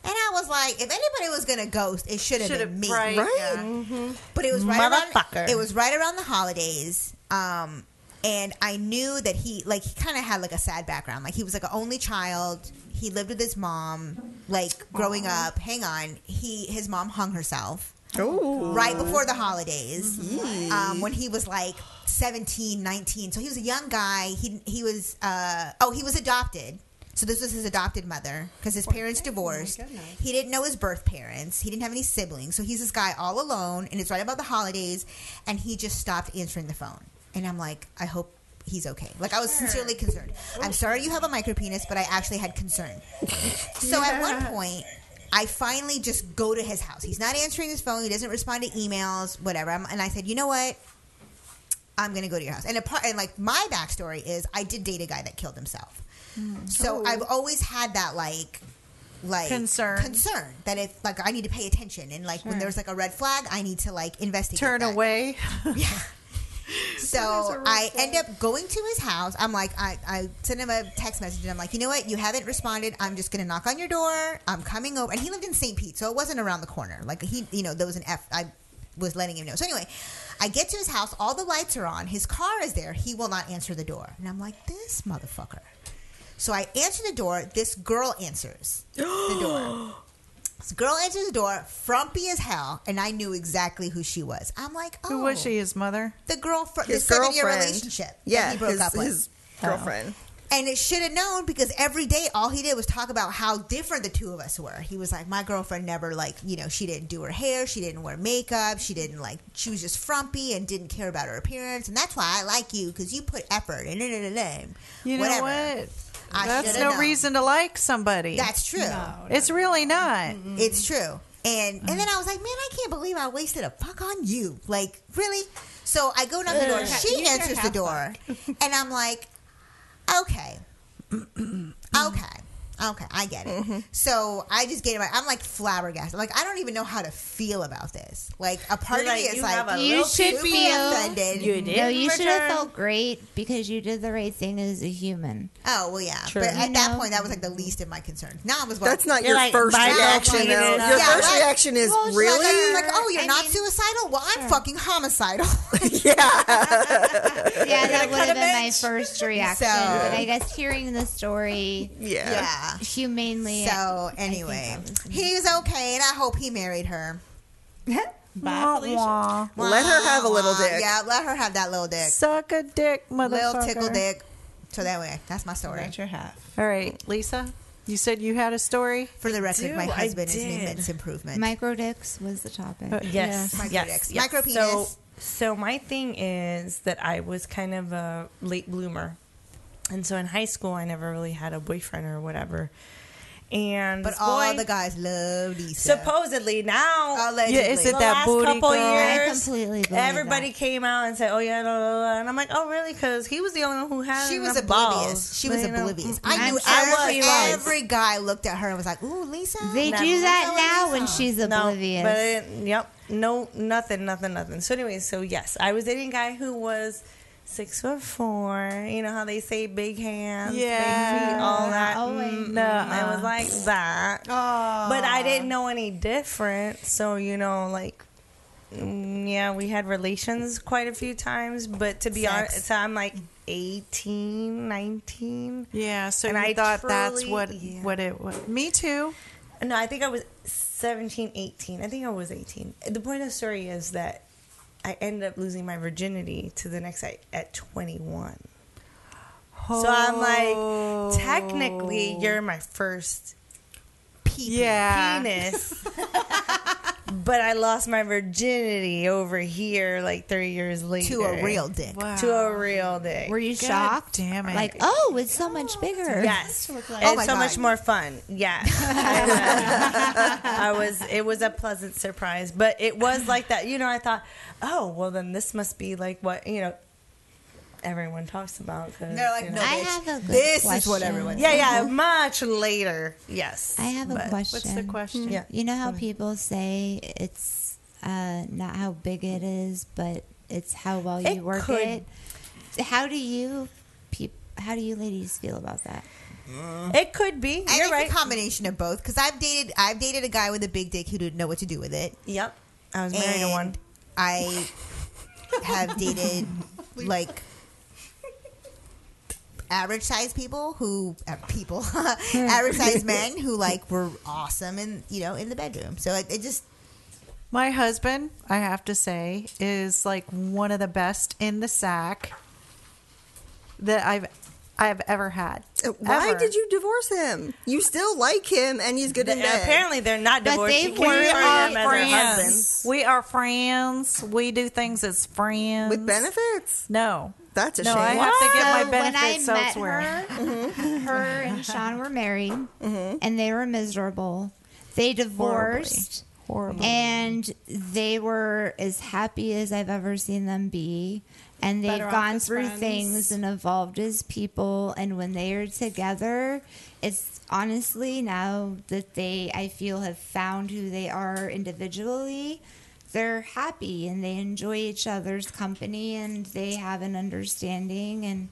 And I was like, if anybody was gonna ghost, it should have Should've- been me, Mm-hmm. right, Right. yeah. But it was right Motherfucker. around it was right around the holidays, um, and I knew that he like he kind of had like a sad background. Like he was like an only child. He lived with his mom, like growing up. Hang on, he his mom hung herself. Oh. Right before the holidays, Mm-hmm. um, when he was like 17, 19. So he was a young guy. He, he was, uh, oh, he was adopted. So this was his adopted mother because his parents divorced. He didn't know his birth parents. He didn't have any siblings. So he's this guy all alone, and it's right about the holidays, and he just stopped answering the phone. And I'm like, I hope he's okay. Like I was sincerely concerned. I'm sorry you have a micro penis, but I actually had concern. So at one point, I finally just go to his house. He's not answering his phone. He doesn't respond to emails, whatever. I'm, and I said, you know what? I'm gonna go to your house. And apart, and like my backstory is, I did date a guy that killed himself. Mm. So I've always had that like like Concern. concern that if like I need to pay attention and like when Sure. there's like a red flag, I need to like investigate. Turn that. away. So I end up going to his house. I'm like, I, I send him a text message and I'm like, you know what? You haven't responded. I'm just going to knock on your door. I'm coming over. And he lived in St. Pete, so it wasn't around the corner. Like, he, you know, there was an F. I was letting him know. So anyway, I get to his house. All the lights are on. His car is there. He will not answer the door. And I'm like, this motherfucker. So I answer the door. This girl answers the door. This girl answers the door, frumpy as hell, and I knew exactly who she was. I'm like, oh. Who was she? His mother? The girl from His his seven year girlfriend. relationship. that Yeah, he broke his- up with. Oh. his girlfriend. And it should have known because every day all he did was talk about how different the two of us were. He was like, My girlfriend never like, you know, she didn't do her hair, she didn't wear makeup, she didn't like she was just frumpy and didn't care about her appearance, and that's why I like you, because you put effort and You know whatever. what? I That's shoulda no known. reason to like somebody. That's true. It's really not. It's true. And and then I was like, man, I can't believe I wasted a fuck on you. Like, really? So I go knock the door. Ugh. She You sure answers the have door, and I'm like, okay, okay. Okay, I get it. So I just get it. I'm like flabbergasted. Like I don't even know how to feel about this. Like a part You're like, of me is you have like, a You little should super feel- offended. No, you should have felt great because you did the right thing as a human. Oh well, yeah. True. But at You that know? point, that was like the least of my concern. Now I was like, That's not You're your like, first bite off, reaction, bite it though. up. Your first like- reaction is, well, she's "Really?" Like, I'm like, oh, you're not suicidal. Well, I'm fucking homicidal. yeah, that would have been my first reaction. So- But I guess hearing the story, Yeah. Yeah. humanely. So anyway, he's okay, and I hope he married her. Wah, wah. Let her have a little Wah, dick. Yeah, let her have that little dick. Suck a dick, Little motherfucker. tickle dick. So that way, that's my story. That's your half. All right, Lisa, you said you had a story? For the record, Do, my I husband is an did. immense improvement. Micro dicks was the topic. Uh, Yes. Micro yes, dicks. yes. Micro So, penis. so my thing is that I was kind of a late bloomer, and so in high school I never really had a boyfriend or whatever. And But this all boy- the guys love Lisa. supposedly now, Allegedly. Yeah, is it the that last booty couple girl? I years, completely believe everybody came out and said, "Oh yeah," blah, blah, blah. and I'm like, "Oh really?" Because he was the only one who had. She was enough oblivious. balls. She was You know? oblivious. I knew I'm sure every, she was. every guy looked at her and was like, "Ooh, Lisa." They No. do that now when she's oblivious. But it, yep, no, nothing, nothing, nothing. So anyway, so yes, I was dating a guy who was six foot four. You know how they say big hands, big feet, Yeah. all that. Oh, wait. mm, Nuh-uh. I was like that, Oh. but I didn't know any different. So you know, like. mm, Yeah, we had relations quite a few times, but to be Sex. honest, so I'm like 18, 19. Yeah, so And you I thought that's truly- what yeah. what it was. Me too. No, I think I was 17, 18. I think I was 18. The point of the story is that I ended up losing my virginity to the next guy at 21. So I'm like, technically, you're my first Yeah. penis. but I lost my virginity over here like three years later. a real dick. Wow. To a real dick. Were you shocked? Damn it. Like, oh, it's so much bigger. Yes. Oh it's my so God. much more fun. Yeah. I was it was a pleasant surprise, but it was like that. You know, I thought, "Oh, well then this must be like what, you know, everyone talks about." 'cause, They're like, you "No, know, I bitch, have a good this is what question. everyone Yeah, says." yeah, much later. Yes. I have a But- question. Yeah. You know how people say it's uh, not how big it is, but it's how well you It work could- it. How do you, peop- how do you ladies feel about that? It could be. I think it's a combination of both. Because I've dated, I've dated a guy with a big dick who didn't know what to do with it. Yep, I was married to one. I have dated like average sized people who uh, people average sized men who like were awesome and you know in the bedroom. So it, it just My husband, I have to say, is like one of the best in the sack that I've I've ever had. Why Ever. did you divorce him? You still like him, and he's good in They- bed. apparently they're not But divorced. they You can't were refer to them as her husband. We are friends. We do things as friends. With benefits? No. That's a no, shame. I have to get my So when I benefits met elsewhere. Mm-hmm. Her, her and Sean were married, and they were miserable. They divorced. Horribly. Horribly. And they were as happy as I've ever seen them be. And they've Better off gone as through friends. things and evolved as people. And when they are together, it's honestly now that they, I feel, have found who they are individually they're happy and they enjoy each other's company and they have an understanding and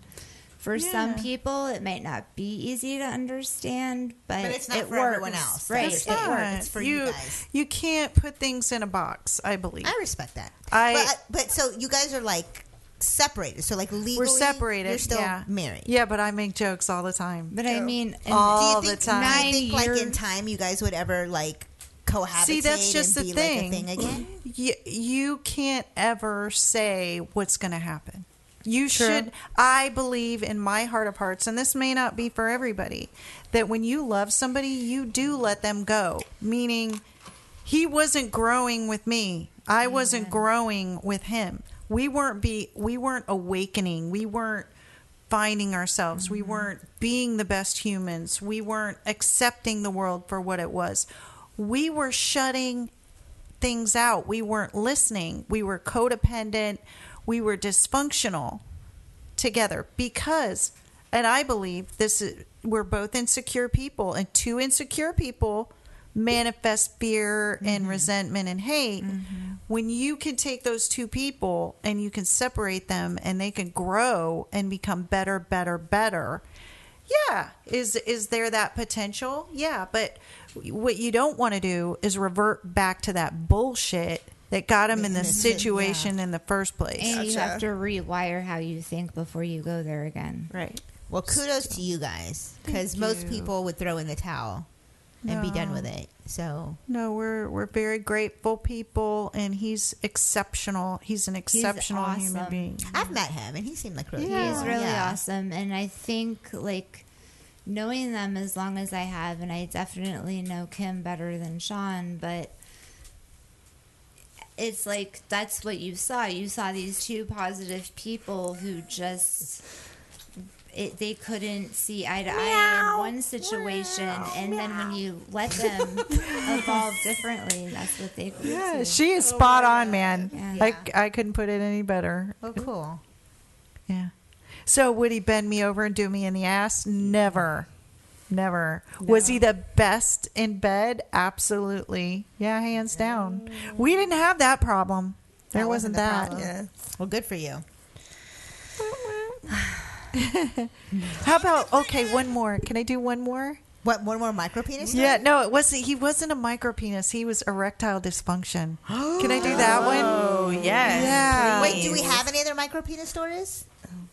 for some Yeah. people it might not be easy to understand but, But it's not it for works. everyone else. right That's it fine. works. It's for you guys. You can't put things in a box. I believe. Uh, I respect that. I but, uh, but so you guys are like separated. So like legally, we're separated. You're still yeah. married. Yeah, but I make jokes all the time. But I mean, all do you think, the time. Do you think like in time you guys would ever like cohabitate? See, that's just and the be thing. Like a thing again. You, you can't ever say what's going to happen. You True. should. I believe in my heart of hearts, and this may not be for everybody, that when you love somebody, you do let them go. Meaning, he wasn't growing with me. I wasn't growing with him. We weren't be. We weren't awakening. We weren't finding ourselves. We weren't being the best humans. We weren't accepting the world for what it was. We were shutting things out. We weren't listening. We were codependent. We were dysfunctional together because And I believe this is, we're both insecure people, and two insecure people manifest fear Mm-hmm. and resentment and hate. When you can take those two people and you can separate them and they can grow and become better, better, better. Yeah, is is there that potential? Yeah, but what you don't want to do is revert back to that bullshit that got him in the situation in the first place. Mm-hmm. And you have to rewire how you think before you go there again. Right. Well, kudos to you guys because Thank most you. people would throw in the towel and be done with No. it. So No, we're we're very grateful people, and he's exceptional. He's an exceptional human awesome. being. I've met him, and he seemed like really He is cool. really Yeah. awesome, and I think like knowing them as long as I have, and I definitely know Kim better than Sean, but it's like that's what you saw. You saw these two positive people who just. It, they couldn't see eye to eye in one situation, and then when you let them evolve differently, that's what they. grew Yeah, to. she is spot on, man. I I couldn't put it any better. Oh, cool. Yeah. So would he bend me over and do me in the ass? Never. Never. Was he the best in bed? Absolutely. Yeah, hands down. We didn't have that problem. There wasn't, that. problem. Well, good for you. How about okay, one more. Can I do one more? What one more micro penis? Yeah, no, it wasn't. He wasn't a micro penis. He was erectile dysfunction. Can I do that one? Oh, yes. Yeah. Wait, do we have any other micro penis stories?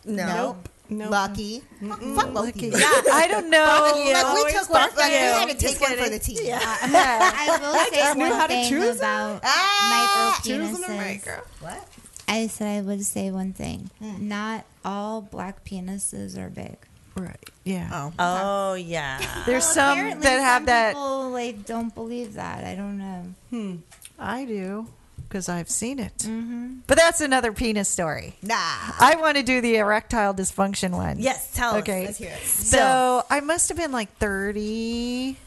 No. Nope. Lucky. Fuck- Fuck Loki. Yeah, I don't know. Fuck you. Like, we Always took one. fuck Like, we you. had to Just take one for kidding. the team. I will say one thing about micro choose penises. them, micro. Ah! What? I said I would say one thing. Not all black penises are big. Right. Yeah. Oh. Oh yeah. There's some Apparently that have some that. People like don't believe that. I don't know. Hmm. I do because I've seen it. But that's another penis story. Nah. I want to do the erectile dysfunction one. Yes, tell us. okay. Let's hear it. So I must have been like 30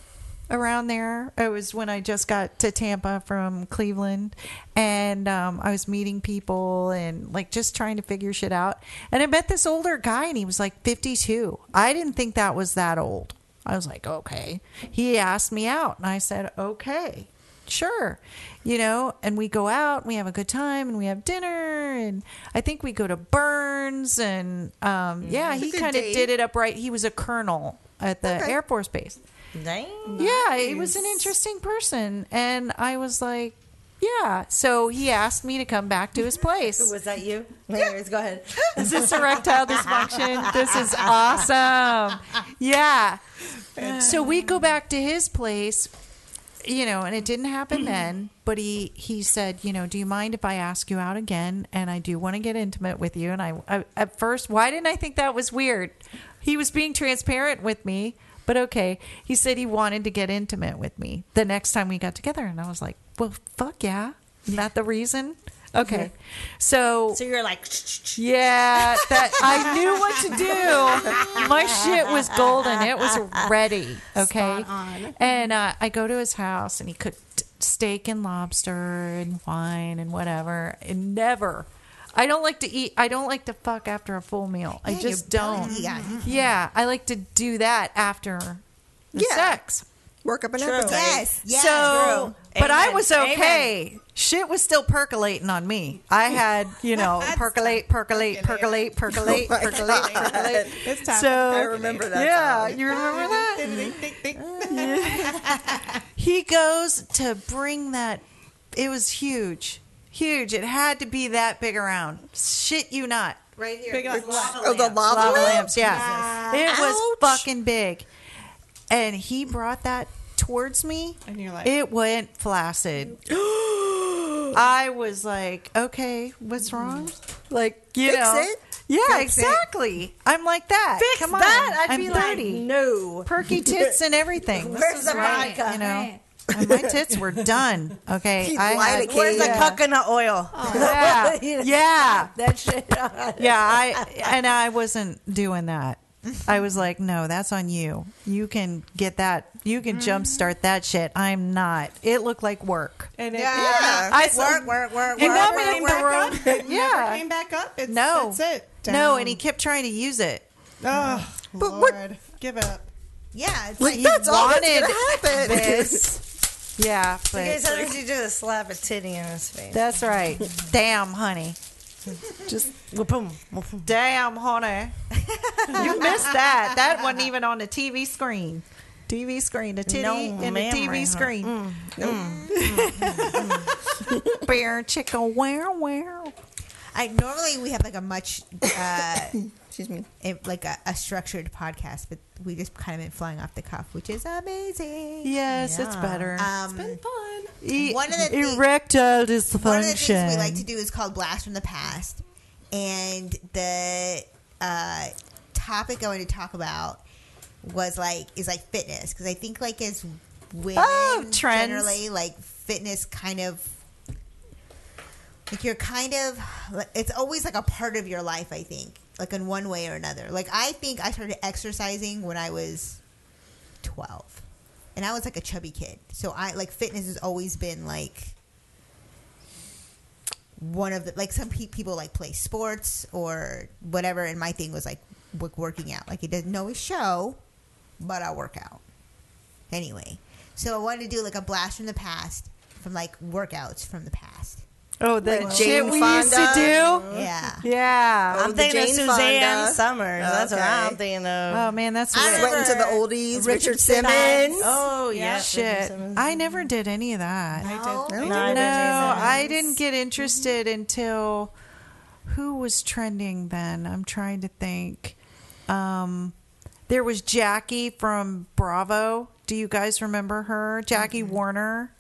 around there. It was when I just got to Tampa from Cleveland and um, I was meeting people and like just trying to figure shit out. And I met this older guy and he was like 52. I didn't think that was that old. I was like, okay. He asked me out and I said, okay sure you know and we go out and we have a good time and we have dinner and i think we go to burns and um yeah Mm. It's a he good kind of date. did it up right he was a colonel at the Okay. air force base Dang. yeah he was an interesting person and i was like yeah so he asked me to come back to his place Was that you? Anyways, go ahead. is this erectile dysfunction? This is awesome. Yeah. So we go back to his place, you know, and it didn't happen then, but he he said, you know, do you mind if I ask you out again? And I do want to get intimate with you. And I, I at first, why didn't I think that was weird? He was being transparent with me, but okay. He said he wanted to get intimate with me the next time we got together, and I was like, well, fuck yeah. Isn't that the reason? Okay. So So you're like, yeah, that I knew what to do. My shit was golden. It was ready. Okay. Spot on. And uh, I go to his house and he cooked steak and lobster and wine and whatever. And never. I don't like to eat. I don't like to fuck after a full meal. I Yeah, just your belly, don't. yeah. Yeah, I like to do that after the sex. Work up an True. appetite. Yes, yes. So- but I was okay. Shit was still percolating on me. I had, you know, percolate, percolate, percolate, percolate, Oh my percolate, God. percolate. It's time. So I remember that Yeah, song. you remember that? he goes to bring that. It was huge, huge. It had to be that big around. Shit, you not. Right here. Big With ass lava Oh, the lamp. lava lamp? lamps. Yeah, Jesus. it was fucking big, and he brought that towards me. And you're like- it went flaccid. I was like, okay, what's wrong? Like, you Fix know, it. yeah, Fix it. exactly. I'm like that. Fix Come on, that. I'd I'm be like, 30. no. perky tits and everything. This Where's is the right, vodka? You know, And my tits were done. Okay, Keep I light had, Oh, again. Where's the coconut oil? Oh. Yeah, yeah, that shit. yeah. I and I wasn't doing that. I was like, no, that's on you. You can get that. You can Mm-hmm. jumpstart that shit. I'm not. It looked like work. And it, Yeah. I I- work, work, work, You work, know work, me in work, the work. room. It never Yeah. came back up. It's, no, that's it. no, Down. and he kept trying to use it. Oh, but Lord. Give up. Yeah, it's like, that's all that's wanted gonna happen. This. Yeah, but Okay, so you do is slap a titty in his face. that's right. Damn, honey. Just boom. Damn, honey. you missed that. That wasn't even on the TV screen. TV screen, the titty No, in the ma'am, TV right, huh? screen. Mm. Bear chicken, where, where? I normally we have like a much uh, excuse me, it, like a, a structured podcast, but we just kind of been flying off the cuff, which is amazing. Yes, it's better. Um, it's been fun. One of the things- E Erectile One of the things we like to dysfunction. do is called Blast from the Past. And the uh, topic I wanted to talk about was like is like fitness because I think like as women Oh, trends. generally like fitness kind of like you're kind of it's always like a part of your life I think like in one way or another like I think I started exercising when I was 12 and I was like a chubby kid so I like fitness has always been like one of the like some pe- people like play sports or whatever and my thing was like w- working out like it doesn't always show but i work out anyway so i wanted to do like a blast from the past from like workouts from the past Oh, that shit we used to do? yeah Yeah. I'm thinking of Suzanne Summers. That's what I'm thinking of. Oh, man, that's I what Sweating remember to the oldies, Richard Richard Simmons. Simmons. Oh, yeah, Richard Shit. Simmons. I never did any of that. No? I No, did. I No, didn't either. I didn't get interested until who was trending then? I'm trying to think. Um, there was Jackie from Bravo. Do you guys remember her? Jackie Warner.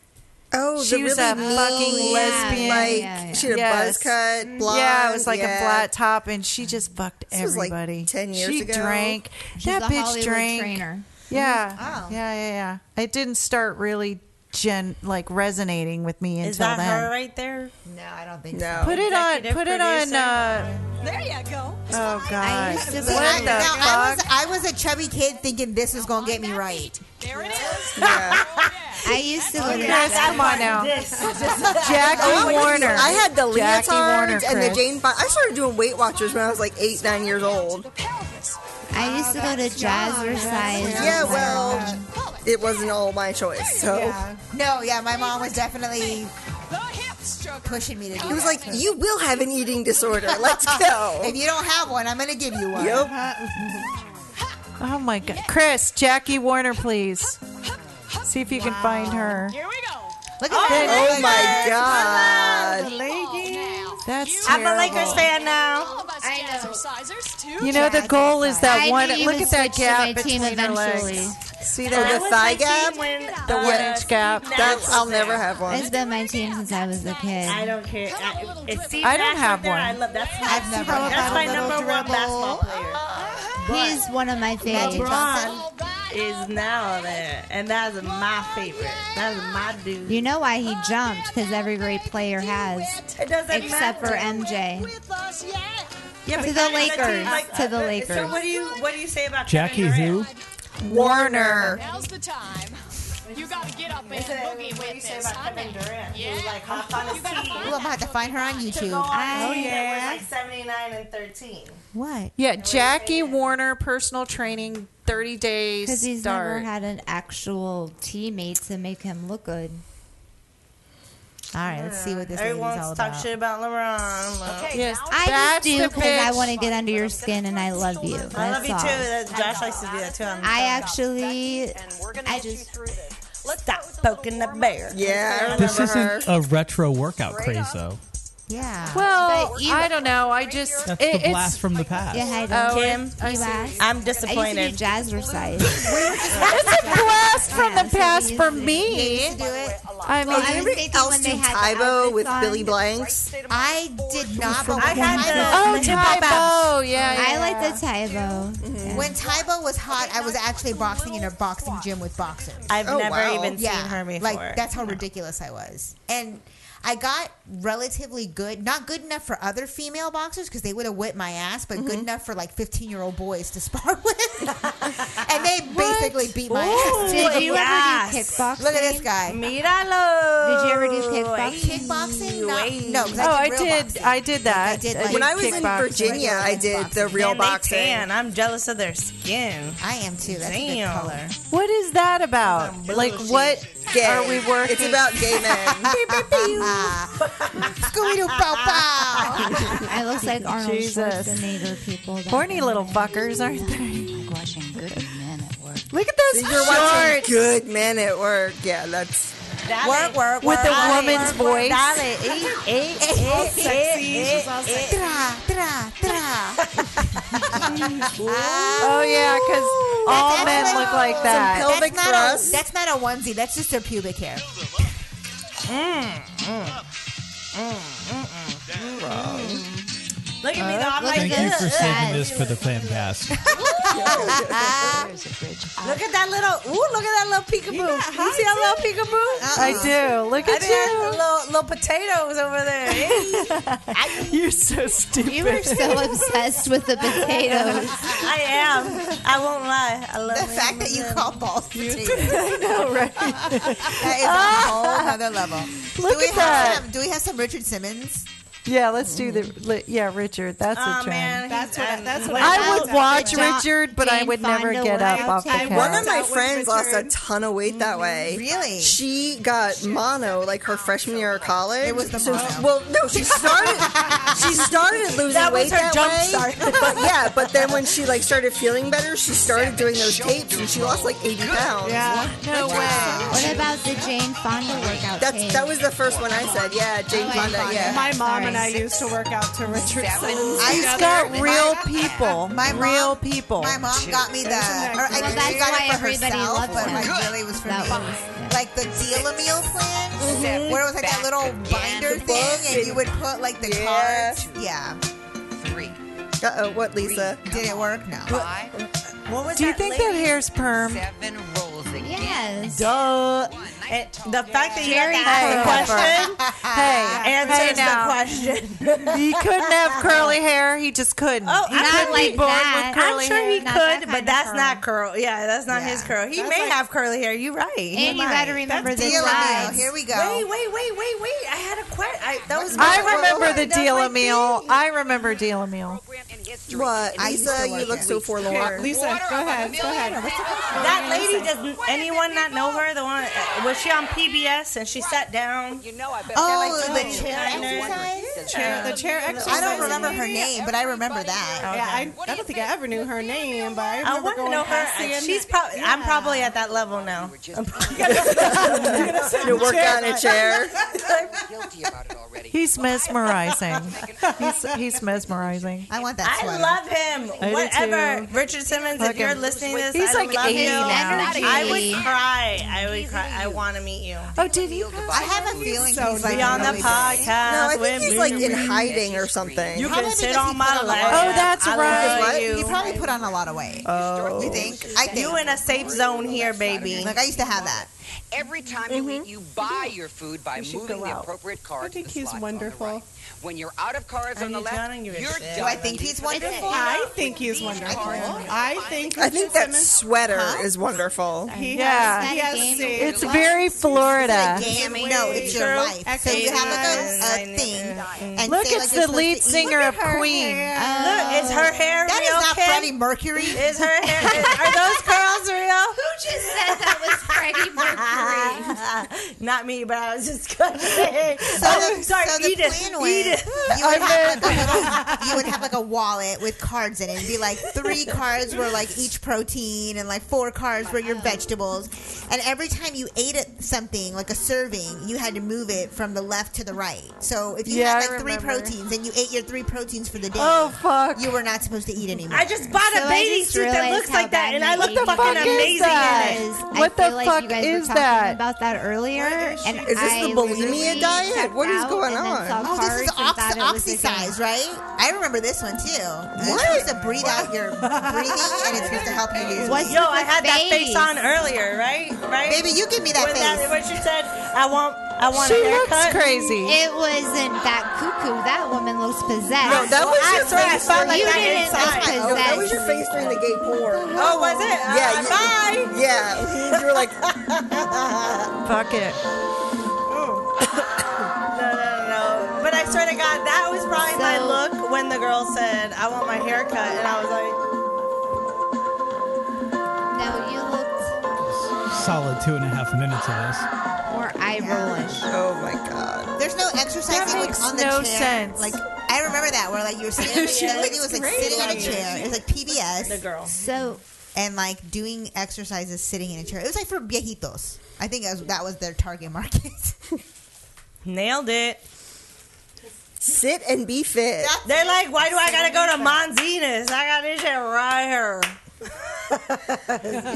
Oh, she the was really a fucking mean, lesbian. like, Yeah, yeah. she had a buzz cut, yeah, it was blonde, like a yeah. flat top, and she just fucked This was, like, everybody. 10 years she ago. drank. She's a that bitch Hollywood drank. trainer. Yeah. Oh. Yeah, yeah, yeah. It didn't start really gen like resonating with me until Is that then. her right there? No, I don't think so. Put it on. Put it on. Uh, there you go. oh God. used to be- what the now, I fuck? was, I was a chubby kid thinking this was gonna get me right. Oh, There it is. I used Oh, to look look at at that that. Come on now. Jackie Oh, my Warner. goodness. I had the Jackie Warner, leotards and the Chris. Jane Fonda. I started doing Weight Watchers when I was like eight, nine years old. I used to go to Jazzercise. Yeah, well, it wasn't all my choice. So Yeah. No, yeah, my mom was definitely pushing me to do it was like, you will have an eating disorder. Let's go. if you don't have one, I'm going to give you one. Yep. Oh my God. Chris, Jackie Warner, please. See if you can find her. Here we go. Look at Oh my god. That's I'm a terrible. Lakers fan now. You know the goal is that one. Look at that gap my team between her eventually. legs. See Oh, that the thigh gap? The uh, one inch gap. That's, I'll never have one. uh, It's been my team since I was a kid. I don't care. I, it's see, I that's don't right have there. one. I love that's my, I've never that's had my one. number Little one dribble. basketball player. Uh-huh. He's one of my favorites. LeBron is now there, and that's my favorite. That's my dude. You know why he jumped? Because every great player has, It doesn't except for matter. MJ. Yeah, To but the that is a team Lakers. like- To the So Lakers. what do you what do you say about Jackie Kevin who? Warner. Now's the time. You gotta get up and Is it- boogie what do you with say this. about Kevin Durant? Yeah. Who's like hopped on his team. Ooh, I'm going to have to find her on YouTube. oh yeah, was like seventy nine and thirteen. What? Yeah, Jackie Warner, personal training, 30 days. Because he's never start. had an actual teammate to make him look good. All right, let's see what this lady's Everyone all wants to talk about. shit about LeBron. Okay, Yes, I just that's do the because I bitch. want to get under your skin and I love you. That's I love you all. too. That- Josh likes to do that too. I'm I actually, I just stop poking the bear. Yeah. This isn't a retro workout craze, though. Yeah. Well, But you- Oh, I don't know. I just That's it, the blast from the past. Yeah, I Oh, don't. Kim, I I see. I'm I disappointed. used to do jazzercise. it's a Oh, blast from the past for me. do it. I mean, Well, I was thinking Else when do they had the Tybo outfits with on. Billy Blanks. I did not, but I when had the- Tybo, oh, the hip hop Tybo, yeah, yeah. I like the Tybo. Mm-hmm. Mm-hmm. Yeah. when Tybo was hot, I was actually boxing in a boxing gym with boxers. I've Oh, never wow. even yeah, seen her before. like that's how ridiculous I was. And I got relatively good, not good enough for other female boxers because they would have whipped my ass, Mm-hmm. but good enough for like 15 year old boys to spar with. and they basically beat my Ooh, ass. Did you ever do yes. kickboxing? Look at this guy. Míralo. Did you ever do kickboxing? Kickboxing? Ay. Not, no, 'cause Oh, I I did. real did- boxing. I did that. I did, I like, did When I was in kickboxing. Virginia, I did the real Man, they boxing. tan. I'm jealous of their skin. I am too. That's Damn. color. What is that about? Like, what Gay. are we working? It's about gay men. Scooby Doo Bow Bow. I look like Arnold Jesus. Schwarzenegger. People. that- Horny little fuckers, aren't they? Like watching good men at work. Look at those You're watching shorts. good men at work. Yeah, that's Work, work, With work, a work, woman's work, work, voice. dale, eh, eh, sexy. eh, She's all eh, sexy. tra, tra, tra. Oh yeah, because all men look like that. that's not A, that's not a onesie. That's just their pubic hair. Look Uh, at me though. I'm Look like at Thank you for saving this for the Famcast. Look at that little. Ooh, look at that little peekaboo. You see that little peekaboo? Uh-uh. I do. Look I at did you. little little potatoes over there. You're so stupid. You are so obsessed with the potatoes. I am. I won't lie. I love The it. fact that you call balls potatoes. I know, right? That is a whole other level. Ah. Look do we at have that. Some, do we have some Richard Simmons? Yeah, let's do the. li- Yeah, Richard. That's a Oh trend. man, That's what I- that's what I would watch Jane- Richard, but I Jane would never Fonda get would up have off the taken- One couch. of my with friends lost a Richard. ton of weight that way. Really? She got mono like her freshman year of college. It was the so, mono. Well, no, she started. she started losing That was weight her that jump way. start. But yeah, but then when she like started feeling better, she started doing those tapes and she lost like eighty pounds. Yeah, no way. What about the Jane Fonda workout? tape? That's that was the first one I said. Yeah, Jane Oh, Fonda. Fonda. Yeah. My My mom and I Sorry. used to work out to Richard Simmons. He's together. got My- real people. my mom- real people. My mom got me the. Or I Well, think that's she got why it for everybody herself, loves but him. like really it was for That me. was- yeah. Like the deal a meal plan, where it was like that little binder thing, and you would put like the Yeah. cards. Yeah. Uh oh, what Lisa? Did it work? No. What was Do you that think lady? that hair's perm? Yes. Duh. And the fact that you Jerry asked the question Hey, answers hey the now. question. He couldn't have curly hair. He just couldn't. Oh, he I'm couldn't like be born that. with I'm curly I'm sure hair. he Not that could, kind but of that's curl. not curl. Yeah, that's not his curl. He may have curly hair. You're right. And you got to remember the Deal a meal. size. Here we go. Wait, wait, wait, wait, wait. I had a question. I, that was. I remember the That's my deal a thing. meal. I remember deal a meal. What? I used Lisa, to like you look it. so forlorn. Okay, Lisa, go ahead. Go ahead. That lady doesn't. Anyone not know her? The one uh, was she on PBS and she sat down. You know I bet Oh, like, the oh, chair I know. exercise. Chair, the chair exercise. I don't remember her name, but I remember that. Yeah, I, I don't think I ever knew her name, but I I remember want to going know her. past the end. She's probably. I'm probably at that level now. To work on a chair. He's mesmerizing. He's he's mesmerizing. I want that I sweater. love him. I do Whatever. too. Richard Simmons, Fuck if you're him. listening to this, He's I like love 80 you. now. I would cry. I would cry. I want to meet you. Oh, did he? I have a feeling So he's like Be on the really good. podcast. No, I think with he's me. like in hiding or something. You Probably can sit because he on put my on a lot lap. of weight. Oh, that's I right. love What? He You. probably put on a lot of weight. Oh. You think? I think. You in a safe zone here, baby. like I used to have that. Every time you eat, you buy your food by We should moving go the out. appropriate I card to think the he's slots wonderful. on the right. When you're out of cards Are on the you left, done? Give it a you're shit. done. Do I think he's wonderful? I think he's wonderful. I think. I think that Simmons- sweater is wonderful. He Yeah. has, he Is that a has game? It's very Florida. Damn, Wait, no, it's your girl, life. So you have like a, a exercise. thing. And Look, say, like, it's you're the lead supposed to eat. Oh. singer of Queen. Look, is her hair That real, is not Kim? Freddie Mercury. Is her hair? Is, are those curls real? Who just said that was Freddie Mercury? Not me, but I was just gonna say. So oh, the, sorry, so the Edith. plan was you would, have like a little, you would have like a wallet with cards in it. It'd be like three cards were like each protein, and like four cards were your vegetables. And every time you ate it, something like a serving, you had to move it from the left to the right. So if you Yeah, had I like three remember. proteins and you ate your three proteins for the day, Oh fuck. you were not supposed to eat anymore. I just bought So a I bathing just suit that realized looks how like that, bad and my I look eating fucking is amazing that? in it. Because What I the feel like fuck you guys were is talking that? About that earlier, and Is this I the bulimia literally diet? checked What is out going and then on? saw Oh, this cards and is thought oxy, it was oxy a game. size, right? I remember this one too. What? It's supposed to breathe out your breathing, and it's supposed to help you lose. What's weight. Yo, I had that Face. face on earlier, right? Right? Baby, you give me that When face. that, what you said, I want, I want She a haircut. looks crazy. It wasn't that cuckoo. That woman looks possessed. No, that was I your think face. Sound like you that didn't inside. look possessed. Oh, that was your face during the gay porn. Oh, was it? Yeah. Uh, you- bye. Yeah. You were like, Fuck it. No, no, no, no. But I swear to God, that was probably my look when the girl said, "I want my hair cut," and I was like, No, you looked Solid two and a half minutes of this. more eye rolling. Oh my god. There's no exercising like, on the no chair. sense. Like I remember that where like you were sitting, She the lady looks was like great. sitting on a chair. It was like PBS. The girl. So and like doing exercises sitting in a chair. It was like for viejitos. I think that was, that was their target market. Nailed it. Sit and be fit. "They're like, why do I gotta go to Monzina's? I got this shit right here."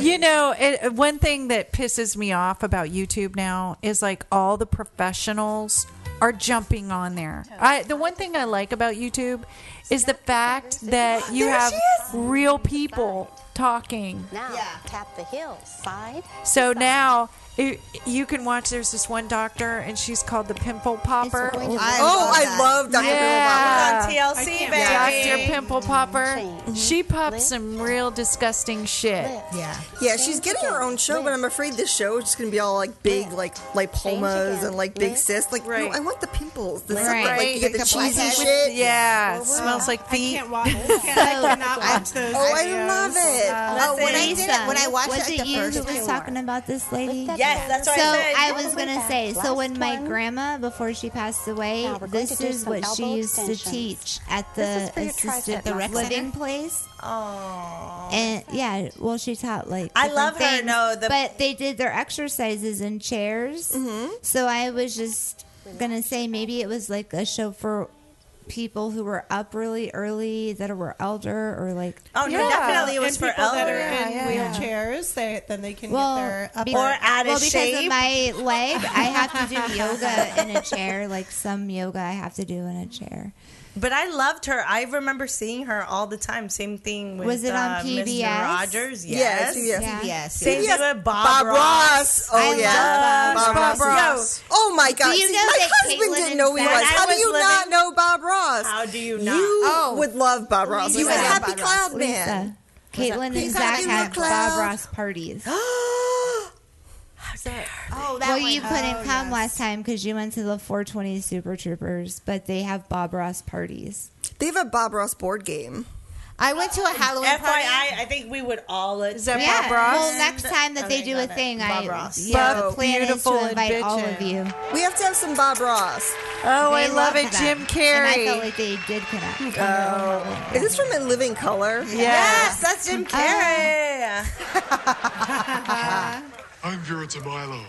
you know, it, one thing that pisses me off about YouTube now is like all the professionals are jumping on there. I the one thing I like about YouTube is the fact that you There have she real people talking. Now tap the heels. Side. So now it, you can watch. There's this one doctor, and she's called the Pimple Popper. I love Oh, I that. love Dr. Pimple Popper. Yeah. It's on TLC, I can't baby. Dr. Pimple Popper. She pops some real disgusting shit. Yeah. Yeah, she's getting her own show, but I'm afraid this show is just gonna be all like big, like lipomas and like big cysts. Like, no, I want the pimples. The stuff that, like you get the cheesy shit. Yeah, it smells like feet. I can't watch. I, can't, I cannot watch those. Oh, I videos. love it. Oh, when I did it, when I watched was it, like, it the you first who was two. talking about this lady? Yes, that's what I so said. I You're was the gonna way say. back. So Oh, Last when my one. grandma, before she passed away, Now we're going this to do is some what elbow she used to extensions. teach at This the is for your assisted tricep The rec muscle. living place. Oh. And yeah, well, she taught like I different love her, things, no, the- but they did their exercises in chairs. Mm-hmm. So I was just gonna say maybe it was like a show for people who were up really early that were elder or like Oh, no, definitely it was and for people that are elder. in Yeah, wheelchairs, they then they can Well, get their upper be- well, because of my leg, I have to do yoga in a chair. Like some yoga, I have to do in a chair. But I loved her. I remember seeing her all the time. Same thing with Was it on uh, PBS? Mr. Rogers. Yeah, Yes. it's- yeah. PBS, Same yeah. thing with Bob, Bob Ross. Oh I yeah, love Bob Ross. Yo, oh my God! Do you See, know my that husband Caitlyn didn't and know he Fallon was. How do was you living- not know Bob Ross? How do you You not? would love Bob Ross. Lisa. You would Lisa. happy Bob cloud Ross. man. Caitlin and He's Zach happy had with Bob clouds. Ross parties. Oh, well, you couldn't come last time because you went to the 420 Super Troopers, but they have Bob Ross parties. They have a Bob Ross board game. I went to a Halloween FYI, party. I think we would all. Is that Yeah, Bob Ross? well, next time that they do a thing, I- Bob Ross. yeah, the plan is to invite all of you. We have to have some Bob Ross. Oh, They I love it, that. Jim And I Carrey. felt like they did connect. Oh, is this from In Living Color? Yes, that's Jim Uh-huh. Carrey. Uh-huh. I'm Vera Tamilo,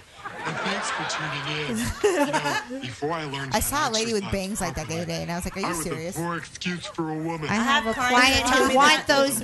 and thanks for tuning in. You know, before I learned how I saw to a lady with exercise bangs like that the other day, and I was like, "Are I you was the serious?" poor excuse for a woman. I have a clients client that tell who me that. want those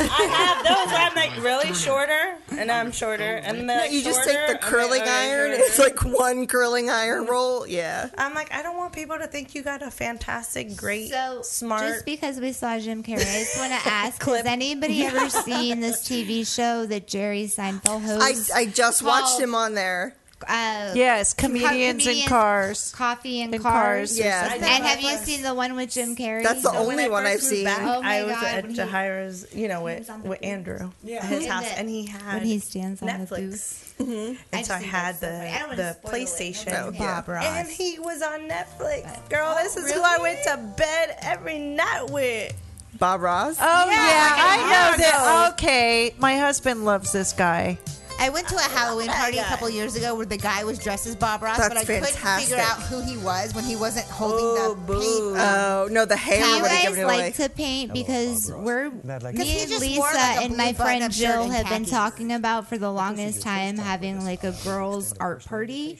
I have those where I'm like really shorter, and I'm shorter, and then No, you just take the I'm curling like, okay, iron. shorter. It's like one curling iron roll. Yeah. I'm like, I don't want people to think you got a fantastic, great, smart. Just because we saw Jim Carrey, I just want to ask: Has anybody ever seen this TV show that Jerry Seinfeld hosts? I just watched him on there. Uh, Yes, Com- comedians in cars. coffee and, In cars. cars or Yeah. and something. have you seen the one with Jim Carrey? That's the only When I one first I've moved seen. Back, Oh my I was God, at when he- Jahira's, you know, with, with Andrew, Yeah. at his Is house, it and he had when he stands on the Netflix, Mm-hmm. and so I had the the PlayStation, Okay. Bob Ross. and he was on Netflix. Girl, oh, this is who I went to bed every night with. Bob Ross. Oh yeah, I know Yeah. that. Okay, my husband loves this guy. I went to a Halloween party a couple years ago where the guy was dressed as Bob Ross, but I That's couldn't figure fantastic. out who he was when he wasn't holding the paint. Oh no, the hair Do you would have guys given it away. like to paint because we're like me Because he and just Lisa wore, like, a and blue my friend button-up shirt Jill and have been khakis. talking about for the longest time having like a girls art party,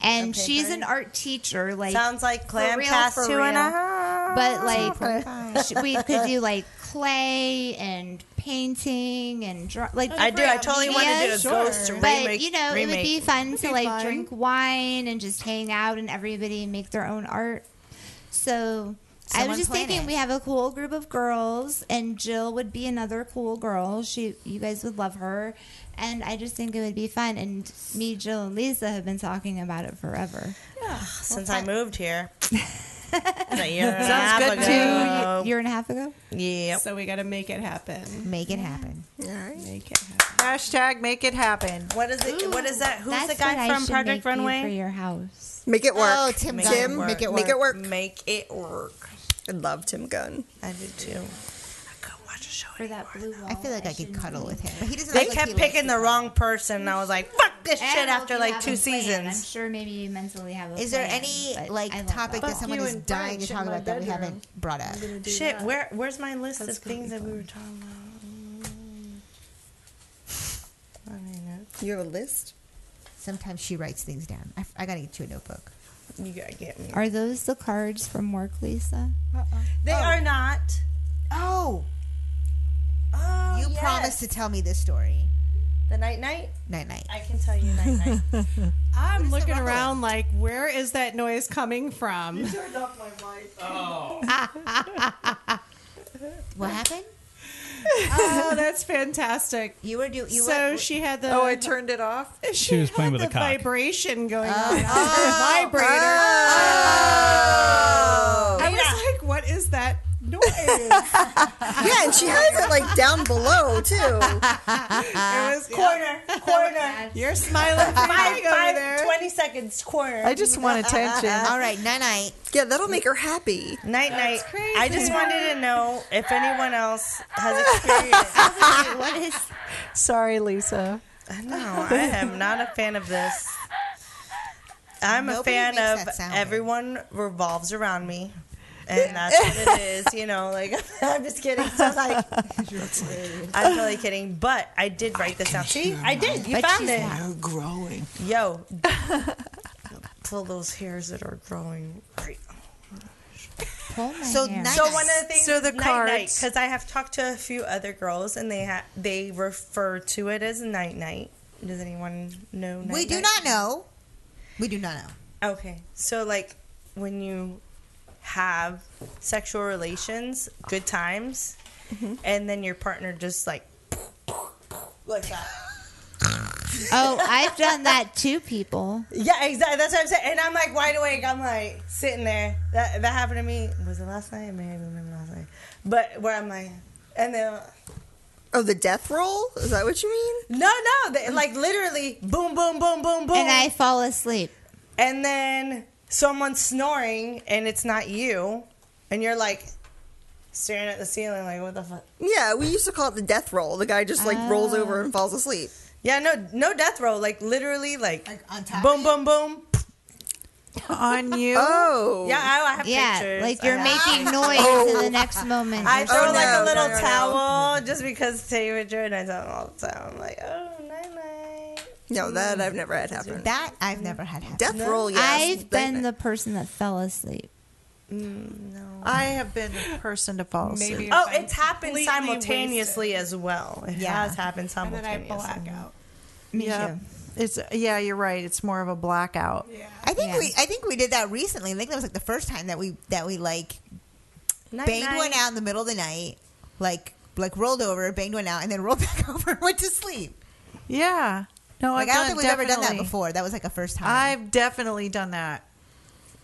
and she's an art teacher. Like Sounds like for clam real, cast for two and a real. half. But like sh- we could do like clay and painting and draw. Like I do. I totally wanna do a medias. Ghost Sure. But remake- you know, it would be remake. fun Would to be like fun. drink wine and just hang out and everybody make their own art. So I was Someone just plan thinking it. we have a cool group of girls, and Jill would be another cool girl. She, you guys would love her, and I just think it would be fun. And me, Jill, and Lisa have been talking about it forever. Yeah, Ah, since I moved here. a year and a Sounds half good to ago. you. Year and a half ago. Yeah. So we got to make it happen. Make it happen. All right. Make it happen. Hashtag make it happen. What is it? what is that? Who's the guy from Project Runway? your house. Make it work. Oh, Tim Make Gunn. it work. Make it work. Make it work. Make it work. I love Tim Gunn. I do too. For that blue wall. I feel like I could cuddle with him. But he doesn't They look like kept he picking the wrong person, and I was like, "Fuck this I shit!" don't know After if you like have two a plan. seasons. I'm sure maybe you mentally have a Is there plan, any, but like, I love topic that one. someone You is and dying to brunch in talk my about that we bedroom. haven't brought up? I'm gonna do Shit, that. where where's my list That's of gonna things be that we fun. were talking about? I mean, that's- You have a list? Sometimes she writes things down. I, I gotta get you a notebook. You gotta get me. Are those the cards from work, Lisa? They are not. Uh-uh. Oh. Oh. You yes. promised to tell me this story. the night night. Night night. I can tell you night night. I'm looking around like, where is that noise coming from? off my mic. Oh. What happened? oh, that's fantastic. You were doing. You so she had the. Oh, I turned it off. She was playing had with a the cock. vibration going Oh, on. on the vibrator. Oh. I was like, what is that noise? Yeah, and she has it like down below too. it was Corner, corner. You're smiling for Five, me over five, there. 20 seconds, corner. I just want attention. All right, night night. Yeah, that'll make her happy. Night night. That's I just wanted to know if anyone else has experienced. what is? Sorry, Lisa. I know. I am not a fan of this. I'm a Nobody makes fan that of sound. everyone revolves around me. And that's what it is, you know. Like I'm just kidding. So like, I'm totally kidding. But I did write this out. See, I did. You But found she's it. now growing. Yo, pull those hairs that are growing. Right. Pull my So hair. night- So one of the things, So the cards. because I have talked to a few other girls, and they ha- they refer to it as night night. Does anyone know? Night We do not know. We do not know. Okay. So like when you have sexual relations, good times, Mm-hmm. and then your partner just like like that. oh, I've done that to people. Yeah, exactly. That's what I'm saying. And I'm like wide awake. I'm like sitting there. That that happened to me. Was it last night? Maybe remember last night. But where I'm like, and then Oh, the death roll? Is that what you mean? no, no, they, like literally, boom, boom, boom, boom, boom, And I fall asleep. and then someone's snoring and it's not you, and you're like staring at the ceiling, like what the fuck. Yeah, we used to call it the death roll. The guy just like rolls over and falls asleep. Yeah, no, no death row. Like literally, like, on top boom, boom, boom. on you. Oh. Yeah, I, I have yeah, pictures. like I you're have making pictures. noise in the next moment. I You're throw so- like a no, little no, no. towel just because Taylor Jordan. I tell him all the time. I'm like, oh, night night. No, Mm. that I've never had happen. That I've never had happen. Death roll, yes. I've That- been the person that fell asleep. I have been the person to fall asleep. Maybe Oh, if I'm it's happened completely simultaneously wasted. as well. It Yeah. has happened And then I simultaneously. black out. Me Yeah. too. It's yeah, you're right. It's more of a blackout. I think Yeah. we. I think we did that recently. I think that was like the first time that we that we like Night, banged night. one out in the middle of the night, like like rolled over, banged one out, and then rolled back over and went to sleep. Yeah. No, Like I've I don't think we've ever done that definitely- before. That was like a first time. I've definitely done that.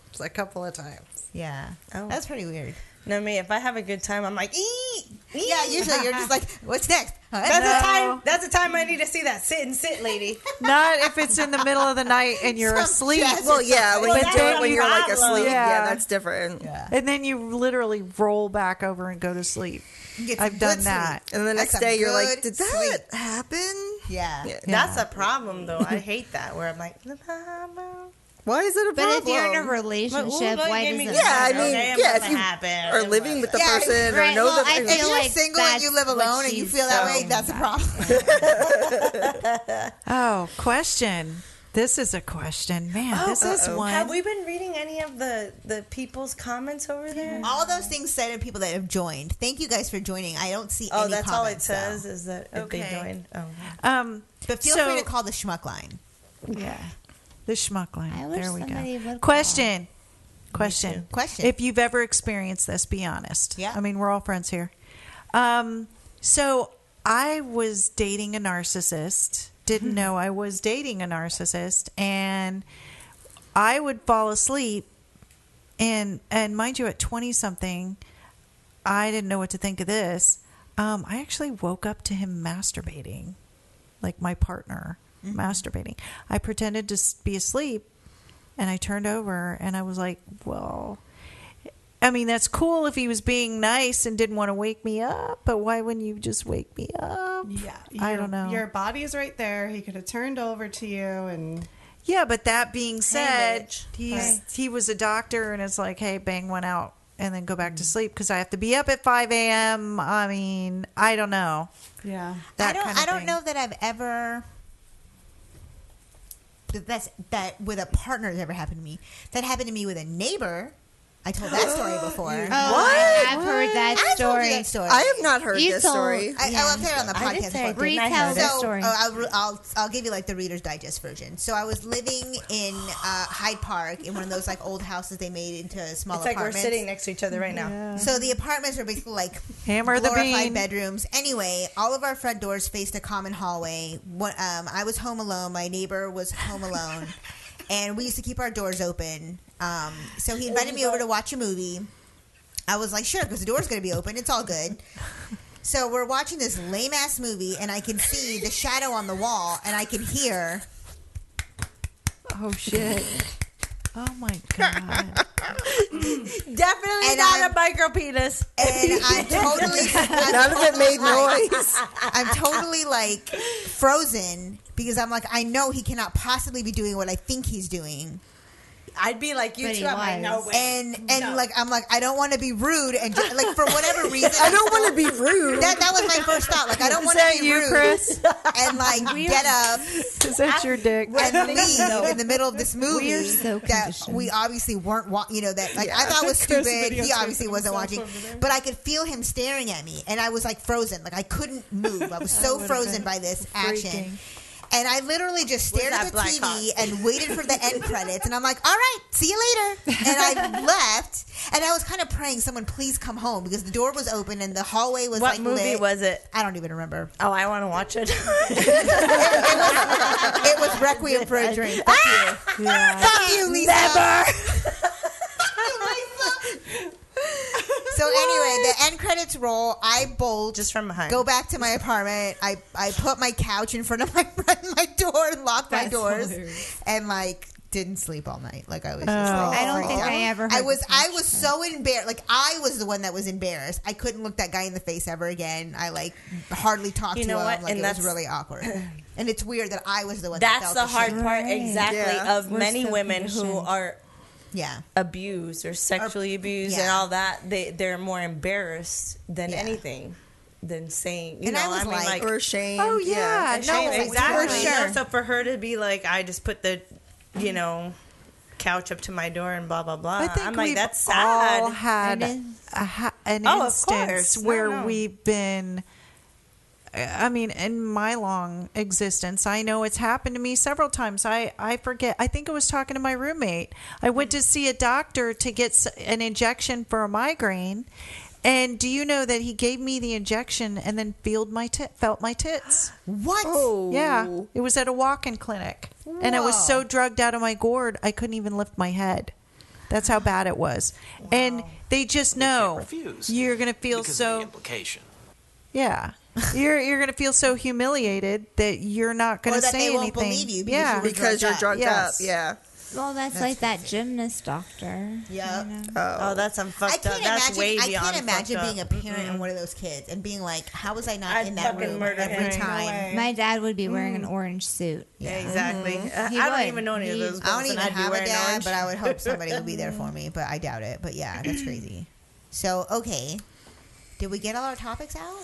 It's a couple of times. yeah, Oh. that's pretty weird. No, me. If I have a good time, I'm like, ee. Yeah, usually you're just like, what's next? Huh? That's the No. time. That's the time I need to see that sit and sit lady. Not if it's in the middle of the night and you're Some asleep. jazz- Well, yeah, when But you do then it when you- you're like problem. asleep, yeah, Yeah. that's different. Yeah. And then you literally roll back over and go to sleep. Get some I've done good that. sleep. And the That's next some day, you're good like, did that sleep. happen? Yeah. Yeah. That's a problem, though. I hate that. Where I'm like, "The problem." Why is it a But problem? if you're in a Well, relationship, well, you why gave does me- it Yeah, I matter? mean, Okay, yeah, it if you happened. are living with the Yeah, person or right, know well, the I If feel you're like single and you that's live what alone and you she's feel that way, talking that's a about. problem. Oh, question. This is a question. Man, Oh, Oh, this is one. Have we been reading any of the the people's comments over there? Mm-hmm. all those things said and people that have joined. Thank you guys for joining. I don't see. Oh, any that's all it comments, says though. is that if Okay. they join. Oh, um But feel so, free to call the schmuck line. Yeah. The schmuck line. I wish there we somebody would go. call. Question. Question. Question. If you've ever experienced this, be honest. Yeah. I mean, we're all friends here. Um, so I was dating a narcissist, didn't know I was dating a narcissist, and I would fall asleep and and mind you at 20 something, I didn't know what to think of this. Um, I actually woke up to him masturbating, like my partner masturbating. I pretended to s- be asleep and I turned over and I was like, well, I mean, that's cool if he was being nice and didn't want to wake me up, but why wouldn't you just wake me up? Yeah. I Your- don't know. Your body's right there. He could have turned over to you and. Yeah, but that being said, bitch. he's, he was a doctor, and it's like, hey, bang one out and then go back Mm. to sleep because I have to be up at 5 a.m. I mean, I don't know. Yeah. That I don't. kind of I don't thing. know that I've ever. that That's that with a partner has ever happened to me. That happened to me with a neighbor. I told that story before. Oh, I- I've heard that I told you story. that story. I have not heard You this told- story. I, yeah. I left it on the I did podcast. say I before. didn't. I heard that story. So, oh, I'll, re- I'll I'll give you like the Reader's Digest version. So I was living in uh, Hyde Park in one of those like old houses they made into small It's like we're apartments. sitting next to each other right now. Yeah. So the apartments were basically like Hammer the glorified beam. bedrooms. Anyway, all of our front doors faced a common hallway. One, um, I was home alone. My neighbor was home alone, and we used to keep our doors open. Um, so he invited me over to watch a movie. I was like, sure, because the door's going to be open. It's all good. So we're watching this lame ass movie, and I can see the shadow on the wall, and I can hear. Oh shit! Oh my god! Definitely not a micro penis. And I'm totally None of it made noise. I'm totally like frozen because I'm like, I know he cannot possibly be doing what I think he's doing. I'd be like you But he too. I'm like, no was. way. And and like I'm like I don't want to be rude and ju- like for whatever reason I don't wanna be rude. That that was my first thought. Like I don't Is want that to be you, rude. Chris? And like get up. Is that your dick? And leave in the middle of this movie We are so that we obviously weren't. Wa- you know that like I Yeah. thought was Chris stupid. He videotaped obviously wasn't himself watching, over there. but I could feel him staring at me, and I was like frozen. Like I couldn't move. I was That so would've frozen been by this freaking. action. And I literally just stared that at the black TV hawk? and waited for the end credits. And I'm like, all right, see you later. And I left. And I was kind of praying, someone please come home because the door was open and the hallway was What like movie lit. was it? I don't even remember. Oh, I want to watch it. It was Requiem for a Dream. Fuck Ah! you. Fuck you, Lisa. So anyway, the end credits roll. I bolt just from behind. Go back to my apartment. I, I put my couch in front of my my door and locked my That's doors, hilarious. and like didn't sleep all night. Like I was. Oh. Just, like, I don't freaked think out. I ever I heard was this I was so embarrassed. Like I was the one that was embarrassed. I couldn't look that guy in the face ever again. I like hardly talked You to know him. what? Like And it was that's- really awkward. And it's weird that I was the one. That's that felt the hard shame. part, exactly, of many women who conditioned. are yeah abused or sexually abused and yeah. all that. They they're more embarrassed than anything than saying. You And know, I was mean, like- like Or shame. Oh, yeah, and no, shame, like, exactly. for you sure. know, So for her to be like, I just put the, you know, couch up to my door and blah blah blah. I think am like, we've that's sad. all had a ha- an Oh, of instance course. No, where no. we've been. I mean, in my long existence, I know it's happened to me several times. I, I forget. I think I was talking to my roommate. I went to see a doctor to get s- an injection for a migraine. And do you know that he gave me the injection and then feeled my tit, felt my tits? What? Yeah. Oh. It was at a walk-in clinic. And I was Wow. so drugged out of my gourd, I couldn't even lift my head. That's how bad it was. And they just know you're going to feel so implication. yeah. You're you're gonna feel so humiliated that you're not gonna Or that say they won't anything. believe you because yeah, you were Because drugged you're up. drugged Yes. up, yeah. Well, that's, That's like that gymnast doctor. Yeah. Oh, that's some I fucked can't up. That's imagine. way I beyond can't imagine fucked being a up. parent and one of those kids and being like, "How was I not in that fucking room murder every him. No way. time?" My dad would be wearing Mm. an orange suit. Yeah, exactly. Uh, I don't even know any of those I don't girls, and even I'd be have a wearing dad, orange. but I would hope somebody would be there for me. But I doubt it. But yeah, that's crazy. So okay, did we get all our topics out?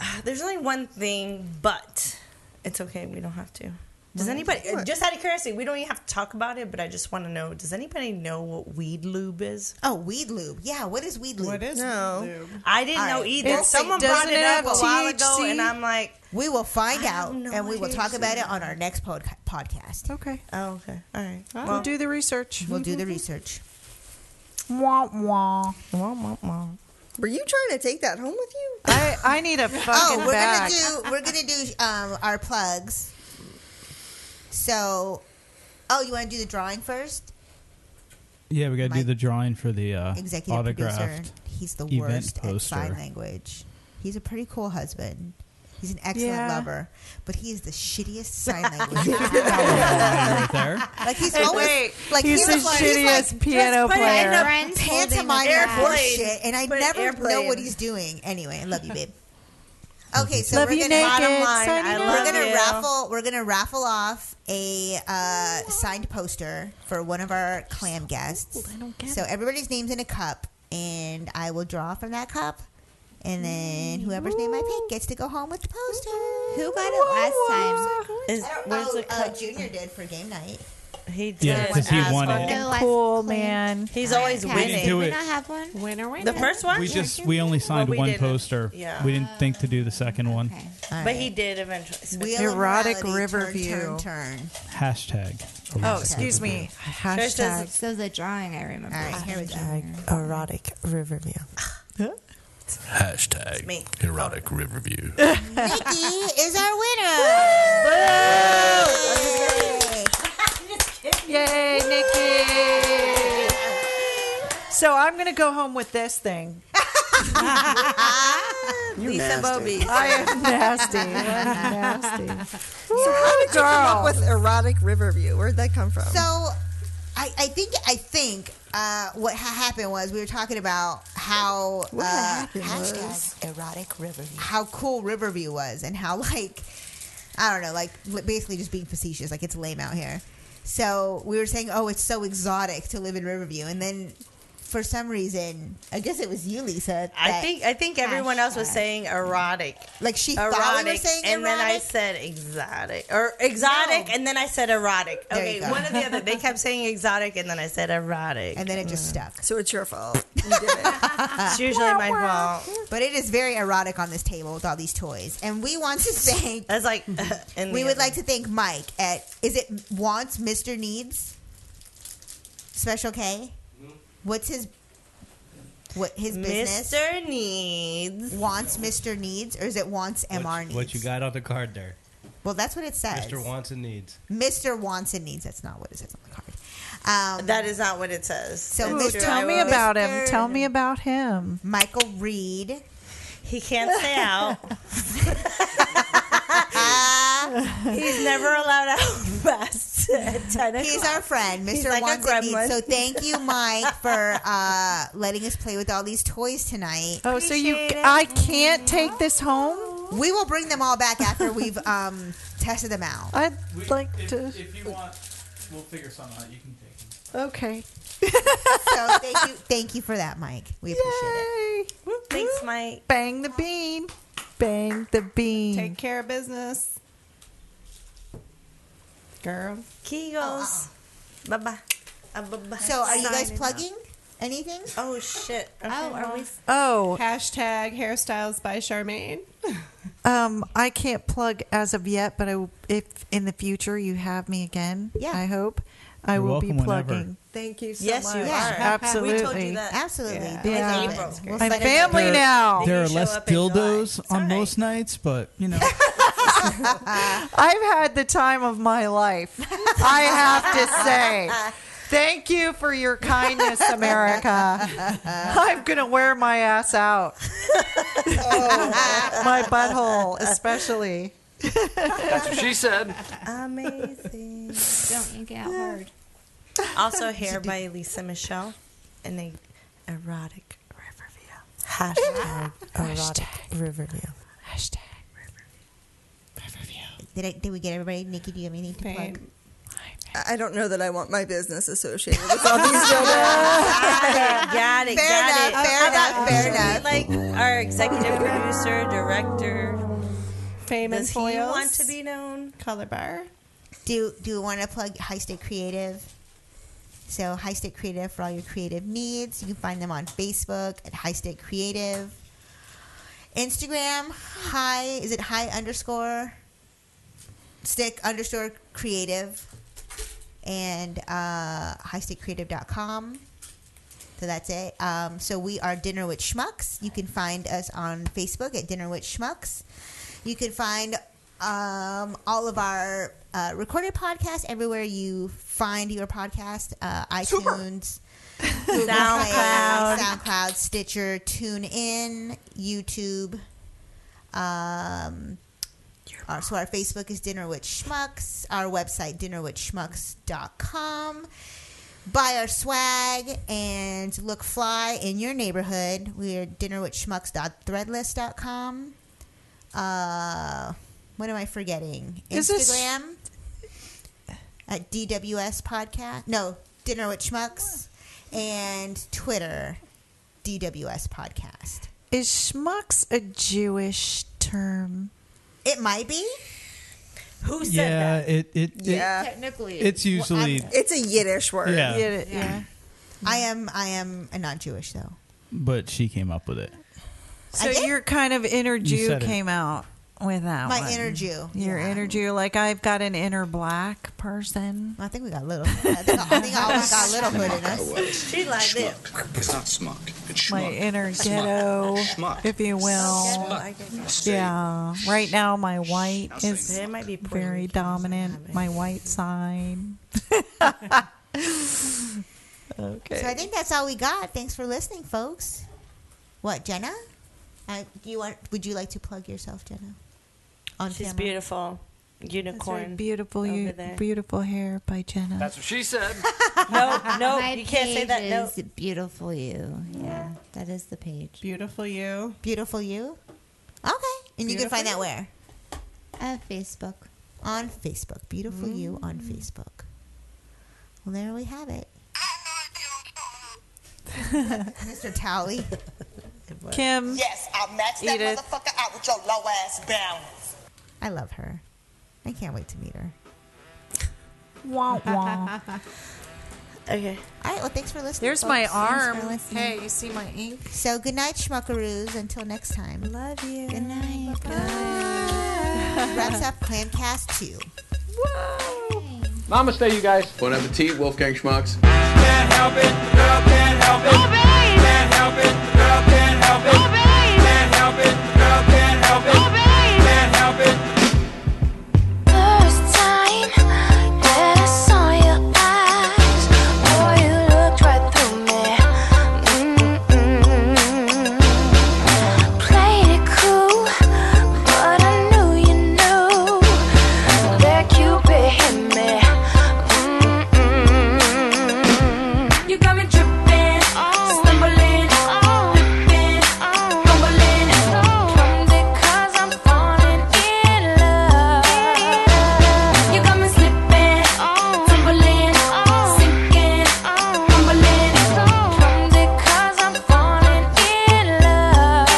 Ah, There's only one thing, but it's okay. We don't have to. Does What? anybody? What? Just out of curiosity, we don't even have to talk about it, but I just want to know: Does anybody know what weed lube is? Oh, weed lube. Yeah, what is weed lube? What is No. weed lube? I didn't know either. Someone doesn't brought it up have a while ago, THC? and I'm like, we will find I have out, no and we will talk THC. about it on our next pod- podcast. Okay. Oh, okay. All right. Mm-hmm. We'll do the research. We'll do the research. Wah, wah. Wah, wah, wah. Were you trying to take that home with you? I, I need a fucking oh, we're bag. gonna do we're gonna do um, our plugs. So, oh, you want to do the drawing first? Yeah, we got to do the drawing for the uh, Executive autographed producer. He's the event worst at poster. sign language. He's a pretty cool husband. He's an excellent Yeah. lover, but he is the shittiest sign language. right there. Like he's And always wait, like he's he was the like, shittiest he's like, piano just put it in player. a Friends pantomime holding and an airplane. bullshit, and I Put an never know airplane. what he's doing. Anyway, I love you, babe. Okay, so Love we're you gonna naked, Sonny, I we're love gonna you. raffle we're gonna raffle off a uh, signed poster for one of our clam guests. So everybody's names in a cup, and I will draw from that cup. And then Mm. whoever's name I pick gets to go home with the poster. Who got it last time? Is, where's the cup? Uh, Junior did for game night. He Yeah, did. 'cause he won it. Fucking No, I- cool, man. He's always We didn't do it. have one. Winner, winner. The first one? We just we only signed Well, we one didn't. poster. Yeah. We didn't think to do the second one. But he did eventually. Wheel of Erotic Morality, Riverview. Turn, turn, turn. Hashtag. Oh, excuse me. Trish Hashtag does, does a drawing I remember. All right, here we go. erotic Riverview. Hashtag me. erotic Riverview. Nikki is our winner. Yay, Nikki! So I'm gonna go home with this thing. Lisa Bobby. I am nasty. I'm nasty. So how did you come Girl. up with erotic Riverview? Where'd that come from? So, I, I think I think uh, what ha- happened was we were talking about how What uh, happened hashtag was- erotic Riverview, how cool Riverview was, and how like I don't know, like li- basically just being facetious, like it's lame out here. So we were saying, oh, it's so exotic to live in Riverview, and then for some reason, I guess it was you, Lisa. I that- think I think everyone else was saying erotic. Like she erotic, thought we were saying and then I erotic? said exotic or exotic, and then I said erotic. There okay, you go. one or the other. They kept saying exotic, and then I said erotic, Mm. and then it just stuck. So it's your fault. It's usually my fault. But it is very erotic on this table with all these toys, and we want to thank. That's like, and we the would other. like to thank Mike at is it wants Mister Needs Special K. Mm-hmm. What's his what his business? Mister Needs Wants Mister Needs or is it wants MR Needs? What you got on the card there? Well, that's what it says. Mr. Wants and Needs. Mister wants and needs. That's not what it says on the card. Um, That is not what it says. So Ooh, Mr. tell me about him. Tell me about him. Michael Reed. He can't stay out. He's never allowed out past ten o'clock. He's our friend, He's Mr. like a Wants and Needs. gremlin. So thank you, Mike, for uh, letting us play with all these toys tonight. Oh, so you? I can't take this home. We will bring them all back after we've um, tested them out. I'd like to. you want, we'll figure something out. You can take it. Okay. So thank you, thank you for that, Mike. We appreciate it. Thanks, Mike. Bang the bean. Bang the bean. Take care of business. Girl. Kegels. Uh, Bye bye. bye. So are you guys plugging anything? Oh shit. Oh, are we? Oh, Hashtag hairstyles by Charmaine. um, I can't plug as of yet, but I, will- if in the future you have me again, yeah. I hope I You're will be welcome whenever. plugging. Thank you so Yes, much. you are. Absolutely. We told you that. Absolutely. Yeah. April. I'm We'll set it family There- now. There are less dildos on most nights, but you know, I've had the time of my life. I have to say. Thank you for your kindness, America. I'm going to wear my ass out. my butthole, especially. That's what she said. Amazing. Don't yank it out hard. Also, hair by Lisa Michelle, and the erotic Riverview hashtag erotic Riverview hashtag. it. Did, I, did we get everybody? Nikki, do you have anything to plug? I don't know that I want my business associated with all these dildos. Got it. Fair got enough, it. fair How enough, about fair should we, Like our executive producer, director. Fame Does and he foils. want to be known? Color bar. Do Do you want to plug High State Creative? So High State Creative for all your creative needs. You can find them on Facebook at High State Creative. Instagram, high is it high underscore stick underscore creative and uh highstakecreative.com. So that's it. Um, so we are Dinner with Schmucks. You can find us on Facebook at Dinner with Schmucks. You can find um, all of our uh, recorded podcasts everywhere you find your podcast uh, iTunes, Google Play, SoundCloud. SoundCloud, Stitcher, TuneIn, YouTube. Um, our, so our Facebook is Dinner with Schmucks. Our website, dinnerwithschmucks.com. Buy our swag and look fly in your neighborhood. We're dinnerwithschmucks.threadless.com. Uh, what am I forgetting? Is this- Instagram at DWS Podcast. No, Dinner with Schmucks. And Twitter, DWS Podcast. Is schmucks a Jewish term? It might be. Who yeah, it, it, it- It's usually it's a Yiddish word. Yeah. yeah. Yiddi- I am. I am not Jewish though. but she came up with it. So your kind of inner You Jew said it. came out with that. My one. inner Jew. Your inner Jew. Like I've got an inner black person. I think we got little. I think I, think I always got little hood in us. She like this. It's not smug. It's My schmuck. inner Schmuck. ghetto, Schmuck. if you will. Schmuck. Yeah. Right now, my white is It might be Puerto very dominant. My white side. okay. So I think that's all we got. Thanks for listening, folks. What, Jenna? Uh, do you want? Would you like to plug yourself, Jenna? On She's camera. beautiful. Unicorn. Sorry, beautiful, over you, there. beautiful hair by Jenna. That's what she said. No, no, My you can't say that. page No. is beautiful you. Yeah, that is the page. Beautiful you. Beautiful you. Okay, and you can find that where At Facebook. on Facebook. Beautiful you on Facebook. Well, there we have it. Mr. Towley. Kim. Yes, I'll match that Edith. motherfucker out with your low ass balance. I love her. I can't wait to meet her. Wah, wah. okay. All right. Well, thanks for listening. There's my folks. Thanks for arm. listening. Hey, you see my ink? So good night, schmuckaroos. Until next time. Love you. Good night. Wraps up Clamcast 2. Namaste, you guys. Bon appetit, Wolfgang Schmucks. First time that I saw your eyes, oh, you looked right through me. Mm-mm. Played it cool, but I knew you knew that Cupid hit me. Mm-mm. You got me tripping, stumbling, flipping, fumbling. Plumbed it Oh. 'cause I'm falling in love. You got me slipping, tumbling, sinking, fumbling. Plumbed it 'cause I'm falling in love.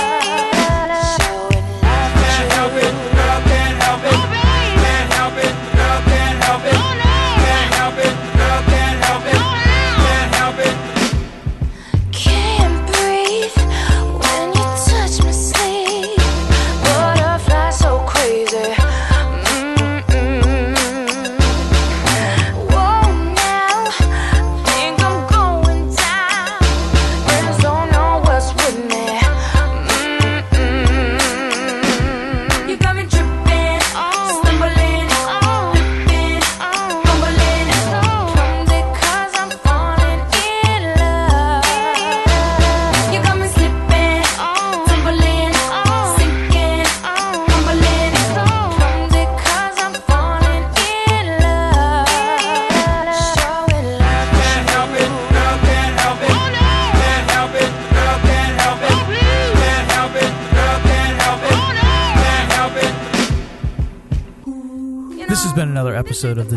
Showing love Can't help it, girl, can't help it. Can't help it, girl, can't help it. Can't help it, girl, can't help it. Can't help it. Can't breathe when you touch my sleeve. Butterfly so crazy. Mm-mm. Whoa, now think I'm going down. Friends don't know what's with me. Mm-mm. You got me tripping, stumbling, flipping, fumbling. Plumbed it 'cause I'm falling in love. You got me slipping, tumbling, sinking, fumbling. Plumbed it 'cause I'm falling in love. Showing love. Can't help it, girl, can't help it. Can't help it, girl, can't help it. Can't help it, girl, can't help it. Can't help it. This has been another episode of the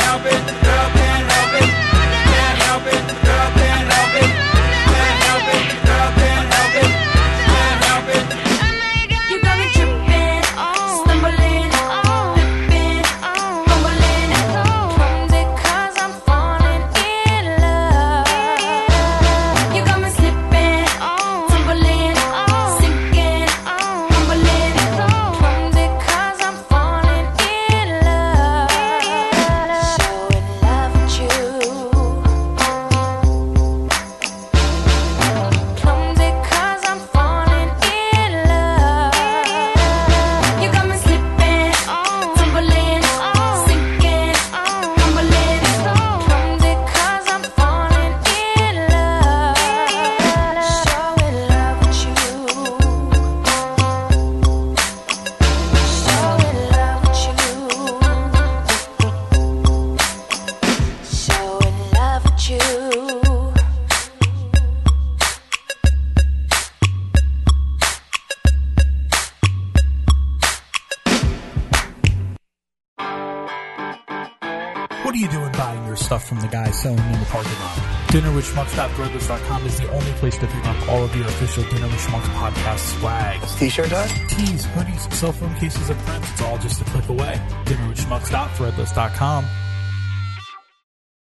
help it, girl, can't help it. Can't help it, girl, can't help it. Can't help it. What are you doing buying your stuff from the guy selling in the parking lot? DinnerWithSchmucks.threadless.com is the only place to pick up all of your official Dinner with Schmucks podcast swags. T-shirt does? Tees, hoodies, cell phone cases, and prints. It's all just a click away. DinnerWithSchmucks.threadless.com.